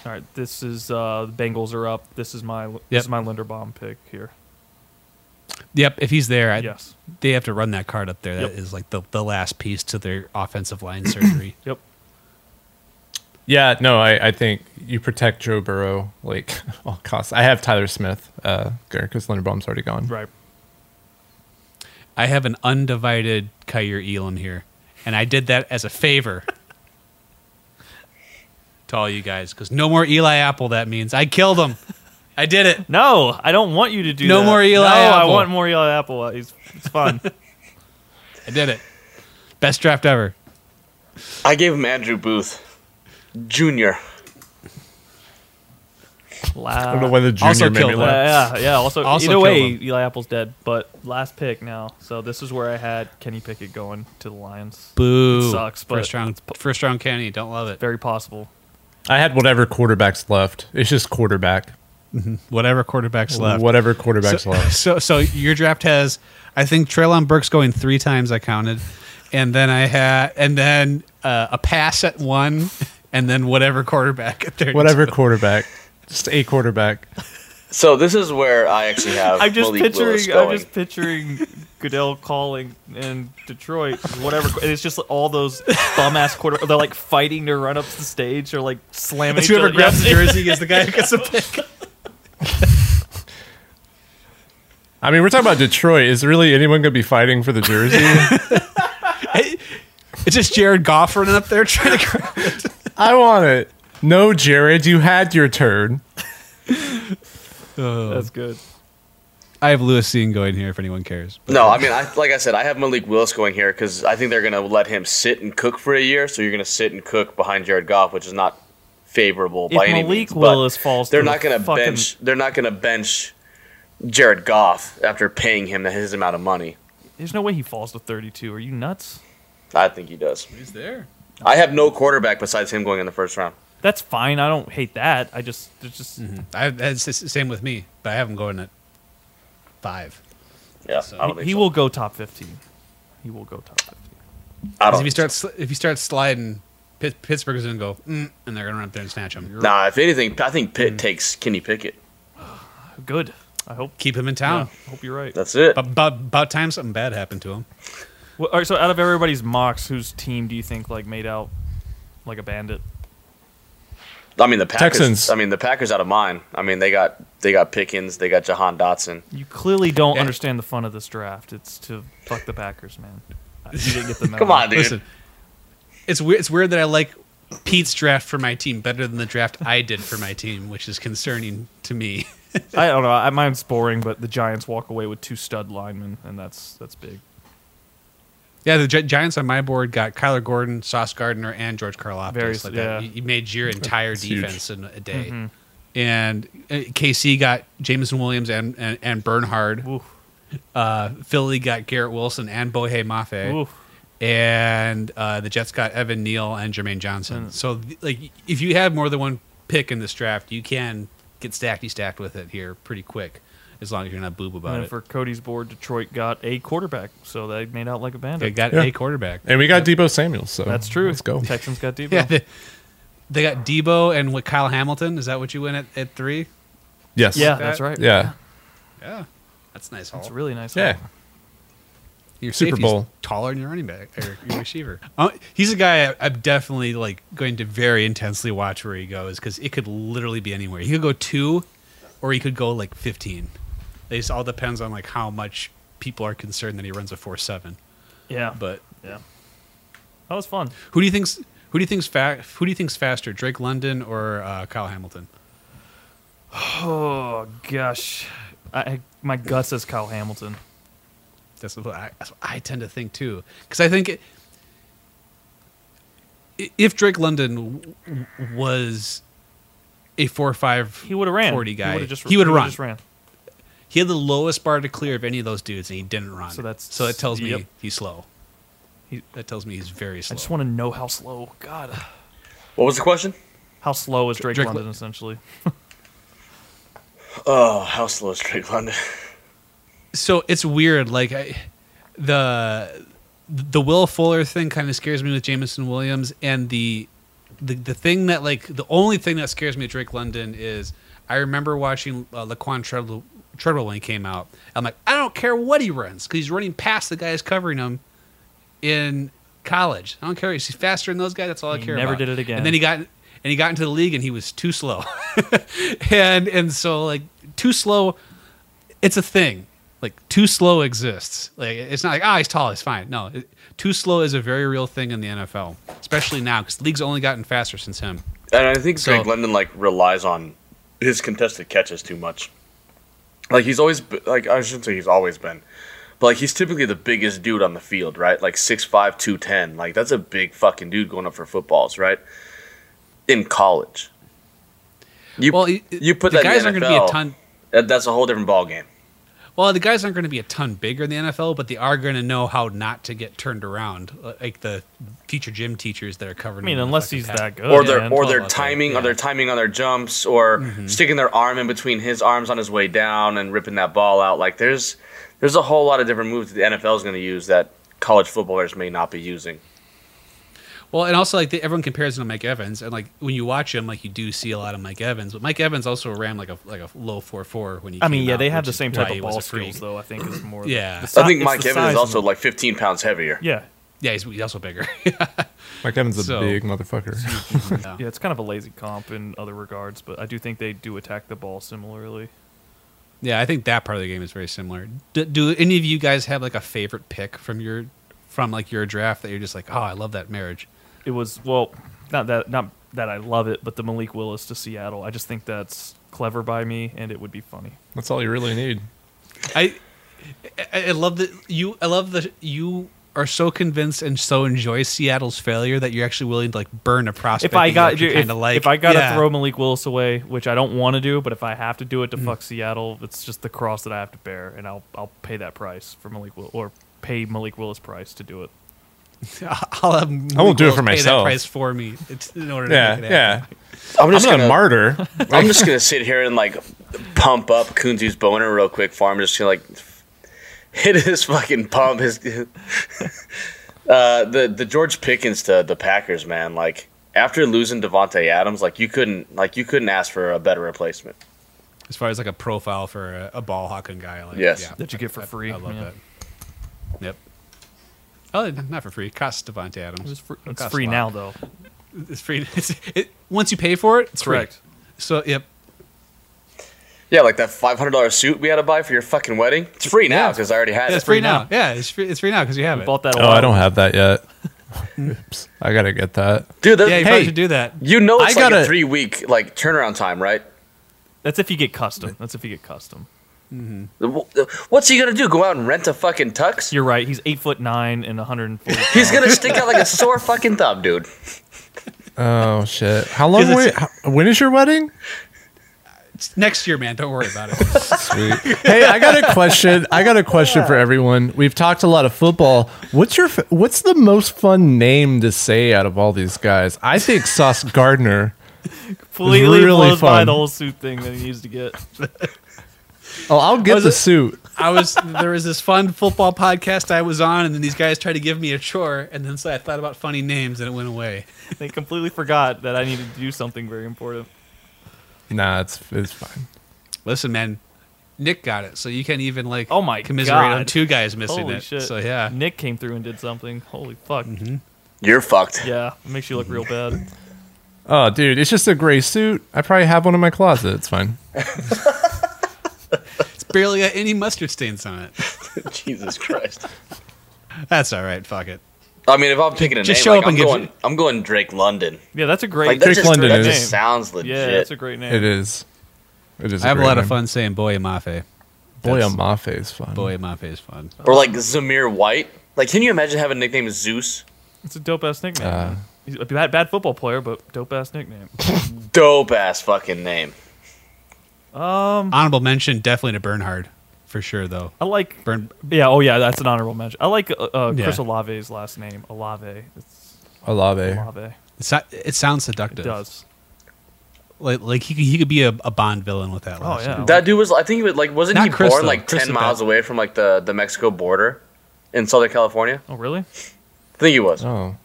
Speaker 3: All right, this is uh, the Bengals are up. This is my
Speaker 1: Yep.
Speaker 3: this is my Linderbaum pick here.
Speaker 1: Yep, if he's there, I,
Speaker 3: yes.
Speaker 1: they have to run that card up there. That is
Speaker 3: Yep.
Speaker 1: like the, the last piece to their offensive line surgery.
Speaker 3: Yep.
Speaker 2: Yeah, no, I, I think you protect Joe Burrow like [LAUGHS] all costs. I have Tyler Smith uh, because Linderbaum's already gone.
Speaker 3: Right.
Speaker 1: I have an undivided Kyir Elam here, and I did that as a favor [LAUGHS] to all you guys because no more Eli Apple. That means I killed him. I did it.
Speaker 3: No, I don't want you to do
Speaker 1: No
Speaker 3: that.
Speaker 1: more Eli
Speaker 3: No, I
Speaker 1: Apple.
Speaker 3: want more Eli Apple. It's,
Speaker 1: [LAUGHS]
Speaker 3: it's fun.
Speaker 1: I did it. Best draft ever.
Speaker 4: I gave him Andrew Booth, Junior.
Speaker 2: I don't know why the junior
Speaker 1: Also
Speaker 2: made me
Speaker 1: killed
Speaker 2: laugh.
Speaker 3: yeah, yeah, yeah. Also,
Speaker 1: Also
Speaker 3: either way,
Speaker 1: kill them.
Speaker 3: Eli Apple's dead. But last pick now. So this is where I had Kenny Pickett going to the Lions.
Speaker 1: Boo.
Speaker 3: It sucks, but-
Speaker 1: first round. First round Kenny. Don't love it.
Speaker 3: Very possible.
Speaker 2: I had whatever quarterbacks left. It's just quarterback.
Speaker 1: Whatever quarterbacks left.
Speaker 2: Whatever quarterbacks
Speaker 1: so, [LAUGHS]
Speaker 2: left.
Speaker 1: so so your draft has I think Traylon Burks going three times I counted, and then I had and then uh, a pass at one, and then whatever quarterback at their
Speaker 2: Whatever quarterback, just a quarterback.
Speaker 4: So this is where I
Speaker 3: [LAUGHS]
Speaker 4: actually have.
Speaker 3: I'm just
Speaker 4: Malik Willis
Speaker 3: picturing.
Speaker 4: going.
Speaker 3: I'm just picturing
Speaker 4: [LAUGHS]
Speaker 3: Goodell calling in Detroit, whatever. And it's just all those bum ass quarter. They're like fighting to run up the stage or like slamming.
Speaker 1: It's
Speaker 3: each
Speaker 1: whoever
Speaker 3: other.
Speaker 1: grabs the
Speaker 3: Yeah.
Speaker 1: jersey is the guy who gets the pick.
Speaker 2: I mean, we're talking about Detroit. Is really anyone going to be fighting for the jersey?
Speaker 1: [LAUGHS] [LAUGHS] It's just Jared Goff running up there trying to grab.
Speaker 2: I want it. No, Jared, you had your turn.
Speaker 3: [LAUGHS] That's good.
Speaker 1: I have Lewis Seen going here if anyone cares.
Speaker 4: No, I mean, I, like I said, I have Malik Willis going here because I think they're going to let him sit and cook for a year. So you're going to sit and cook behind Jared Goff, which is not favorable by
Speaker 3: if
Speaker 4: any
Speaker 3: Malik
Speaker 4: means. but
Speaker 3: Willis falls,
Speaker 4: they're
Speaker 3: to
Speaker 4: not
Speaker 3: the
Speaker 4: going to
Speaker 3: fucking-
Speaker 4: bench. They're not going to bench Jared Goff after paying him his amount of money.
Speaker 3: There's no way he falls to 32. Are you nuts?
Speaker 4: I think he does.
Speaker 1: He's there.
Speaker 4: I have no quarterback besides him going in the first round.
Speaker 3: That's fine. I don't hate that. I just, it's just.
Speaker 1: Hmm. I, that's the same with me, but I have him going at five.
Speaker 4: Yeah,
Speaker 1: So-
Speaker 4: I don't
Speaker 3: He,
Speaker 4: think
Speaker 3: he
Speaker 4: so.
Speaker 3: will go top 15. He will go top 15.
Speaker 1: 'Cause
Speaker 4: I don't.
Speaker 1: If you start, sl- if you start sliding, Pitt- Pittsburgh is going to go, mm, and they're going to run up there and snatch him.
Speaker 4: nah, if anything, I think
Speaker 3: Mm.
Speaker 4: Pitt takes Kenny Pickett.
Speaker 3: Good. I hope.
Speaker 1: Keep him in
Speaker 3: Yeah,
Speaker 1: town.
Speaker 3: I hope you're right.
Speaker 4: That's it.
Speaker 1: But About, about time something bad happened to him.
Speaker 3: Well, all right. So out of everybody's mocks, whose team do you think like made out like a bandit?
Speaker 4: I mean the Packers.
Speaker 2: Texans.
Speaker 4: I mean the Packers out of mine. I mean they got they got Pickens, they got Jahan Dotson.
Speaker 3: You clearly don't
Speaker 4: Eh.
Speaker 1: Yeah.
Speaker 3: understand the fun of this draft. It's to fuck the Packers, man. Uh, You didn't
Speaker 4: [LAUGHS]
Speaker 3: get the memo.
Speaker 4: Come on, dude.
Speaker 1: Listen, it's weird. It's weird that I like Pete's draft for my team better than the draft I did for my team, which is concerning to me. [LAUGHS]
Speaker 3: I don't know. I, mine's boring, but the Giants walk away with two stud linemen, and that's that's big.
Speaker 1: yeah, the Gi- Giants on my board got Kyler Gordon, Sauce Gardner, and George Karloftis.
Speaker 3: Various-
Speaker 1: like
Speaker 3: yeah. Mm-hmm.
Speaker 1: that. You, you made your entire
Speaker 2: huge.
Speaker 1: defense in a day. And uh, KC got Jameson Williams and and, and Bernhard.
Speaker 3: Oof.
Speaker 1: Uh, Philly got Garrett Wilson and Bohe
Speaker 2: Eh,
Speaker 1: Mafe.
Speaker 3: Oof.
Speaker 1: and uh, the Jets got Evan Neal and Jermaine
Speaker 3: Mm.
Speaker 1: Johnson. So, th- like, if you have more than one pick in this draft, you can get stacky stacked with it here pretty quick, as long as you're not boob
Speaker 3: And
Speaker 1: about
Speaker 3: then
Speaker 1: it.
Speaker 3: for Cody's board, Detroit got a quarterback, so they made out like a
Speaker 1: They
Speaker 3: bandit.
Speaker 1: got
Speaker 2: Yeah.
Speaker 1: a quarterback.
Speaker 2: And we got Debo Samuel, so
Speaker 3: that's true.
Speaker 2: Let's go.
Speaker 3: Texans got
Speaker 2: [LAUGHS]
Speaker 3: Debo.
Speaker 1: Yeah, they, they got Debo and what Kyle Hamilton. Is that what you went at, at three?
Speaker 2: Yes.
Speaker 3: Yeah, that's right.
Speaker 2: Yeah.
Speaker 1: Yeah, that's nice.
Speaker 3: That's
Speaker 1: haul.
Speaker 3: really nice.
Speaker 2: Yeah.
Speaker 1: your
Speaker 2: Super
Speaker 1: safety's
Speaker 2: Bowl.
Speaker 1: taller than your running back or your receiver. [LAUGHS] Uh, he's a guy I, I'm definitely like going to very intensely watch where he goes because it could literally be anywhere. He could go two, or he could go like 15. It just all depends on like how much people are concerned that he runs a four seven.
Speaker 3: Yeah.
Speaker 1: But
Speaker 3: yeah. That was fun.
Speaker 1: who do you think's who do you think's fa- who do you think's faster, Drake London or uh, Kyle Hamilton?
Speaker 3: Oh gosh, I, my gut says Kyle Hamilton.
Speaker 1: That's what I, that's what I tend to think too. Because I think it, i- if Drake London w- w- was a four or five,
Speaker 3: He would have ran.
Speaker 1: 40 guy.
Speaker 3: He would have just,
Speaker 1: He would've
Speaker 3: would've
Speaker 1: run.
Speaker 3: Just ran.
Speaker 1: he had the lowest bar to clear of any of those dudes, and he didn't run.
Speaker 3: So that's-
Speaker 1: so that tells
Speaker 3: yep.
Speaker 1: me he's slow.
Speaker 3: He-
Speaker 1: that tells me he's very
Speaker 3: I
Speaker 1: slow.
Speaker 3: just want to know how slow. God,
Speaker 4: What was the question?
Speaker 3: how slow is Drake,
Speaker 1: Drake
Speaker 3: London
Speaker 1: Lo-
Speaker 3: essentially?
Speaker 4: Oh, how slow is Drake London?
Speaker 1: so it's weird. Like I, the the Will Fuller thing kind of scares me with Jamison Williams, and the the the thing that like the only thing that scares me with Drake London is I remember watching uh, Laquan Treadwell, Treadwell when he came out. I'm like, I don't care what he runs because he's running past the guys covering him in college. I don't care. He's faster than those guys. That's all I
Speaker 3: He
Speaker 1: care
Speaker 3: never
Speaker 1: about.
Speaker 3: did it again.
Speaker 1: And then he got and he got into the league and he was too slow. [LAUGHS] and and so like too slow it's a thing. Like too slow exists. Like it's not like ah he's tall, he's fine. No, it, too slow is a very real thing in the NFL, especially now because the league's only gotten faster since him.
Speaker 4: And I think
Speaker 1: So-
Speaker 4: Drake London like relies on his contested catches too much. Like he's always be- like I shouldn't say he's always been, but like he's typically the biggest dude on the field, right? Like 6'5", 210. Like that's a big fucking dude going up for footballs, right? In college, you
Speaker 1: Well, it-
Speaker 4: you put
Speaker 1: the
Speaker 4: that
Speaker 1: guys
Speaker 4: in
Speaker 1: aren't
Speaker 4: the
Speaker 1: going to be a
Speaker 4: NFL,
Speaker 1: ton.
Speaker 4: that- that's a whole different ball game.
Speaker 1: Well, the guys aren't going to be a ton bigger in the NFL, but they are going to know how not to get turned around, uh, like the future gym teachers that are
Speaker 3: I
Speaker 1: covering.
Speaker 3: mean,
Speaker 1: them in the
Speaker 3: unless
Speaker 1: fucking
Speaker 3: he's
Speaker 1: pass.
Speaker 3: that Mm-hmm. good.
Speaker 4: or their
Speaker 3: man.
Speaker 4: or
Speaker 1: Oh,
Speaker 4: their
Speaker 1: okay,
Speaker 4: timing
Speaker 1: yeah.
Speaker 4: or their timing on their jumps or sticking their arm in between his arms on his way down and ripping that ball out like there's there's a whole lot of different moves that the NFL is going to use that college footballers may not be using.
Speaker 1: Well, and also like the, everyone compares him to Mike Evans, and like when you watch him, like you do see a lot of Mike Evans, but Mike Evans also ran like a like a low four four when he.
Speaker 3: I mean,
Speaker 1: came
Speaker 3: yeah,
Speaker 1: out,
Speaker 3: they have
Speaker 1: which
Speaker 3: the
Speaker 1: is
Speaker 3: same
Speaker 1: why
Speaker 3: type
Speaker 1: he
Speaker 3: of
Speaker 1: was
Speaker 3: ball
Speaker 1: a freak.
Speaker 3: skills, though. I think is more.
Speaker 1: Yeah.
Speaker 3: the
Speaker 1: I
Speaker 3: si-
Speaker 4: I think
Speaker 3: it's
Speaker 4: Mike
Speaker 3: the
Speaker 4: Evans
Speaker 3: size
Speaker 4: is
Speaker 3: of
Speaker 4: also
Speaker 3: them.
Speaker 4: like 15 pounds heavier.
Speaker 3: yeah,
Speaker 1: Yeah, he's, he's also bigger.
Speaker 2: Mike Evans a
Speaker 1: So-
Speaker 2: big motherfucker.
Speaker 1: [LAUGHS] yeah.
Speaker 3: [LAUGHS] yeah. It's kind of a lazy comp in other regards, but I do think they do attack the ball similarly.
Speaker 1: Yeah, I think that part of the game is very similar. Do, do any of you guys have like a favorite pick from your from like your draft that you're just like, oh, I love that marriage?
Speaker 3: It was well, not that not that I love it, but the Malik Willis to Seattle. I just think that's clever by me, and it would be funny.
Speaker 2: That's all you really need.
Speaker 1: I I I love that you. I love that you are so convinced and so enjoy Seattle's failure that you're actually willing to like burn a prospect.
Speaker 3: if I
Speaker 1: that you
Speaker 3: got
Speaker 1: actually
Speaker 3: if,
Speaker 1: kinda like.
Speaker 3: if I got to
Speaker 1: Yeah.
Speaker 3: throw Malik Willis away, which I don't want to do, but if I have to do it
Speaker 1: Mm.
Speaker 3: to fuck Seattle, it's just the cross that I have to bear, and I'll I'll pay that price for Malik Will or pay Malik Willis price to do it.
Speaker 1: [LAUGHS] I'll have Malik
Speaker 2: I won't do it for
Speaker 1: Willis pay that
Speaker 2: myself.
Speaker 1: price for me. It's in order to
Speaker 2: Yeah,
Speaker 1: make it happen.
Speaker 2: yeah.
Speaker 4: I'm
Speaker 2: I'm
Speaker 4: just
Speaker 2: not
Speaker 4: gonna
Speaker 2: a martyr.
Speaker 4: I'm
Speaker 1: [LAUGHS]
Speaker 4: just gonna sit here and like pump up Kunzi's boner real quick for him. Just gonna like hit his fucking pump. His [LAUGHS] uh, the the George Pickens to the Packers, man. Like after losing Devonte Adams, like you couldn't like you couldn't ask for a better replacement.
Speaker 1: As far as like a profile for a, a ball hawking guy, like
Speaker 4: Yes.
Speaker 1: yeah,
Speaker 3: That you get for
Speaker 1: I-
Speaker 3: free,
Speaker 1: I, love
Speaker 3: yeah.
Speaker 1: that. Yep. Oh, not for free. It costs Devontae Adams.
Speaker 3: It's free,
Speaker 1: costs a lot.
Speaker 3: now though.
Speaker 1: It's free. [LAUGHS] It's, it, once you pay for it, it's free.
Speaker 3: Correct.
Speaker 1: So yep.
Speaker 4: Yeah, like that five hundred dollar suit we had to buy for your fucking wedding. It's free now because I already had
Speaker 1: Yeah,
Speaker 4: it.
Speaker 1: it's free now. Yeah, it's free. It's free now because you have it.
Speaker 3: Bought that.
Speaker 2: Oh, I don't have that yet. Oops. I gotta get that.
Speaker 4: dude. That,
Speaker 1: Yeah, you
Speaker 2: Hey.
Speaker 1: probably should do that.
Speaker 4: you know it's
Speaker 2: I
Speaker 4: like a
Speaker 2: gotta-
Speaker 4: three week like turnaround time, right?
Speaker 3: That's if you get custom. That's if you get custom.
Speaker 4: What's he gonna do? Go out and rent a fucking tux?
Speaker 3: You're right. He's eight foot nine
Speaker 1: [LAUGHS]
Speaker 3: and 140.
Speaker 4: He's gonna stick out like a sore fucking thumb, dude.
Speaker 2: Oh shit! How long?
Speaker 1: Is
Speaker 2: Wait,
Speaker 1: it-
Speaker 2: how, when is your wedding?
Speaker 1: It's next year, man. Don't worry about it.
Speaker 2: Sweet. [LAUGHS] hey, I got a question. I got a question for everyone. We've talked a lot of football. What's your? f- What's the most fun name to say out of all these guys? I think Sauce Gardner.
Speaker 3: completely
Speaker 2: really
Speaker 3: blows by
Speaker 2: fun.
Speaker 3: the whole suit thing that he needs to get. [LAUGHS]
Speaker 2: Oh, I'll get
Speaker 1: Was
Speaker 2: the
Speaker 1: it-
Speaker 2: suit.
Speaker 1: I was there was this fun football podcast I was on, and then these guys tried to give me a chore, and then so I thought about funny names, and it went away.
Speaker 3: They completely forgot that I needed to do something very important.
Speaker 2: Nah, it's it's fine.
Speaker 1: Listen, man, Nick got it, so you can even like
Speaker 3: Oh my
Speaker 1: commiserate on
Speaker 3: God.
Speaker 1: two guys missing
Speaker 3: Holy
Speaker 1: it.
Speaker 3: shit!
Speaker 1: So yeah, Mm-hmm.
Speaker 3: Nick came through and did something. Holy fuck!
Speaker 4: You're fucked.
Speaker 3: Yeah, it makes you look real bad.
Speaker 2: Oh, dude, it's just a gray suit. I probably have one in my closet. It's fine.
Speaker 1: it's barely got any mustard stains on it.
Speaker 3: [LAUGHS]
Speaker 4: [LAUGHS] Jesus Christ.
Speaker 1: That's all right. Fuck it.
Speaker 4: I mean, if I'm picking a
Speaker 1: Just
Speaker 4: name,
Speaker 1: show
Speaker 4: like,
Speaker 1: up
Speaker 4: I'm
Speaker 1: and give-
Speaker 4: going. I'm going Drake London.
Speaker 3: Yeah, that's a great.
Speaker 4: Like that
Speaker 2: Drake
Speaker 4: just,
Speaker 2: London
Speaker 4: that
Speaker 2: is-
Speaker 4: just sounds legit.
Speaker 3: yeah, that's a great name.
Speaker 2: It is. It is.
Speaker 1: I have a
Speaker 2: great
Speaker 1: lot of
Speaker 2: name.
Speaker 1: fun saying "boy mafe."
Speaker 2: Boy,
Speaker 1: That's-
Speaker 2: Amafe is fun.
Speaker 1: Boy mafe is fun.
Speaker 4: Or like Zamir White. Like, can you imagine having a nickname as Zeus?
Speaker 3: It's a dope ass nickname.
Speaker 2: Uh,
Speaker 3: man. He's a bad, bad football player, but dope ass nickname.
Speaker 4: Dope ass fucking name.
Speaker 3: Um,
Speaker 1: Honorable mention, definitely to Bernhard, for sure though.
Speaker 3: I like.
Speaker 1: Burn.
Speaker 3: Yeah, oh yeah, that's an honorable mention. I like uh, uh, Chris
Speaker 1: Yeah.
Speaker 3: Olave's last name, Olave. It's
Speaker 2: Alave.
Speaker 3: Olave.
Speaker 1: It, so- it sounds
Speaker 3: It
Speaker 1: seductive.
Speaker 3: does.
Speaker 1: Like, like he, could- he could be a, a Bond villain with that.
Speaker 3: Oh,
Speaker 1: last
Speaker 3: yeah.
Speaker 1: name.
Speaker 4: That dude was. I think he was like. Wasn't
Speaker 1: Not
Speaker 4: he
Speaker 1: Chris,
Speaker 4: born
Speaker 1: though.
Speaker 4: like
Speaker 1: Chris
Speaker 4: ten
Speaker 1: is
Speaker 4: miles
Speaker 1: bad.
Speaker 4: away from like the the Mexico border in Southern California?
Speaker 3: Oh really?
Speaker 4: I think he was.
Speaker 2: Oh.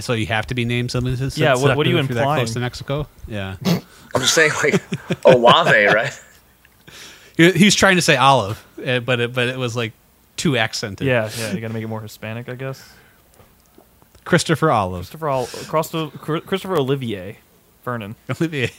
Speaker 1: So you have to be named something. That's
Speaker 3: Yeah, what- what are you
Speaker 1: seductive if you're That
Speaker 3: implying?
Speaker 1: close to Mexico. Yeah.
Speaker 4: I'm just saying like
Speaker 1: [LAUGHS]
Speaker 4: Olave, right?
Speaker 1: he he was trying to say olive, eh, but it, but it was like too accented.
Speaker 3: Yeah, yeah. You got to make it more Hispanic, I guess.
Speaker 1: Christopher Olive. [LAUGHS]
Speaker 3: Christopher, Ol- Christo- Cr- Christopher Olivier, Vernon.
Speaker 1: Olivier.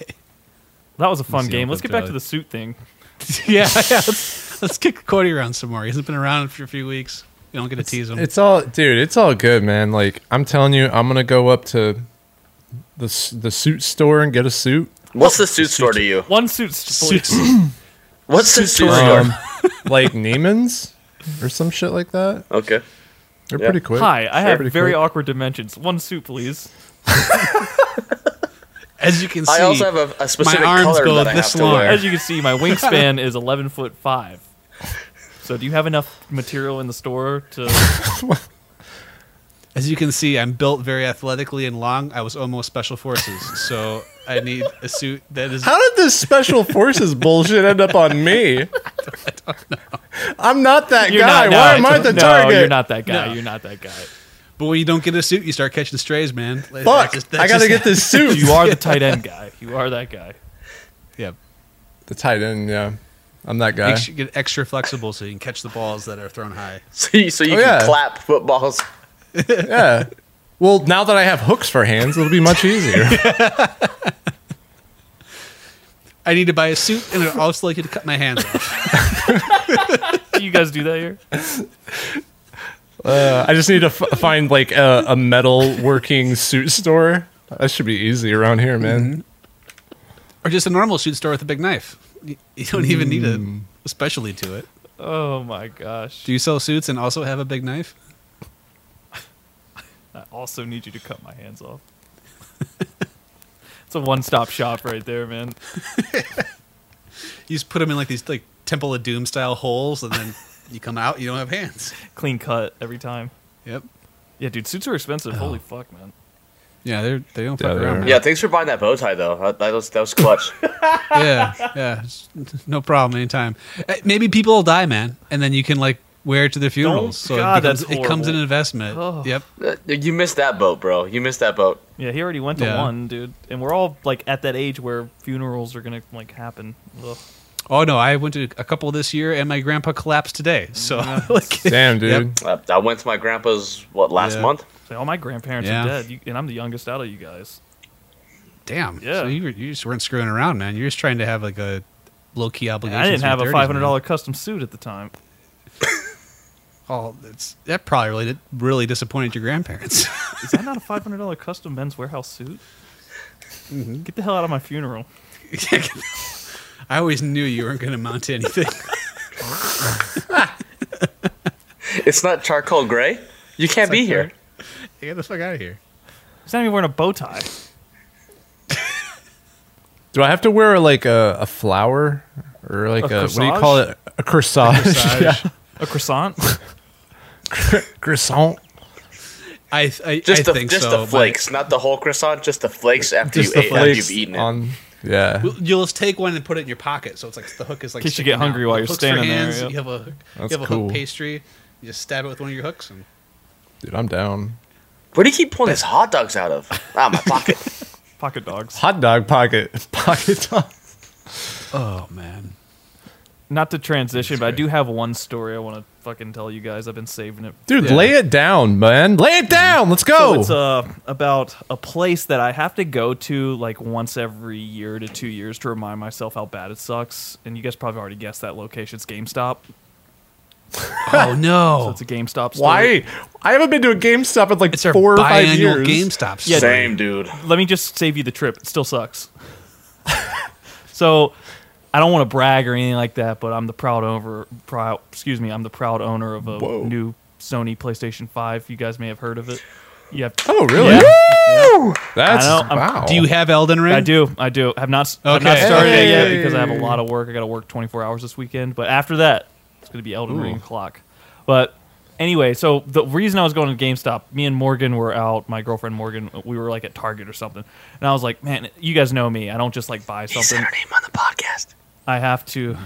Speaker 3: That was a fun
Speaker 1: see
Speaker 3: game.
Speaker 1: what
Speaker 3: Let's
Speaker 1: that
Speaker 3: get back
Speaker 1: does.
Speaker 3: to the suit thing.
Speaker 1: [LAUGHS] yeah, yeah.
Speaker 2: [LAUGHS]
Speaker 1: Let's, let's kick Cody around some more. He hasn't been around for a few weeks. You don't get to tease him.
Speaker 2: It's all, dude. It's all good, man. Like I'm telling you, I'm gonna go up to the s- the suit store and get a suit.
Speaker 4: What's the suit store to you?
Speaker 3: One suit.
Speaker 1: Suits-
Speaker 3: Suits.
Speaker 4: What's the suit store?
Speaker 2: Um, like Neiman's or some shit like that.
Speaker 4: Okay.
Speaker 2: They're
Speaker 4: Yeah.
Speaker 2: pretty
Speaker 3: [LAUGHS]
Speaker 2: quick.
Speaker 3: Hi, I
Speaker 2: They're
Speaker 3: have
Speaker 2: pretty
Speaker 3: very
Speaker 2: quick.
Speaker 3: awkward dimensions. One suit, please.
Speaker 1: As you can see,
Speaker 4: I also have a, a specific
Speaker 1: arms
Speaker 4: color
Speaker 1: go
Speaker 4: that I have
Speaker 1: this
Speaker 4: to
Speaker 1: long.
Speaker 4: wear.
Speaker 3: As you can see, my wingspan is 11 foot 5. So do you have enough material in the store to...
Speaker 1: as you can see, I'm built very athletically and long. I was almost special forces, so I need a suit that is.
Speaker 2: How did this special [LAUGHS] forces bullshit end up on [LAUGHS] me? I'm not that guy.
Speaker 3: You're
Speaker 2: Why am I
Speaker 3: no,
Speaker 2: the
Speaker 3: no,
Speaker 2: target?
Speaker 3: you're not that guy.
Speaker 1: No.
Speaker 3: You're not that guy.
Speaker 1: But But when you don't get a suit, you start catching strays, man. Like,
Speaker 2: Fuck!
Speaker 1: that's just- that's
Speaker 2: I gotta
Speaker 1: just-
Speaker 2: get this [LAUGHS] suit.
Speaker 3: You are the tight end guy. You are that guy.
Speaker 1: Yeah,
Speaker 2: the tight end. Yeah, I'm that guy.
Speaker 1: make sure you get extra flexible so you can catch the balls that are thrown high.
Speaker 4: [LAUGHS] So you, so you
Speaker 2: Oh,
Speaker 4: can
Speaker 2: yeah.
Speaker 4: clap footballs.
Speaker 2: Yeah. Well, now that I have hooks for hands, it'll be much easier.
Speaker 1: I need to buy a suit, and I'd also like you to cut my hands off.
Speaker 3: You guys do that here?
Speaker 2: [LAUGHS] Uh, I just need to f- find like a, a metal working suit store. That should be easy around here, man.
Speaker 1: or just a normal suit store with a big knife. You, you don't even need
Speaker 2: Mm.
Speaker 1: a, a specialty to it.
Speaker 3: Oh my gosh.
Speaker 1: Do you sell suits and also have a big knife?
Speaker 3: I also need you to cut my hands off. it's a one-stop shop right there, man.
Speaker 1: You just put them in like these like Temple of Doom style holes, and
Speaker 2: [LAUGHS]
Speaker 1: then you come out, you don't have hands.
Speaker 3: Clean cut every time.
Speaker 1: Yep.
Speaker 3: Yeah, dude, suits are expensive. Holy fuck, man.
Speaker 1: Yeah, they're they don't
Speaker 2: Yeah,
Speaker 1: fuck
Speaker 2: they
Speaker 1: around.
Speaker 2: are.
Speaker 1: man.
Speaker 4: Yeah, thanks for buying that bow tie though. That, that was that was clutch.
Speaker 1: yeah, yeah. No problem. Anytime. Uh, Maybe people will die, man, and then you can like wear it to their funerals. so
Speaker 3: God,
Speaker 1: it, becomes,
Speaker 3: that's
Speaker 1: it comes
Speaker 3: horrible.
Speaker 1: an investment.
Speaker 3: Oh.
Speaker 1: Yep.
Speaker 4: Uh, you missed that boat, bro. You missed that boat.
Speaker 3: Yeah, he already went to
Speaker 1: Yeah.
Speaker 3: one, dude. And we're all like at that age where funerals are gonna like happen. Ugh.
Speaker 1: Oh no, I went to a couple this year, and my grandpa collapsed today.
Speaker 2: Mm,
Speaker 1: So [LAUGHS] like,
Speaker 2: [LAUGHS] Damn, dude.
Speaker 4: Uh, I went to my grandpa's what last
Speaker 1: Yeah.
Speaker 4: month.
Speaker 3: So all "Oh, my grandparents
Speaker 1: Yeah.
Speaker 3: are dead, you, and I'm the youngest out of you guys.
Speaker 1: damn.
Speaker 3: Yeah.
Speaker 1: So you, were, you just weren't screwing around, man. You're just trying to have like a low key
Speaker 3: And
Speaker 1: obligation.
Speaker 3: I didn't
Speaker 1: to your
Speaker 3: have a
Speaker 1: 30s,
Speaker 3: five hundred
Speaker 1: man.
Speaker 3: dollar custom suit at the time.
Speaker 1: Oh, it's that probably really did- really disappointed your grandparents.
Speaker 3: Is that not a five hundred dollar custom men's warehouse suit?
Speaker 1: Mm-hmm.
Speaker 3: Get the hell out of my funeral.
Speaker 1: I always knew you weren't going to amount to anything.
Speaker 4: It's not charcoal gray. You can't be here.
Speaker 1: [LAUGHS] Get the fuck out of here.
Speaker 3: He's not even wearing a bow tie.
Speaker 2: Do I have to wear like a, a flower or like
Speaker 3: A
Speaker 2: a, what do you call
Speaker 3: corsage?
Speaker 2: it? A corsage. [LAUGHS] yeah.
Speaker 1: [LAUGHS]
Speaker 3: A croissant.
Speaker 2: Croissant.
Speaker 1: I, I
Speaker 4: Just
Speaker 1: I
Speaker 4: the
Speaker 1: think
Speaker 4: just
Speaker 1: so.
Speaker 4: the
Speaker 1: but-
Speaker 4: flakes, not the whole croissant. Just the flakes after
Speaker 2: Just
Speaker 4: you
Speaker 2: the
Speaker 4: ate after
Speaker 2: flakes
Speaker 4: you've eaten it.
Speaker 2: on. Yeah.
Speaker 1: Well, You'll just take one and put it in your pocket, so it's like the hook is like.
Speaker 3: In case you get
Speaker 1: sticking
Speaker 3: hungry
Speaker 1: out.
Speaker 3: while you're
Speaker 1: Hooks for
Speaker 3: standing there,
Speaker 1: hands,
Speaker 3: yeah.
Speaker 1: You have a
Speaker 2: That's
Speaker 1: you have a
Speaker 2: cool.
Speaker 1: hook pastry. You just stab it with one of your hooks, and
Speaker 2: Dude, I'm down.
Speaker 4: Where do you keep pulling these hot dogs out of? Ah, my pocket.
Speaker 3: Pocket dogs.
Speaker 2: Hot
Speaker 3: [LAUGHS]
Speaker 2: dog pocket. Pocket dog.
Speaker 1: oh man,
Speaker 3: Not to transition, but I do have one story I want to fucking tell you guys. I've been saving it
Speaker 2: Dude,
Speaker 1: Yeah.
Speaker 2: lay it down, man. Lay it down. Let's go.
Speaker 3: So it's uh, about a place that I have to go to like once every year to two years to remind myself how bad it sucks. And you guys probably already guessed that location. It's GameStop.
Speaker 1: [LAUGHS] oh
Speaker 3: So
Speaker 1: no,
Speaker 3: it's a GameStop. Store.
Speaker 2: Why? I haven't been to a GameStop in like
Speaker 1: it's our
Speaker 2: four or five
Speaker 1: biannual
Speaker 2: years.
Speaker 1: GameStop. store.
Speaker 4: Same dude.
Speaker 3: Let me just save you the trip. It still sucks. [LAUGHS] so I don't want to brag or anything like that, but I'm the proud over. Proud, excuse me. I'm the proud owner of a
Speaker 2: Whoa.
Speaker 3: new Sony PlayStation Five. You guys may have heard of it. You have.
Speaker 2: Oh, really?
Speaker 3: Yeah.
Speaker 2: That's
Speaker 3: I know, I'm-
Speaker 2: wow.
Speaker 1: Do you have Elden Ring?
Speaker 3: I do. I do. I've not. I've not
Speaker 1: Okay.
Speaker 3: started it yet
Speaker 2: Hey.
Speaker 3: because I have a lot of work. I got to work 24 hours this weekend. But after that, it's going to be Elden Ring
Speaker 2: Ooh.
Speaker 3: clock. But anyway, so the reason I was going to GameStop, me and Morgan were out. My girlfriend Morgan, we were like at Target or something, and I was like, "Man, you guys know me. I don't just like buy
Speaker 4: He said
Speaker 2: [LAUGHS]
Speaker 3: something.
Speaker 4: her name on the podcast.
Speaker 3: I have to.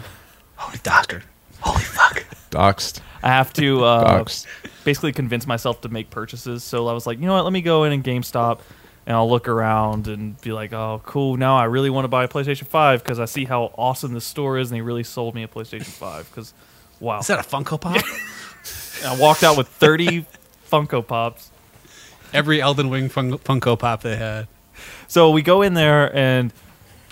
Speaker 4: Holy doctor. Holy fuck.
Speaker 2: Doxed.
Speaker 3: I have to." Uh,
Speaker 2: Doxed.
Speaker 3: basically convince myself to make purchases. So I was like, you know what? Let me go in and GameStop, and I'll look around and be like, oh, cool. Now I really want to buy a PlayStation Five because I see how awesome this store is, and they really sold me a PlayStation Five. Because wow,
Speaker 1: Is that a Funko Pop?
Speaker 3: And I walked out with thirty [LAUGHS] Funko Pops.
Speaker 1: Every Elden Ring fun- Funko Pop they had.
Speaker 3: So we go in there, and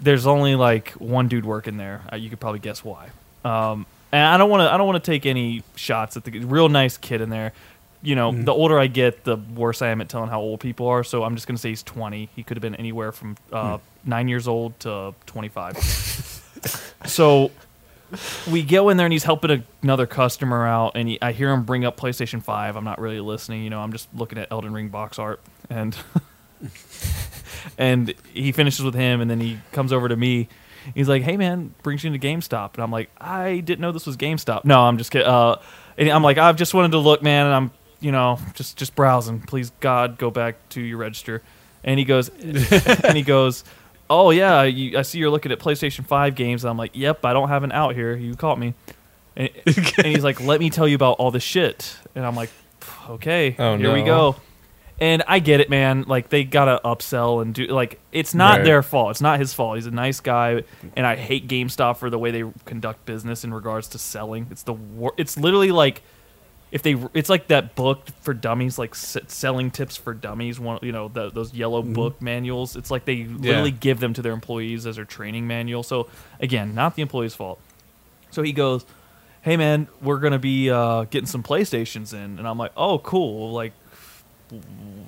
Speaker 3: there's only like one dude working there. Uh, you could probably guess why. Um, and I don't want to. I don't want to take any shots at the real nice kid in there. You know, the older I get, the worse I am at telling how old people are. So I'm just gonna say he's 20. He could have been anywhere from uh, nine years old to 25. [LAUGHS] so we go in there and he's helping another customer out, and he, I hear him bring up PlayStation 5. I'm not really listening. You know, I'm just looking at Elden Ring box art and and he finishes with him and then he comes over to me he's like hey man brings you into gamestop and i'm like i didn't know this was gamestop no i'm just kidding uh, and i'm like i've just wanted to look man and i'm you know just just browsing please god go back to your register and he goes [LAUGHS] and he goes oh yeah you, i see you're looking at playstation 5 games and i'm like yep i don't have an out here you caught me
Speaker 2: [LAUGHS]
Speaker 3: and, and he's like let me tell you about all the shit and i'm like okay
Speaker 2: Oh,
Speaker 3: here we
Speaker 2: no.
Speaker 3: go And I get it, man. Like they gotta upsell and do like it's not
Speaker 2: Right.
Speaker 3: their fault. It's not his fault. He's a nice guy, and I hate GameStop for the way they conduct business in regards to selling. It's the wor- it's literally like if they it's like that book for dummies like s- selling tips for dummies one you know the, those yellow book manuals it's like they literally give them to their employees as their training manual so again not the employee's fault so he goes hey man we're gonna be uh, getting some playstations in and i'm like oh cool like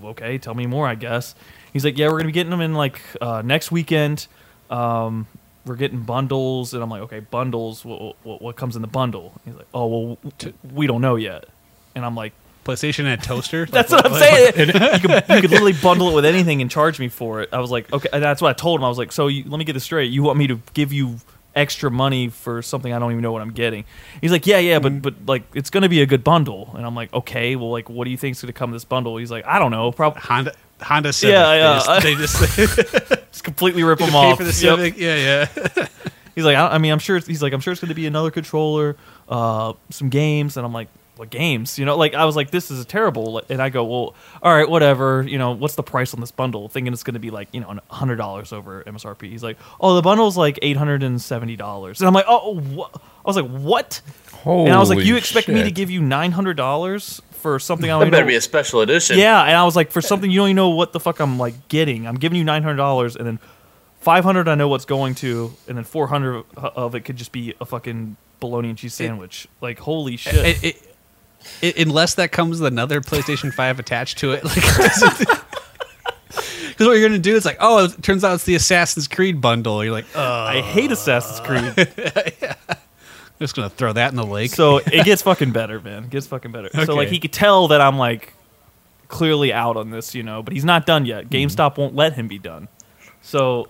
Speaker 3: okay, tell me more, I guess. He's like, yeah, we're gonna be getting them in like uh, next weekend. Um, we're getting bundles, and I'm like, okay, bundles. What, what, what comes in the bundle? He's like, oh well, w- w- we don't know yet. And I'm like,
Speaker 1: PlayStation and a toaster.
Speaker 3: [LAUGHS] that's what I'm saying. you, could, you could literally bundle it with anything and charge me for it. I was like, okay, and that's what I told him. I was like, so you, let me get this straight. You want me to give you extra money for something I don't even know what I'm getting? He's like, yeah, yeah, but but like it's gonna be a good bundle. And I'm like, okay, well, like what do you think's gonna come in this bundle? He's like, I don't know, probably
Speaker 1: Honda. Honda Civic.
Speaker 3: Yeah, yeah.
Speaker 1: They just, they
Speaker 3: [LAUGHS]
Speaker 1: just
Speaker 3: just completely rip them
Speaker 1: [LAUGHS] pay
Speaker 3: off.
Speaker 1: for the
Speaker 3: Yep.
Speaker 1: Civic. Yeah, yeah.
Speaker 3: He's like, I, don't- I mean, I'm sure. It's, he's like, I'm sure it's going to be another controller, uh, some games, and I'm like, what games? You know, like I was like, this is terrible. Like, And I go, well, all right, whatever. You know, what's the price on this bundle? Thinking it's going to be like, you know, hundred dollars over MSRP. He's like, oh, the bundle's like eight hundred and seventy dollars, and I'm like, oh, wha-? I was like, what? and I was like,
Speaker 2: Holy
Speaker 3: you expect me to
Speaker 2: shit.
Speaker 3: give you nine hundred dollars for something I
Speaker 4: That
Speaker 3: don't
Speaker 4: better
Speaker 3: Oh, know?
Speaker 4: be a special edition.
Speaker 3: Yeah, and I was like, for something you don't even know what the fuck I'm like getting. I'm giving you nine hundred dollars, and then five hundred I know what's going to, and then four hundred of it could just be a fucking bologna and cheese sandwich. like holy shit!
Speaker 1: It- it- it- unless that comes with another PlayStation 5 attached to it. [LAUGHS] Like, because what you're gonna do is like, oh, it turns out it's the Assassin's Creed bundle. You're like, oh,
Speaker 3: I hate Assassin's Creed,
Speaker 1: I'm just gonna throw that in the lake.
Speaker 3: so it gets fucking better, man. It gets fucking better. So like
Speaker 1: Okay.
Speaker 3: he could tell that I'm like clearly out on this, you know, but he's not done yet. GameStop won't let him be done. So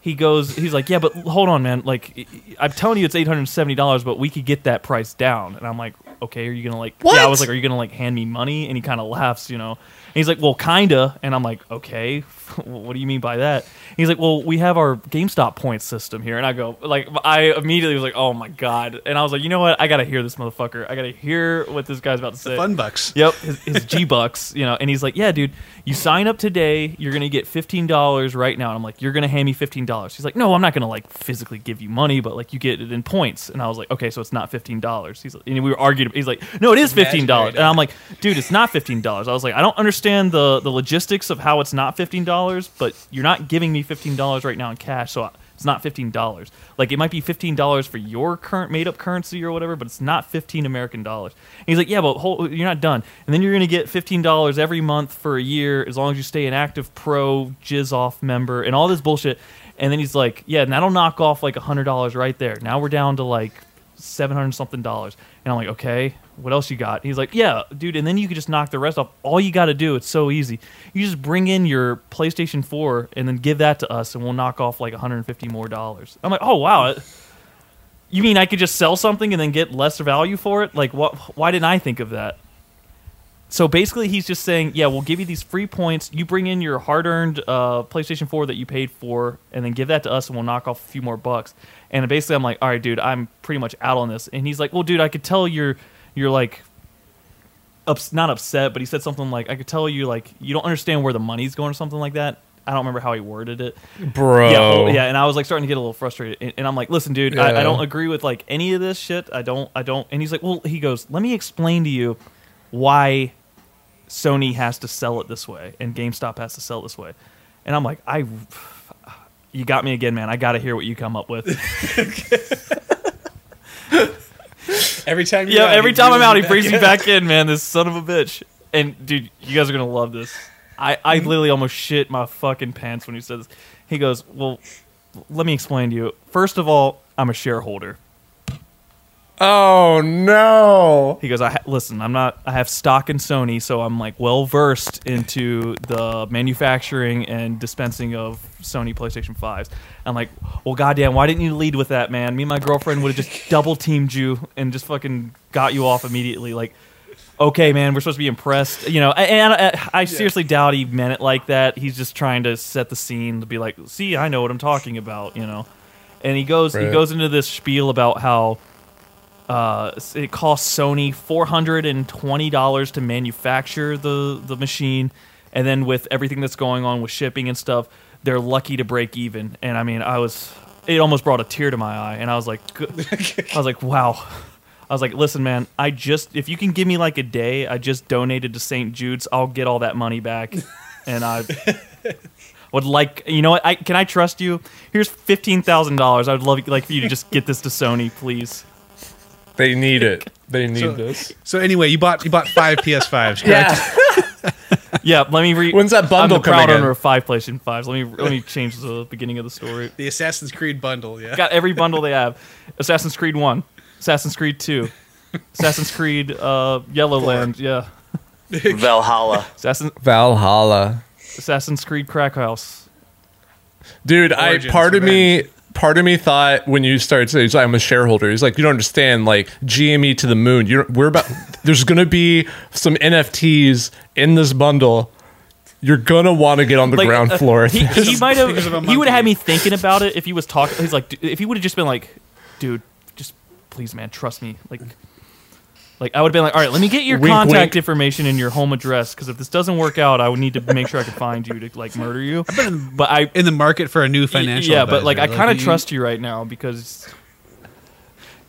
Speaker 3: he goes, he's like, yeah, but hold on, man. Like, I- I'm telling you, it's eight hundred and seventy dollars, but we could get that price down. And I'm like, okay, are you gonna like? Yeah, I was like, are you gonna like hand me money? And he kind of laughs, you know. And he's like, well, kinda. And I'm like, okay, [LAUGHS] what do you mean by that? And he's like, well, we have our GameStop points system here. And I go, like, I immediately was like, oh my god. And I was like, you know what? I gotta hear this motherfucker. I gotta hear what this guy's about to say.
Speaker 1: fun bucks.
Speaker 3: Yep, his, his G bucks, you know, and he's like, "Yeah, dude, you sign up today. You're gonna get fifteen dollars right now." And I'm like, "You're gonna hand me fifteen dollars?" He's like, "No, I'm not gonna like physically give you money, but like you get it in points." And I was like, "Okay, so it's not fifteen dollars." He's like, and we were arguing. He's like, "No, it is fifteen dollars." And I'm like, "Dude, it's not fifteen dollars." I was like, "I don't understand the the logistics of how it's not fifteen dollars, but you're not giving me fifteen dollars right now in cash, so." I, it's not fifteen dollars. Like it might be fifteen dollars for your current made-up currency or whatever, but it's not fifteen American dollars. And he's like, yeah, but hold, you're not done. And then you're gonna get fifteen dollars every month for a year as long as you stay an active pro jizz off member and all this bullshit. And then he's like, yeah, and that'll knock off like hundred dollars right there. Now we're down to like seven hundred something dollars. And I'm like, okay, what else you got? He's like, yeah, dude. And then you could just knock the rest off. All you got to do, it's so easy. You just bring in your PlayStation Four and then give that to us, and we'll knock off like 150 more dollars. I'm like, oh wow. it- You mean I could just sell something and then get less value for it? Like, what? Why didn't I think of that? So basically, he's just saying, yeah, we'll give you these free points. You bring in your hard-earned uh, PlayStation 4 that you paid for, and then give that to us, and we'll knock off a few more bucks. And basically, I'm like, all right, dude, I'm pretty much out on this. And he's like, well, dude, I could tell you're you're like ups, not upset, but he said something like, I could tell you like you don't understand where the money's going or something like that. I don't remember how he worded it.
Speaker 2: bro.
Speaker 3: Yeah, well, yeah, and I was like starting to get a little frustrated, and, and I'm like, "Listen, dude, I, I
Speaker 2: Yeah.
Speaker 3: don't agree with like any of this shit. I don't, I don't." And he's like, "Well," he goes, "Let me explain to you why Sony has to sell it this way and GameStop has to sell it this way." And I'm like, "I, you got me again, man. I got to hear what you come up with."
Speaker 1: Every time, you're
Speaker 3: yeah,
Speaker 1: out,
Speaker 3: every
Speaker 1: he
Speaker 3: time I'm
Speaker 1: brings
Speaker 3: out,
Speaker 1: you
Speaker 3: he brings me back in, man. This son of a bitch. And dude, you guys are gonna love this. I, I literally almost shit my fucking pants when he says this. He goes, Well, let me explain to you. First of all, I'm a shareholder.
Speaker 2: Oh no.
Speaker 3: He goes, I ha- listen, I'm not. I have stock in Sony, so I'm like well versed into the manufacturing and dispensing of Sony PlayStation fives. I'm like, well, goddamn, why didn't you lead with that, man? Me and my girlfriend would have just double teamed you and just fucking got you off immediately. Like, okay, man, we're supposed to be impressed, you know. a- And uh, I, I seriously doubt he meant it like that. He's just trying to set the scene to be like, see, I know what I'm talking about, you know. And he goes, he
Speaker 2: Right.
Speaker 3: goes into this spiel about how uh, it costs Sony four hundred and twenty dollars to manufacture the the machine, And then with everything that's going on with shipping and stuff, they're lucky to break even. And I mean, I was it almost brought a tear to my eye, and I was like, "Good." I was like, wow. I was like, listen, man, I just if you can give me like a day, I just donated to St. Jude's. I'll get all that money back,
Speaker 2: [LAUGHS]
Speaker 3: and I would like you know what? I can I trust you? Here's fifteen thousand dollars. I would love like for you to just get this to Sony, please. [LAUGHS]
Speaker 2: They need it. They need this.
Speaker 1: So anyway, you bought you bought five PS5s, correct?
Speaker 3: Yeah, let me read.
Speaker 2: When's that bundle
Speaker 3: I'm the proud
Speaker 2: coming in?
Speaker 3: owner of five PlayStation fives. Let me let me change the beginning of the story.
Speaker 1: The Assassin's Creed bundle, yeah.
Speaker 3: Got every bundle they have: Assassin's Creed One, Assassin's Creed Two, Assassin's Creed uh, Yellowland, yeah,
Speaker 4: Valhalla.
Speaker 3: Assassin,
Speaker 2: Valhalla.
Speaker 3: Assassin's Creed Crack House.
Speaker 2: Dude, I
Speaker 1: Origins,
Speaker 2: part of me part of me thought when you started saying he's like, I'm a shareholder, he's like, you don't understand, like GME to the moon. You're we're about [LAUGHS] there's gonna be some NFTs in this bundle. You're gonna want to get on the
Speaker 3: Like,
Speaker 2: ground
Speaker 3: uh,
Speaker 2: floor. [LAUGHS]
Speaker 3: He, he might have.
Speaker 1: Because of a
Speaker 3: He would have had
Speaker 1: monkey.
Speaker 3: me thinking about it if he was talking. He's like, d- if he would have just been like, dude, just please, man, trust me, like. Like I would have been like, all right, let me get your
Speaker 2: Wink,
Speaker 3: contact
Speaker 2: wink.
Speaker 3: information and your home address because if this doesn't work out, I would need to make sure I could find you to like murder you. But I
Speaker 1: In the market for a new financial
Speaker 3: yeah but like i
Speaker 1: advisor.
Speaker 3: kind of
Speaker 1: you-
Speaker 3: trust you right now because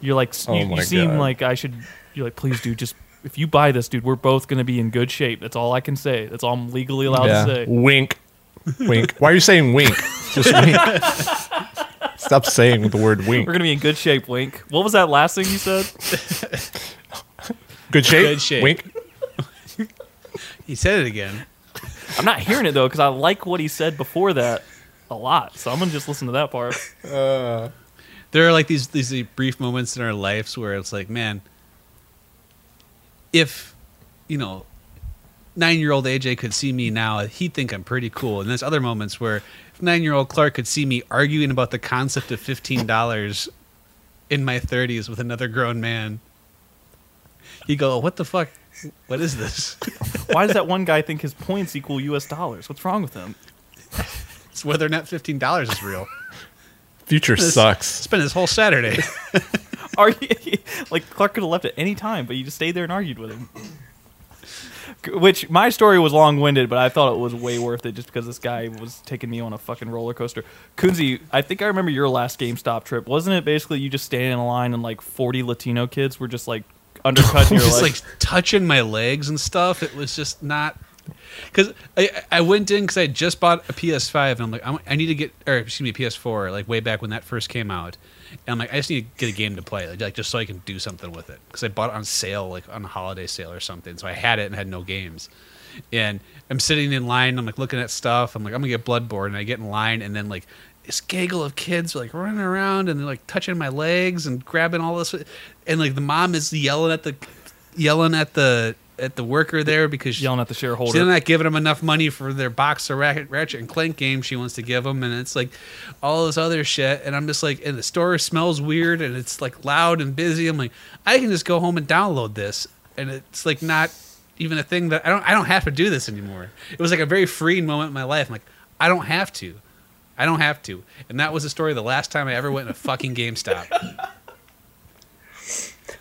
Speaker 3: you're like s-
Speaker 2: Oh
Speaker 3: you, you
Speaker 2: my
Speaker 3: seem
Speaker 2: God.
Speaker 3: like i should you're like please dude just if you buy this dude we're both going to be in good shape that's all i can say that's all i'm legally allowed to
Speaker 2: yeah.
Speaker 3: say
Speaker 2: Wink. Wink. Why are you saying wink? Just wink. [LAUGHS] Stop saying the word wink.
Speaker 3: we're going to be in good shape wink what was that last thing you said
Speaker 2: Good shape.
Speaker 1: Good shape.
Speaker 2: Wink.
Speaker 1: He said it again.
Speaker 3: i'm not hearing it though because i like what he said before that a lot so i'm going to just listen to that part
Speaker 1: there are like these these like, brief moments in our lives where it's like, man, if you know, nine year old AJ could see me now, he'd think I'm pretty cool. And there's other moments where if nine year old Clark could see me arguing about the concept of fifteen dollars in my thirties with another grown man, he'd go, "What the fuck? What is this?"
Speaker 3: why does that one guy think his points equal us dollars what's wrong with him
Speaker 1: It's whether or not fifteen dollars is real.
Speaker 2: Future sucks.
Speaker 1: Spend this whole Saturday.
Speaker 3: [LAUGHS] Are you, [LAUGHS] like Clark could have left at any time, but you just stayed there and argued with him. Which my story was long winded, but I thought it was way worth it just because this guy was taking me on a fucking roller coaster. Kunzi, I think I remember your last GameStop trip. Wasn't it basically you just standing in a line and like forty Latino kids were just like
Speaker 1: [LAUGHS]
Speaker 3: undercutting your
Speaker 1: just
Speaker 3: like,
Speaker 1: like touching my legs and stuff. It was just not because I, I went in because I had just bought a PS5 and I'm like I'm, I need to get or excuse me PS4 like way back when that first came out and I'm like I just need to get a game to play like, like, just so I can do something with it because I bought it on sale like on a holiday sale or something so I had it and had no games and I'm sitting in line I'm like looking at stuff I'm like I'm gonna get Bloodborne and I get in line and then like this gaggle of kids are like running around and they're like touching my legs and grabbing all this and like the mom is yelling at the yelling at the at the worker there because
Speaker 3: yelling at the shareholder.
Speaker 1: She's not giving them enough money for their box of Ratchet, Ratchet and Clank game she wants to give them, and it's like all this other shit. And I'm just like, and the store smells weird, and it's like loud and busy. I'm like, I can just go home and download this, and it's like not even a thing that I don't I don't have to do this anymore. It was like a very freeing moment in my life. I'm like, I don't have to, I don't have to. And that was the story of the last time I ever went in a fucking GameStop.
Speaker 4: Hence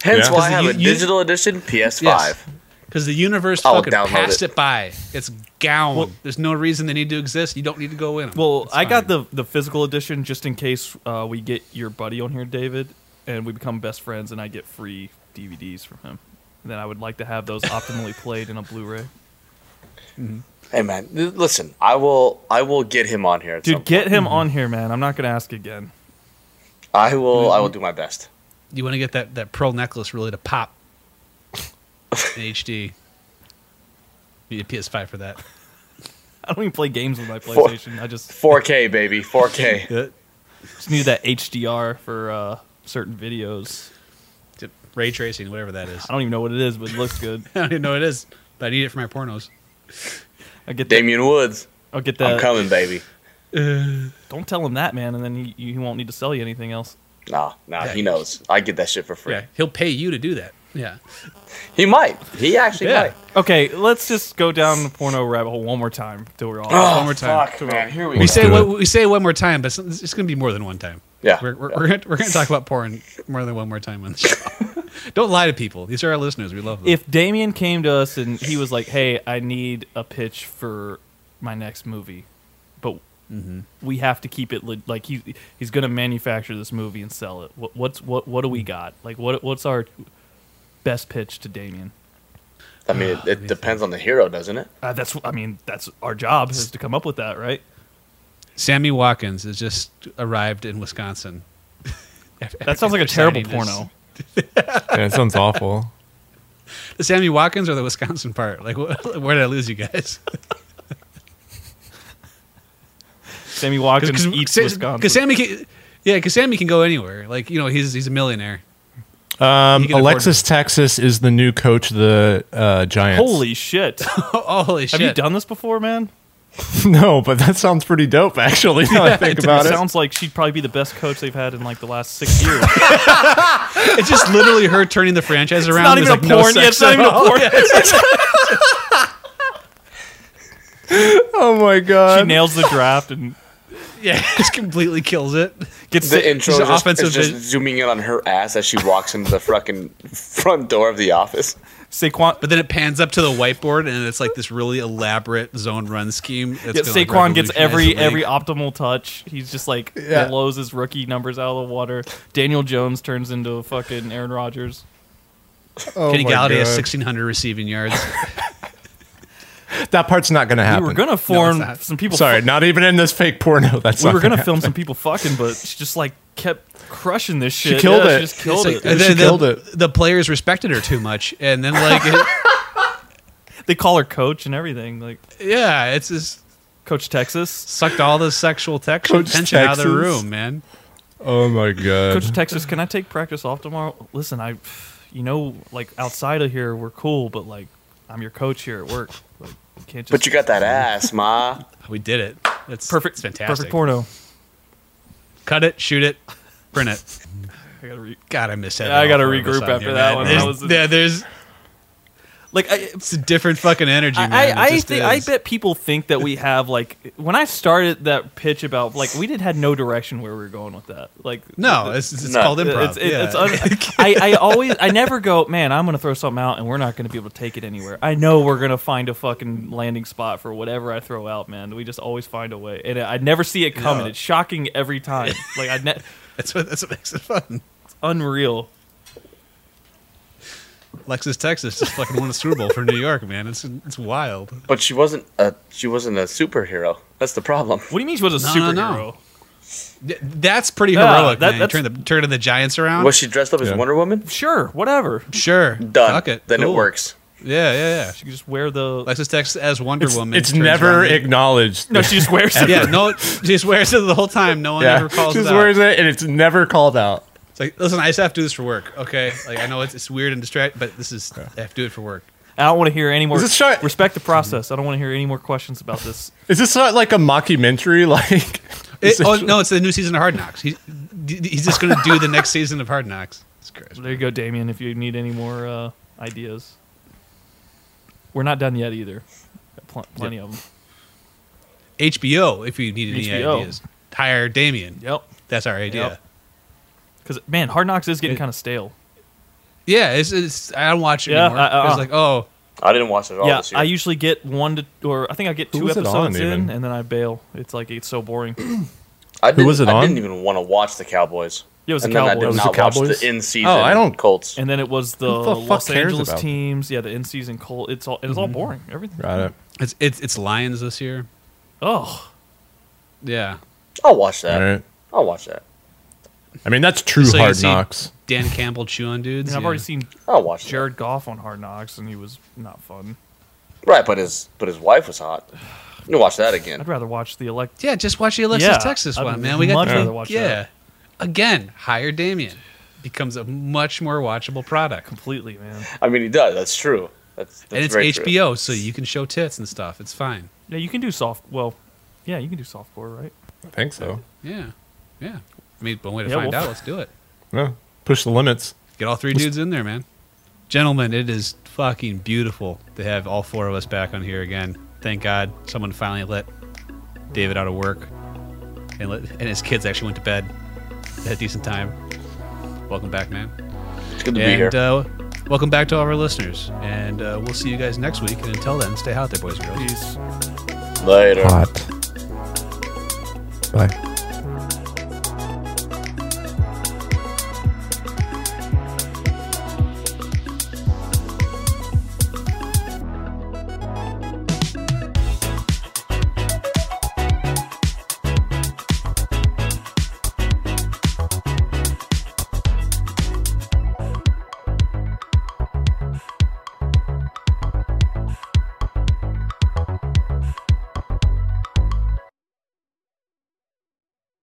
Speaker 2: Yeah.
Speaker 4: why I have
Speaker 1: You-
Speaker 4: a
Speaker 1: you-
Speaker 4: digital edition PS5.
Speaker 1: Because the universe
Speaker 4: I'll
Speaker 1: fucking
Speaker 4: download
Speaker 1: passed
Speaker 4: it.
Speaker 1: it. by. It's gown. There's no reason they need to exist. You don't need to go in 'em.
Speaker 3: Well,
Speaker 1: It's
Speaker 3: I got
Speaker 1: fine.
Speaker 3: the the physical edition just in case uh, we get your buddy on here, David, and we become best friends, and I get free DVDs from him. And then I would like to have those [LAUGHS] optimally played in a Blu-ray.
Speaker 4: Hey man, l- listen, I will I will get him on here. at some
Speaker 3: Dude, get
Speaker 4: point.
Speaker 3: him on here, man. I'm not gonna ask again.
Speaker 4: I will I will do my best.
Speaker 1: You want to get that, that pearl necklace really to
Speaker 4: [LAUGHS]
Speaker 1: pop in HD. Need a PS5 for that.
Speaker 3: I don't even play games with my
Speaker 4: Four-
Speaker 3: PlayStation. I just
Speaker 4: 4K
Speaker 1: [LAUGHS]
Speaker 3: [LAUGHS]
Speaker 4: baby, 4K.
Speaker 3: just need that HDR for uh, certain videos.
Speaker 1: Ray tracing, whatever that is. [LAUGHS]
Speaker 3: I don't even know what it is, but it looks good.
Speaker 1: I don't even know what it is, but I need it for my pornos.
Speaker 3: I get that.
Speaker 4: Damian Woods,
Speaker 3: I'll get
Speaker 4: I'm
Speaker 1: Uh,
Speaker 3: that.
Speaker 4: coming, baby.
Speaker 3: Don't tell him that, man, and then he, he won't need to sell you anything else.
Speaker 4: Nah, nah,
Speaker 1: Yeah.
Speaker 4: he knows. I get that shit for free.
Speaker 1: Yeah, he'll pay you to do that. Yeah.
Speaker 4: He might. He actually
Speaker 1: Yeah.
Speaker 4: might.
Speaker 3: Okay, let's just go down the porno rabbit hole one more time till we're all.
Speaker 1: One more time.
Speaker 4: Oh, Fuck, man. Here
Speaker 1: We
Speaker 4: go.
Speaker 1: say
Speaker 2: do
Speaker 1: one-
Speaker 2: it.
Speaker 1: we say it one more time, but it's going to be more than one time.
Speaker 4: Yeah.
Speaker 1: We're, we're, we're going to talk about porn more than one more time on the show. [LAUGHS] Don't lie to people. These are our listeners. We love them.
Speaker 3: if Damien came to us and he was like, "Hey, I need a pitch for my next movie," but we have to keep it le- like he he's going to manufacture this movie and sell it. What, what's what what do we got? Like what what's our best pitch to Damien?
Speaker 4: I mean, it, it depends on the hero, doesn't it?
Speaker 3: Uh, that's I mean that's our job is to come up with that, right?
Speaker 1: Sammy Watkins has just arrived in Wisconsin.
Speaker 3: That sounds like a terrible porno.
Speaker 2: that sounds awful.
Speaker 1: The Sammy Watkins or the Wisconsin part? Like, wh- [LAUGHS] where did I lose you
Speaker 3: [LAUGHS]
Speaker 1: guys?
Speaker 3: Sammy Watkins eats Wisconsin.
Speaker 1: Because Sammy, can, yeah, because Sammy can go anywhere. Like, you know, he's he's a millionaire.
Speaker 2: Um,
Speaker 1: You can [LAUGHS]
Speaker 2: Alexis Texas is the new coach of the uh, Giants.
Speaker 3: Holy shit! Have
Speaker 1: Holy shit!
Speaker 3: you done this before, man?
Speaker 2: [LAUGHS] no, but that sounds pretty dope. Actually, now I think about
Speaker 3: it
Speaker 2: it.
Speaker 3: sounds like she'd probably be the best coach they've had in like the last six years.
Speaker 1: It's just literally her turning the franchise around.
Speaker 3: not
Speaker 1: There's,
Speaker 3: even
Speaker 1: like,
Speaker 3: a
Speaker 1: no
Speaker 3: porn. yeah,
Speaker 1: sex
Speaker 3: it's
Speaker 1: at
Speaker 3: not even a [LAUGHS]
Speaker 1: all.
Speaker 3: porn.
Speaker 2: oh my god!
Speaker 3: she nails the draft and
Speaker 1: Yeah, [LAUGHS] just completely kills it.
Speaker 3: gets
Speaker 4: The intro
Speaker 1: an
Speaker 4: is just,
Speaker 1: offensive
Speaker 4: is just
Speaker 1: vi-
Speaker 4: zooming in on her ass as she walks into the fucking front door of the office.
Speaker 3: Saquon.
Speaker 1: But then it pans up to the whiteboard, and it's like this really elaborate zone run scheme.
Speaker 3: Yeah,
Speaker 1: that's gonna, like,
Speaker 3: Saquon
Speaker 1: revolutionize
Speaker 3: gets
Speaker 1: the
Speaker 3: every
Speaker 1: league.
Speaker 3: every optimal touch. He's just like blows his rookie numbers out of the water. Daniel Jones turns into a fucking Aaron Rodgers.
Speaker 2: Oh
Speaker 1: Kenny
Speaker 2: my
Speaker 1: Galladay has
Speaker 2: God.
Speaker 1: 1,600 receiving yards.
Speaker 3: [LAUGHS]
Speaker 2: That part's not gonna happen.
Speaker 3: We were gonna form
Speaker 1: not.
Speaker 3: some people.
Speaker 2: Sorry,
Speaker 3: fu-
Speaker 2: not even in this fake porno. That's
Speaker 3: we
Speaker 2: not
Speaker 3: were gonna
Speaker 2: happen.
Speaker 3: film some people fucking, but she just like kept crushing this shit.
Speaker 2: killed
Speaker 3: Yeah, She
Speaker 2: it.
Speaker 3: just killed
Speaker 1: It's
Speaker 3: it.
Speaker 1: like,
Speaker 2: She
Speaker 1: the, the-
Speaker 2: killed it.
Speaker 1: the players respected her too much, and then like,
Speaker 3: [LAUGHS]
Speaker 1: it-
Speaker 3: They call her coach and everything. Like
Speaker 1: yeah, it's just
Speaker 3: Coach Texas.
Speaker 1: sucked all the sexual tex-
Speaker 2: Coach
Speaker 1: tension out of the
Speaker 2: Texans.
Speaker 1: room, man.
Speaker 2: Oh my god!
Speaker 3: Coach Texas, can I take practice off tomorrow? Listen, I, you know, like outside of here we're cool, but like I'm your coach here at work. Like, you can't just.
Speaker 4: But you got that ass, ma.
Speaker 1: We did it. That's
Speaker 3: perfect,
Speaker 1: It's fantastic.
Speaker 3: perfect porno.
Speaker 1: Cut it, shoot it, print it.
Speaker 3: I gotta re-
Speaker 1: God, I miss that.
Speaker 3: Yeah, I gotta regroup after that one. That
Speaker 1: There's,
Speaker 3: was-
Speaker 1: yeah, there's
Speaker 3: like I,
Speaker 1: it's a different fucking energy, man.
Speaker 3: I, I,
Speaker 1: It just
Speaker 3: thi- I
Speaker 1: is.
Speaker 3: bet people think that we have like when I started that pitch about like we did had no direction where we were going with that. Like
Speaker 1: No, it's, it's
Speaker 4: No,
Speaker 1: called improv.
Speaker 3: It's, it-
Speaker 1: yeah.
Speaker 3: it's un- I, I always I never go man I'm gonna throw something out and we're not gonna be able to take it anywhere I know we're gonna find a fucking landing spot for whatever I throw out man we just always find a way and I never see it coming
Speaker 1: No.
Speaker 3: it's shocking
Speaker 1: [LAUGHS]
Speaker 3: every time like I ne-
Speaker 1: [LAUGHS] that's what that's what makes it fun.
Speaker 3: it's unreal
Speaker 1: Lexus, Texas, just fucking won the Super Bowl for New York, man. It's it's wild.
Speaker 4: But she wasn't a she wasn't a superhero. That's the problem.
Speaker 3: what do you mean she was a
Speaker 1: No, no,
Speaker 3: superhero
Speaker 1: no. Th- That's pretty
Speaker 3: Yeah,
Speaker 1: heroic,
Speaker 3: that-
Speaker 1: man.
Speaker 3: that's-
Speaker 1: Turn the turning the Giants around.
Speaker 4: Was she dressed up as
Speaker 2: Yeah.
Speaker 4: Wonder Woman?
Speaker 3: sure whatever
Speaker 1: sure,
Speaker 4: Done.
Speaker 1: Fuck it.
Speaker 4: Then
Speaker 1: Cool.
Speaker 4: it works.
Speaker 1: Yeah, yeah,
Speaker 3: she could just wear the
Speaker 1: yeah. Lexus, Texas, as Wonder
Speaker 2: it's,
Speaker 1: Woman.
Speaker 2: it's
Speaker 1: turns
Speaker 2: never
Speaker 1: around.
Speaker 2: acknowledged.
Speaker 3: no she just
Speaker 2: [LAUGHS]
Speaker 3: wears
Speaker 1: [LAUGHS]
Speaker 3: it
Speaker 1: yeah, no, she just wears it the whole time. No one ever calls
Speaker 2: Just
Speaker 1: it out.
Speaker 2: wears it, and it's never called out.
Speaker 1: It's like, listen, I just have to do this for work, okay? Like, I know it's, it's weird and distract, but this is I have to do it for work.
Speaker 3: I don't want to hear any more.
Speaker 2: Is this shot-
Speaker 3: Respect the process. I don't want to hear any more questions about this.
Speaker 2: Is this not like a mockumentary? [LAUGHS] Like,
Speaker 1: It, oh no, it's the new season of Hard Knocks. He, d- d- he's just going to do the next season of Hard Knocks. It's crazy.
Speaker 3: There you go, Damien. If you need any more uh, ideas, we're not done yet either. Got pl- plenty of them.
Speaker 1: HBO, if you needed any
Speaker 3: HBO.
Speaker 1: ideas, hire Damien.
Speaker 3: Yep.
Speaker 1: That's our idea.
Speaker 3: Yep. Because man, Hard Knocks is getting kind of stale.
Speaker 1: Yeah, it's, it's I don't watch it
Speaker 3: Yeah,
Speaker 1: anymore.
Speaker 3: uh, uh,
Speaker 1: it's
Speaker 3: uh.
Speaker 1: like, oh,
Speaker 4: I didn't watch it at all
Speaker 3: yeah,
Speaker 4: this year.
Speaker 3: I usually get one to, or I think I get
Speaker 2: Who
Speaker 3: two
Speaker 2: was it on,
Speaker 3: episodes in,
Speaker 2: even?
Speaker 3: and then I bail. It's like it's so boring.
Speaker 4: I didn't,
Speaker 2: was it
Speaker 4: I
Speaker 2: on?
Speaker 4: didn't even want to watch the Cowboys.
Speaker 3: Yeah, it was
Speaker 4: and
Speaker 3: the
Speaker 4: then
Speaker 3: Cowboys.
Speaker 4: I
Speaker 3: It
Speaker 4: did
Speaker 3: was
Speaker 4: not
Speaker 2: the
Speaker 4: watch
Speaker 2: Cowboys?
Speaker 4: the in season.
Speaker 2: Oh, I don't-
Speaker 4: Colts.
Speaker 3: And then it was the,
Speaker 2: Who the fuck
Speaker 3: Los
Speaker 2: cares
Speaker 3: Angeles
Speaker 2: about- Mm-hmm.
Speaker 3: teams. Yeah, the in-season Colt. It's all. It's all boring. Everything.
Speaker 2: Got it.
Speaker 1: it's it's it's Lions this year.
Speaker 3: Oh,
Speaker 1: Yeah,
Speaker 4: I'll watch that.
Speaker 2: All right.
Speaker 4: I'll watch that.
Speaker 2: I mean, that's true
Speaker 1: So you
Speaker 2: hard
Speaker 1: see-
Speaker 2: knocks.
Speaker 1: Dan Campbell chew on
Speaker 3: I
Speaker 1: dudes.
Speaker 3: mean, I've
Speaker 1: yeah.
Speaker 3: already seen
Speaker 4: I'll watch that.
Speaker 3: Jared Goff on Hard Knocks, and he was not fun.
Speaker 4: Right, but his but his wife was hot. I'm gonna watch that again.
Speaker 3: I'd rather watch the elect.
Speaker 1: Yeah, just watch the Alexis
Speaker 3: Yeah,
Speaker 1: Texas
Speaker 3: I'd
Speaker 1: one, man. We got
Speaker 3: much
Speaker 1: to
Speaker 3: rather watch
Speaker 1: yeah.
Speaker 3: that.
Speaker 1: Again, hire Damien. Becomes a much more watchable product.
Speaker 3: Completely, man.
Speaker 4: I mean, he does. That's true. That's, that's
Speaker 1: and it's
Speaker 4: very True.
Speaker 1: HBO, so you can show tits and stuff. It's fine.
Speaker 3: Yeah, you can do soft. Well, yeah, you can do softcore, right?
Speaker 2: I think so.
Speaker 1: Yeah. Yeah. I mean, one way to
Speaker 3: Yeah,
Speaker 1: find
Speaker 3: well-
Speaker 1: out. Let's do it.
Speaker 2: Yeah. Push the limits.
Speaker 1: Get all three dudes in there, man. Gentlemen, it is fucking beautiful to have all four of us back on here again. Thank God someone finally let David out of work and, let, and his kids actually went to bed at a decent time. Welcome back, man.
Speaker 4: Good to be
Speaker 1: and
Speaker 4: here.
Speaker 1: uh, welcome back to all of our listeners. And uh, we'll see you guys next week. And until
Speaker 2: uh,
Speaker 1: then, stay out there, boys and girls.
Speaker 3: Peace.
Speaker 4: Later.
Speaker 2: Hot. Bye.